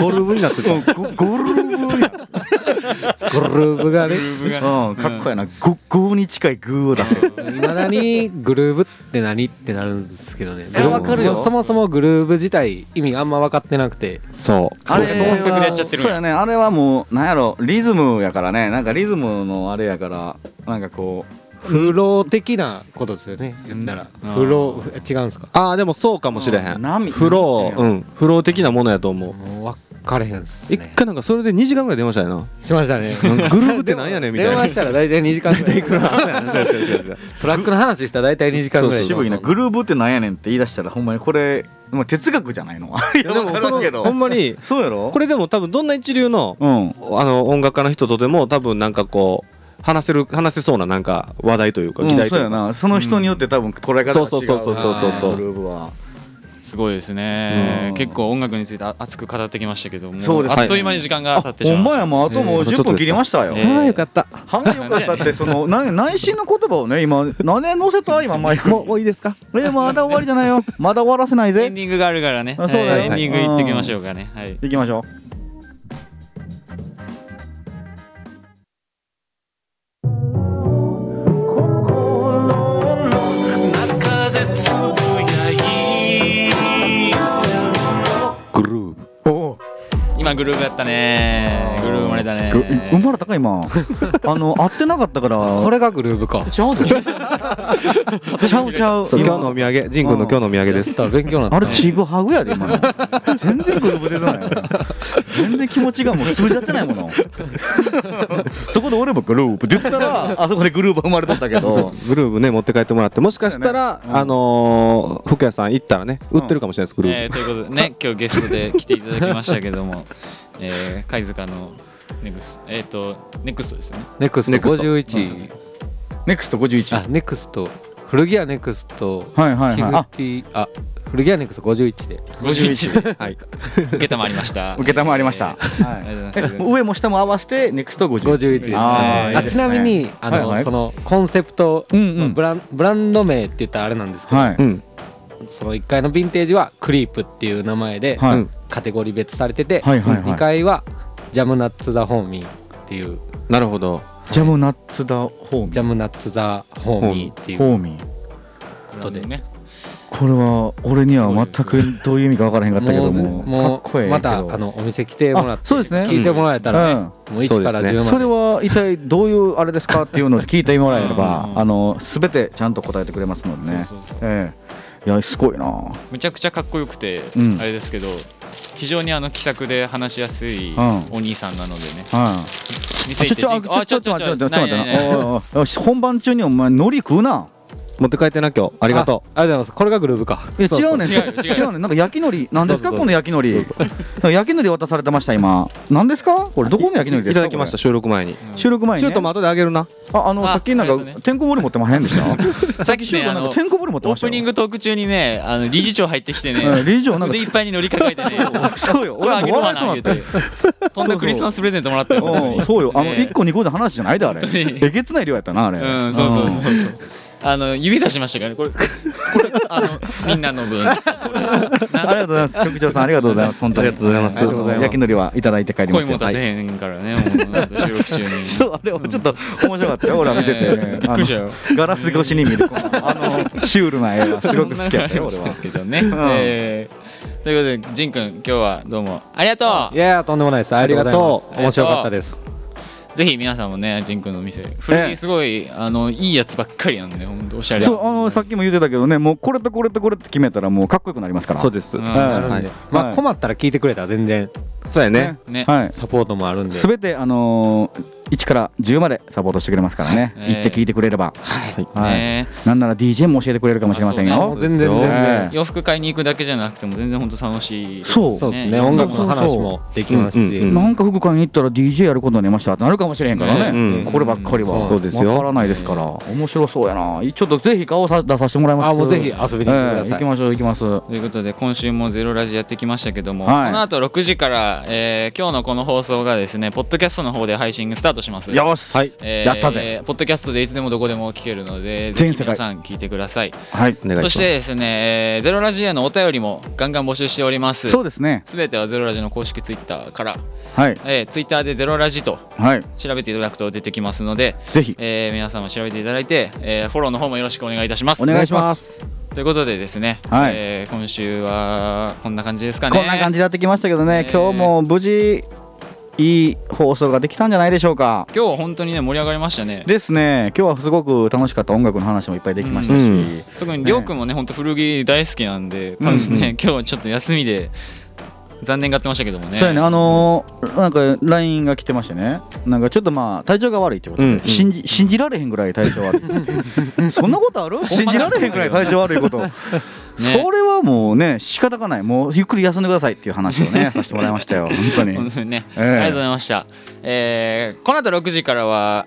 [SPEAKER 3] ゴルーブになってた
[SPEAKER 2] ゴゴルーブや
[SPEAKER 6] グルーブがね
[SPEAKER 1] グ、ルーブが
[SPEAKER 2] うん、かっこいいな、ごごに近いグーを出す。
[SPEAKER 6] いまだにグルーブって何ってなるんですけどね。
[SPEAKER 2] えわかるよ
[SPEAKER 6] そもそもグルーブ自体意味があんま分かってなくて、
[SPEAKER 3] そう
[SPEAKER 1] あれそう感覚でやっちゃってるんや
[SPEAKER 2] そうやね、あれはもう、なんやろリズムやからね、なんかリズムのあれやから、なんかこ
[SPEAKER 6] フロー的なことですよね。言ったら、フロー違うんですか。
[SPEAKER 3] ああでもそうかもしれへ
[SPEAKER 2] うん
[SPEAKER 3] ん
[SPEAKER 2] 波
[SPEAKER 3] フロー
[SPEAKER 2] 波
[SPEAKER 3] うんフロー的なものやと思う
[SPEAKER 6] もう分かれへんっす
[SPEAKER 3] 一
[SPEAKER 6] ね。
[SPEAKER 3] 回なんかそれで2時間ぐらい出ました
[SPEAKER 2] (laughs)
[SPEAKER 3] よな
[SPEAKER 6] しましたね。
[SPEAKER 3] グルーブってなんやねんみたい
[SPEAKER 6] 電
[SPEAKER 3] な
[SPEAKER 6] 話したら大体2時間ぐらい。トラックの話したら大体2時間ぐら
[SPEAKER 2] う。
[SPEAKER 6] い。
[SPEAKER 2] 渋いな、グルーブってなんやねんって言い出したら、ほんまにこれ、まあ、哲学じゃないの。 (laughs) いや、でも、
[SPEAKER 3] そ
[SPEAKER 2] そけ
[SPEAKER 3] のほん
[SPEAKER 2] ど。
[SPEAKER 3] まに
[SPEAKER 2] そうやろ
[SPEAKER 3] これでも多分どんな一流の
[SPEAKER 2] うん。
[SPEAKER 3] あの音楽家の人とでも多分なんかこう話せる話せそうななんか話題というか議
[SPEAKER 2] うん、
[SPEAKER 3] 題
[SPEAKER 2] そ
[SPEAKER 3] と
[SPEAKER 2] うや
[SPEAKER 3] いうか、
[SPEAKER 2] な、その人によって、多分捉え方が違う。
[SPEAKER 3] そうそうそうそうそうそう
[SPEAKER 2] グルーブは。
[SPEAKER 1] すごいですね
[SPEAKER 2] うん
[SPEAKER 1] 結構音楽について熱く語ってきましたけども
[SPEAKER 2] そうですね
[SPEAKER 1] あっという間に時間が経ってし
[SPEAKER 2] ほ
[SPEAKER 1] まい
[SPEAKER 2] ん
[SPEAKER 1] ま
[SPEAKER 2] ま
[SPEAKER 1] した
[SPEAKER 2] や、もう、あともう
[SPEAKER 3] えー
[SPEAKER 2] 10分切りましたよ。
[SPEAKER 1] ちょっとですかえー
[SPEAKER 3] あよかった
[SPEAKER 2] はがよかったってそのな内心の言葉をね今何年載せた今マイク
[SPEAKER 3] もうもういいですか
[SPEAKER 2] えーまだ終わりじゃないよまだ終わらせない
[SPEAKER 1] エ
[SPEAKER 2] ぜ
[SPEAKER 1] ンディングがあるからね
[SPEAKER 2] あそうだよ
[SPEAKER 1] えーエンディングいってきましょうかねはい
[SPEAKER 2] 行きましょ
[SPEAKER 3] グルーブ
[SPEAKER 2] うお
[SPEAKER 1] 今グルーブやったねグルーブ生まれたね
[SPEAKER 2] 生まれたか (laughs) 今あの会ってなかったから
[SPEAKER 6] これがグルーブか。
[SPEAKER 2] ちゃうでちゃうちゃう
[SPEAKER 3] そう今日のお
[SPEAKER 2] 今
[SPEAKER 3] 土産ジン君の今日のお土産で
[SPEAKER 6] だ
[SPEAKER 3] す
[SPEAKER 6] から勉強になった
[SPEAKER 2] あ
[SPEAKER 6] ね。
[SPEAKER 2] れちぐはぐやで今の (laughs) 全然グルーブ出てないよ全然気持ちがもう通じ合ってないものそこで俺もグルーブって言ったらあそこでグルーブ生まれとったけど
[SPEAKER 3] グルーブね持って帰ってもらってもしかしたら、
[SPEAKER 2] そうやねうん
[SPEAKER 3] あのー服屋さん行ったらね売ってるかもしれないです、グルーブ、
[SPEAKER 1] えーということでね今日ゲストで来ていただきましたけどもえー貝塚のネクストえっとネクストですよね
[SPEAKER 6] ネクスト51。
[SPEAKER 2] ネクスト51
[SPEAKER 6] あ、ネクスト。古着屋ネクスト。
[SPEAKER 2] はいはい
[SPEAKER 6] ヒ
[SPEAKER 2] はい
[SPEAKER 6] フ
[SPEAKER 2] あ
[SPEAKER 6] ティあ古着屋ネックス51で
[SPEAKER 1] 51で
[SPEAKER 3] はい
[SPEAKER 1] 受けもありました
[SPEAKER 2] 受けたまわりました、
[SPEAKER 1] えーあ
[SPEAKER 2] はい
[SPEAKER 1] りがとうございます
[SPEAKER 2] 上も下も合わせてネクスト51
[SPEAKER 6] 51ですね
[SPEAKER 2] あー
[SPEAKER 6] あちなみにあの、
[SPEAKER 2] はいはい
[SPEAKER 6] そのコンセプト、
[SPEAKER 2] うんうん
[SPEAKER 6] まあブランブランド名って言ったらあれなんですけど、
[SPEAKER 2] はい
[SPEAKER 3] うん
[SPEAKER 6] その1階のヴィンテージはクリープっていう名前で、
[SPEAKER 2] はい
[SPEAKER 3] うん
[SPEAKER 6] カテゴリー別されてて、
[SPEAKER 2] はいはいはい
[SPEAKER 6] 2階はジャムナッツ・ザ・ホーミーっていう
[SPEAKER 3] なるほど
[SPEAKER 2] ジャムナッツだホーミ
[SPEAKER 6] ジ
[SPEAKER 2] ー
[SPEAKER 6] ャムナッツ・ザ・ホーミーっていう
[SPEAKER 2] ホーミー
[SPEAKER 1] これはね
[SPEAKER 2] これは俺には全くどういう意味か分からへんかったけども
[SPEAKER 6] も
[SPEAKER 2] かっこええ
[SPEAKER 6] う
[SPEAKER 2] けど
[SPEAKER 6] またあのお店来てもらって
[SPEAKER 2] あそうですね
[SPEAKER 6] 聞いてもらえたらね、もう
[SPEAKER 3] そう
[SPEAKER 6] 1
[SPEAKER 3] で
[SPEAKER 6] か
[SPEAKER 3] すね
[SPEAKER 6] ら10
[SPEAKER 2] う
[SPEAKER 6] ま
[SPEAKER 2] ん
[SPEAKER 6] で
[SPEAKER 2] それは一体どういうあれですかっていうのを聞いてもらえれば
[SPEAKER 1] うん
[SPEAKER 2] あの全てちゃんと答えてくれますのでね
[SPEAKER 1] そうそうそう
[SPEAKER 2] ええいやすごいな
[SPEAKER 1] むちゃくちゃかっこよくて、
[SPEAKER 2] うん
[SPEAKER 1] あれですけど非常にあの気さくで話しやすい
[SPEAKER 2] ん
[SPEAKER 1] お兄さんなのでね、
[SPEAKER 2] うん
[SPEAKER 1] 店行ってじあないないない
[SPEAKER 2] あちょちょちょちょちょちょちょちょちょちょちょちょちょちょちょちょちょちょちょ本番中にお前海苔食うな
[SPEAKER 3] 持って帰ってな今日ありがと
[SPEAKER 6] あありがとうございますこれがグルーブか
[SPEAKER 2] いや違うねん
[SPEAKER 1] 違うよ違うよ
[SPEAKER 2] 違うねんなんか焼き海苔なんですか
[SPEAKER 3] どうぞどうぞ
[SPEAKER 2] この焼き海苔なんか焼き海苔渡されてました今なんですかこれどこの焼き海苔
[SPEAKER 3] う
[SPEAKER 2] で
[SPEAKER 3] い
[SPEAKER 2] すか
[SPEAKER 3] ただきました収録前に
[SPEAKER 2] これ収録前に
[SPEAKER 3] シュ
[SPEAKER 2] ね
[SPEAKER 3] ートも後であげるな
[SPEAKER 2] ああの
[SPEAKER 1] あ
[SPEAKER 2] さっきな
[SPEAKER 1] ありがと
[SPEAKER 2] ん
[SPEAKER 1] う
[SPEAKER 2] か
[SPEAKER 1] ね
[SPEAKER 2] てんこ盛り持ってまへんでしょ
[SPEAKER 1] さっき
[SPEAKER 2] シュ
[SPEAKER 1] ね
[SPEAKER 2] ー
[SPEAKER 1] あ
[SPEAKER 2] トなん
[SPEAKER 1] の
[SPEAKER 2] かてんこ盛り持って
[SPEAKER 1] オ
[SPEAKER 2] ま
[SPEAKER 1] ー
[SPEAKER 2] した
[SPEAKER 1] プ
[SPEAKER 2] よ
[SPEAKER 1] ニングトーク中にねあの理事長入ってきてね、
[SPEAKER 2] うん理事長なんか
[SPEAKER 1] 腕いっぱいに乗りかかえてね
[SPEAKER 2] そ
[SPEAKER 1] (laughs)
[SPEAKER 2] うよ
[SPEAKER 1] 俺あげ
[SPEAKER 2] 俺
[SPEAKER 1] る
[SPEAKER 2] も
[SPEAKER 1] わ
[SPEAKER 2] 笑
[SPEAKER 1] な言
[SPEAKER 2] いそうになって
[SPEAKER 1] うてとんだクリスマスプレゼントもらったよ本当
[SPEAKER 2] う
[SPEAKER 1] に
[SPEAKER 2] んそうよあの
[SPEAKER 1] ね
[SPEAKER 2] 1個2個の話じゃないであれ
[SPEAKER 1] 本当に
[SPEAKER 2] えげつない量やったなあれ
[SPEAKER 1] うんそうそうそうそうあの指さしましたからねこれこれあのみんなの分
[SPEAKER 2] ありがとうございます局長さんありがとうございます本当に
[SPEAKER 3] ありがとうございます
[SPEAKER 2] ありがとうございます焼き海苔はいただいて帰りま
[SPEAKER 1] 声
[SPEAKER 2] す
[SPEAKER 1] も
[SPEAKER 2] よ
[SPEAKER 1] 出せへんからね、もう収録中に
[SPEAKER 2] (laughs) そうあれはちょっと面白かったよ俺は見てて
[SPEAKER 1] ねびっくりしたよ
[SPEAKER 2] あのガラス越しに見るこのあのシュールな映画すごく好きやったよ俺は
[SPEAKER 1] けどね、えーということで仁君今日はどうもありがと
[SPEAKER 6] いやいやとんでもないですありがとうございま
[SPEAKER 1] あ
[SPEAKER 6] す
[SPEAKER 1] りがとう
[SPEAKER 6] 面白かったです
[SPEAKER 1] うぜひ皆さんもね仁君のお店古着すごい、あのいいやつばっかりなんで本当おしゃれ
[SPEAKER 2] そうあのさっきも言ってたけどねもうこれとこれとこれって決めたらもうかっこよくなりますから
[SPEAKER 3] そうです
[SPEAKER 1] うん
[SPEAKER 6] なるんで、
[SPEAKER 3] はい
[SPEAKER 6] ま
[SPEAKER 2] は
[SPEAKER 6] あ
[SPEAKER 2] い
[SPEAKER 6] 困ったら聞いてくれたら全然
[SPEAKER 3] そうやね
[SPEAKER 1] ね
[SPEAKER 2] はい
[SPEAKER 6] サポートもあるんです
[SPEAKER 2] べてあのー1から10までサポートしてくれますからね
[SPEAKER 1] ええ
[SPEAKER 2] 行って聞いてくれればはい
[SPEAKER 1] ね
[SPEAKER 2] なんなら DJ も教えてくれるかもしれません
[SPEAKER 1] あ
[SPEAKER 6] も
[SPEAKER 2] よ
[SPEAKER 6] う全然
[SPEAKER 3] そう
[SPEAKER 6] 全
[SPEAKER 3] ですよ
[SPEAKER 6] 然
[SPEAKER 1] 洋服買いに行くだけじゃなくても全然本当楽しい
[SPEAKER 2] そう
[SPEAKER 6] そうですね
[SPEAKER 1] ね
[SPEAKER 6] 音楽の
[SPEAKER 2] そう
[SPEAKER 6] 話
[SPEAKER 2] そう
[SPEAKER 6] もできます
[SPEAKER 3] う
[SPEAKER 6] し、
[SPEAKER 3] んうんうん
[SPEAKER 2] なんか服買いに行ったら DJ やることになりましたってなるかもしれへんから
[SPEAKER 3] うん
[SPEAKER 2] ね、
[SPEAKER 3] うん
[SPEAKER 2] こればっかりは
[SPEAKER 3] そうですよ
[SPEAKER 2] わからないですから面白そうやなちょっとぜひ顔さ出させてもらいます
[SPEAKER 6] あもうぜひ遊びに来てくだ
[SPEAKER 2] ええ行
[SPEAKER 6] さい、
[SPEAKER 2] きましょう行きます
[SPEAKER 1] ということで今週も「ゼロラジ」やってきましたけども、
[SPEAKER 2] はい
[SPEAKER 1] この後6時から、えー今日のこの放送がですねポッドキャストの方で配信スタートします
[SPEAKER 2] よし、はい
[SPEAKER 1] えー
[SPEAKER 2] やったぜ
[SPEAKER 1] ポッドキャストでいつでもどこでも聞けるので
[SPEAKER 2] 全
[SPEAKER 1] ぜひ
[SPEAKER 2] 世
[SPEAKER 1] 皆
[SPEAKER 2] 界
[SPEAKER 1] さん聞いてください
[SPEAKER 2] はい
[SPEAKER 3] お願
[SPEAKER 1] そ
[SPEAKER 3] いし
[SPEAKER 1] し
[SPEAKER 3] ま
[SPEAKER 1] て
[SPEAKER 3] す
[SPEAKER 1] ですね、えーゼロラジへのお便りもガンガン募集しております
[SPEAKER 2] そうですね
[SPEAKER 1] すべてはゼロラジの公式ツイッターから、
[SPEAKER 2] はい
[SPEAKER 1] えー、ツイッターでゼロラジと
[SPEAKER 2] はい
[SPEAKER 1] 調べていただくと出てきますので、
[SPEAKER 2] ぜひ
[SPEAKER 1] えー皆様調べていただいて、えーフォローの方もよろしくお願いいたします
[SPEAKER 2] お願いします
[SPEAKER 1] ということでですね、
[SPEAKER 2] はい
[SPEAKER 1] えー今週はこんな感じですかね
[SPEAKER 2] こんな感じになってきましたけどね
[SPEAKER 1] ね
[SPEAKER 2] 今日も無事いい放送ができたんじゃないでしょうか
[SPEAKER 1] 今日は本当にね盛り上がりましたね
[SPEAKER 2] ですね今日はすごく楽しかった音楽の話もいっぱいできましたし、
[SPEAKER 3] うん
[SPEAKER 1] 特にりょうくんもね本当古着大好きなんで多分ね、 (laughs) 今日はちょっと休みで残念がってましたけどもね
[SPEAKER 2] そうやねあのーなんか LINE が来てましてねなんかちょっとまあ体調が悪いってことで、
[SPEAKER 3] うんうん
[SPEAKER 2] 信じ信じられへんぐらい体調悪 (laughs) いそんなことある信じられへんぐらい体調悪いこと、それはもうね仕方がないもうゆっくり休んでくださいっていう話を (laughs) ねさせてもらいましたよ本当
[SPEAKER 1] 本
[SPEAKER 2] に
[SPEAKER 1] 当にね、
[SPEAKER 2] ええ
[SPEAKER 1] ありがとうございました、えーこの後6時からは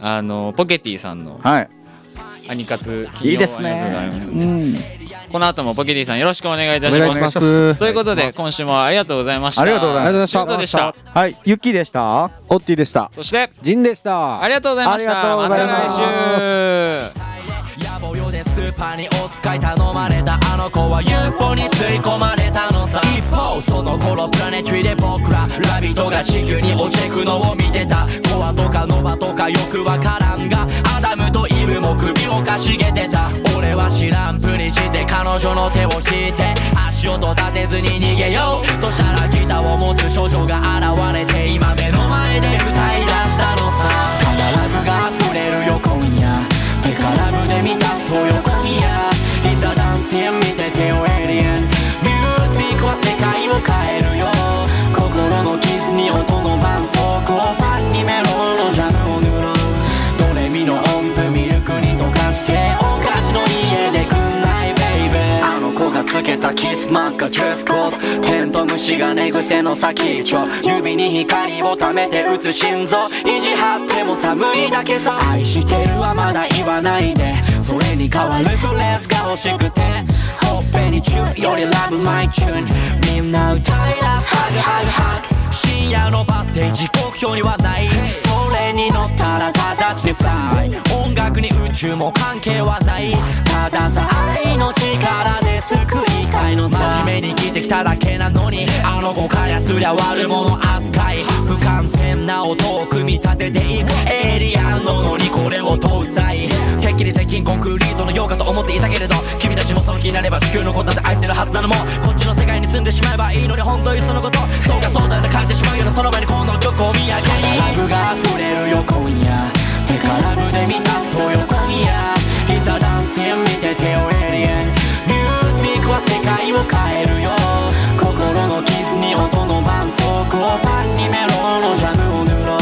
[SPEAKER 1] あのポケティさんの
[SPEAKER 2] はい
[SPEAKER 1] 「アニカツ」
[SPEAKER 2] いいです
[SPEAKER 1] 金曜アニカツがあり
[SPEAKER 2] ね
[SPEAKER 1] ます、ん
[SPEAKER 2] う
[SPEAKER 1] で
[SPEAKER 2] ん、
[SPEAKER 1] この後もポケティさんよろしくお願いいたし
[SPEAKER 3] お願
[SPEAKER 1] ま
[SPEAKER 3] い
[SPEAKER 1] す
[SPEAKER 3] します
[SPEAKER 1] ということで今週もありがとうございました
[SPEAKER 2] ありがとうございま
[SPEAKER 3] した
[SPEAKER 1] シュートでした
[SPEAKER 2] はいゆっきーでした
[SPEAKER 3] オッティでした
[SPEAKER 1] そして
[SPEAKER 6] ジンでした
[SPEAKER 1] ありがとうございました
[SPEAKER 2] ありがとうございます
[SPEAKER 1] た来週
[SPEAKER 4] 野暮用でスーパーにお使い頼まれたあの子は UFO に吸い込まれたのさ一方その頃プラネトリで僕らラビットが地球に落ちてくのを見てたコアとかノバとかよくわからんがアダムとイブも首をかしげてた俺は知らんぷりして彼女の手を引いて足音立てずに逃げようとしたらギターを持つ少女が現れて今目の前で歌い出したのさただラブが溢れるよ今夜手から胸満たそうよ今夜いざダンスへ見ててよエイリエンミュージックは世界を変えるよ心の傷に音の伴奏交番にメロンのジャムを塗ろうドレミの音符ミルクに溶かしてお菓子の家でくんないベイベーあの子がつけたキスマークジュースコードテント虫が寝癖の先っちょ指に光を溜めて打つ心臓意地張っても寒いだけさ愛してるはまだ言わないでそれに変わるフレーズが欲しくてほっぺにチューよりラブマイチューンみんな歌い出すハグハグハグ深夜のバス停時刻表にはないそれに乗ったらただしフライ音楽に宇宙も関係はないたださ愛の力で救いたいのさ真面目に生きてきただけなのにあの子からすりゃ悪者扱扱い不完全な音を組み立てていくエイリアンの脳にこれを搭載適に鉄筋コンクリートのようかと思っていたけれど君たちもその気になれば地球のことだって愛せるはずなのもこっちの世界に住んでしまえばいいのに本当にそのことそうかそうだよな書いてしまうようなその前に今度の曲を見上げラブが溢れるよ今夜手からラブで満たそうよ今夜いざダンスへ見ててよエイリアンミュージックは世界を変えるよ心の傷に音の伴奏交換にメロンのジャムを塗ろう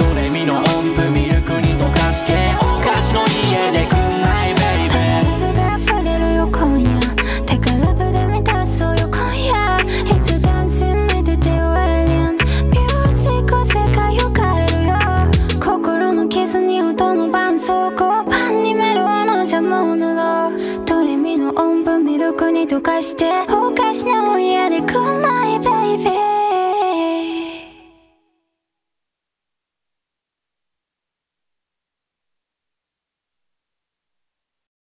[SPEAKER 4] ドレミの音符ミルクに溶かしてお菓子の家でくんないベイベー
[SPEAKER 5] ラブで溢れるよ今夜手からラブで満たそうよ今夜いつダンス見ててよエイリアンミュージックは世界を変えるよ心の傷に音の伴奏交換にメロンのジャムを塗ろうドレミの音符ミルクに溶かしてお菓子の家でくんないベイ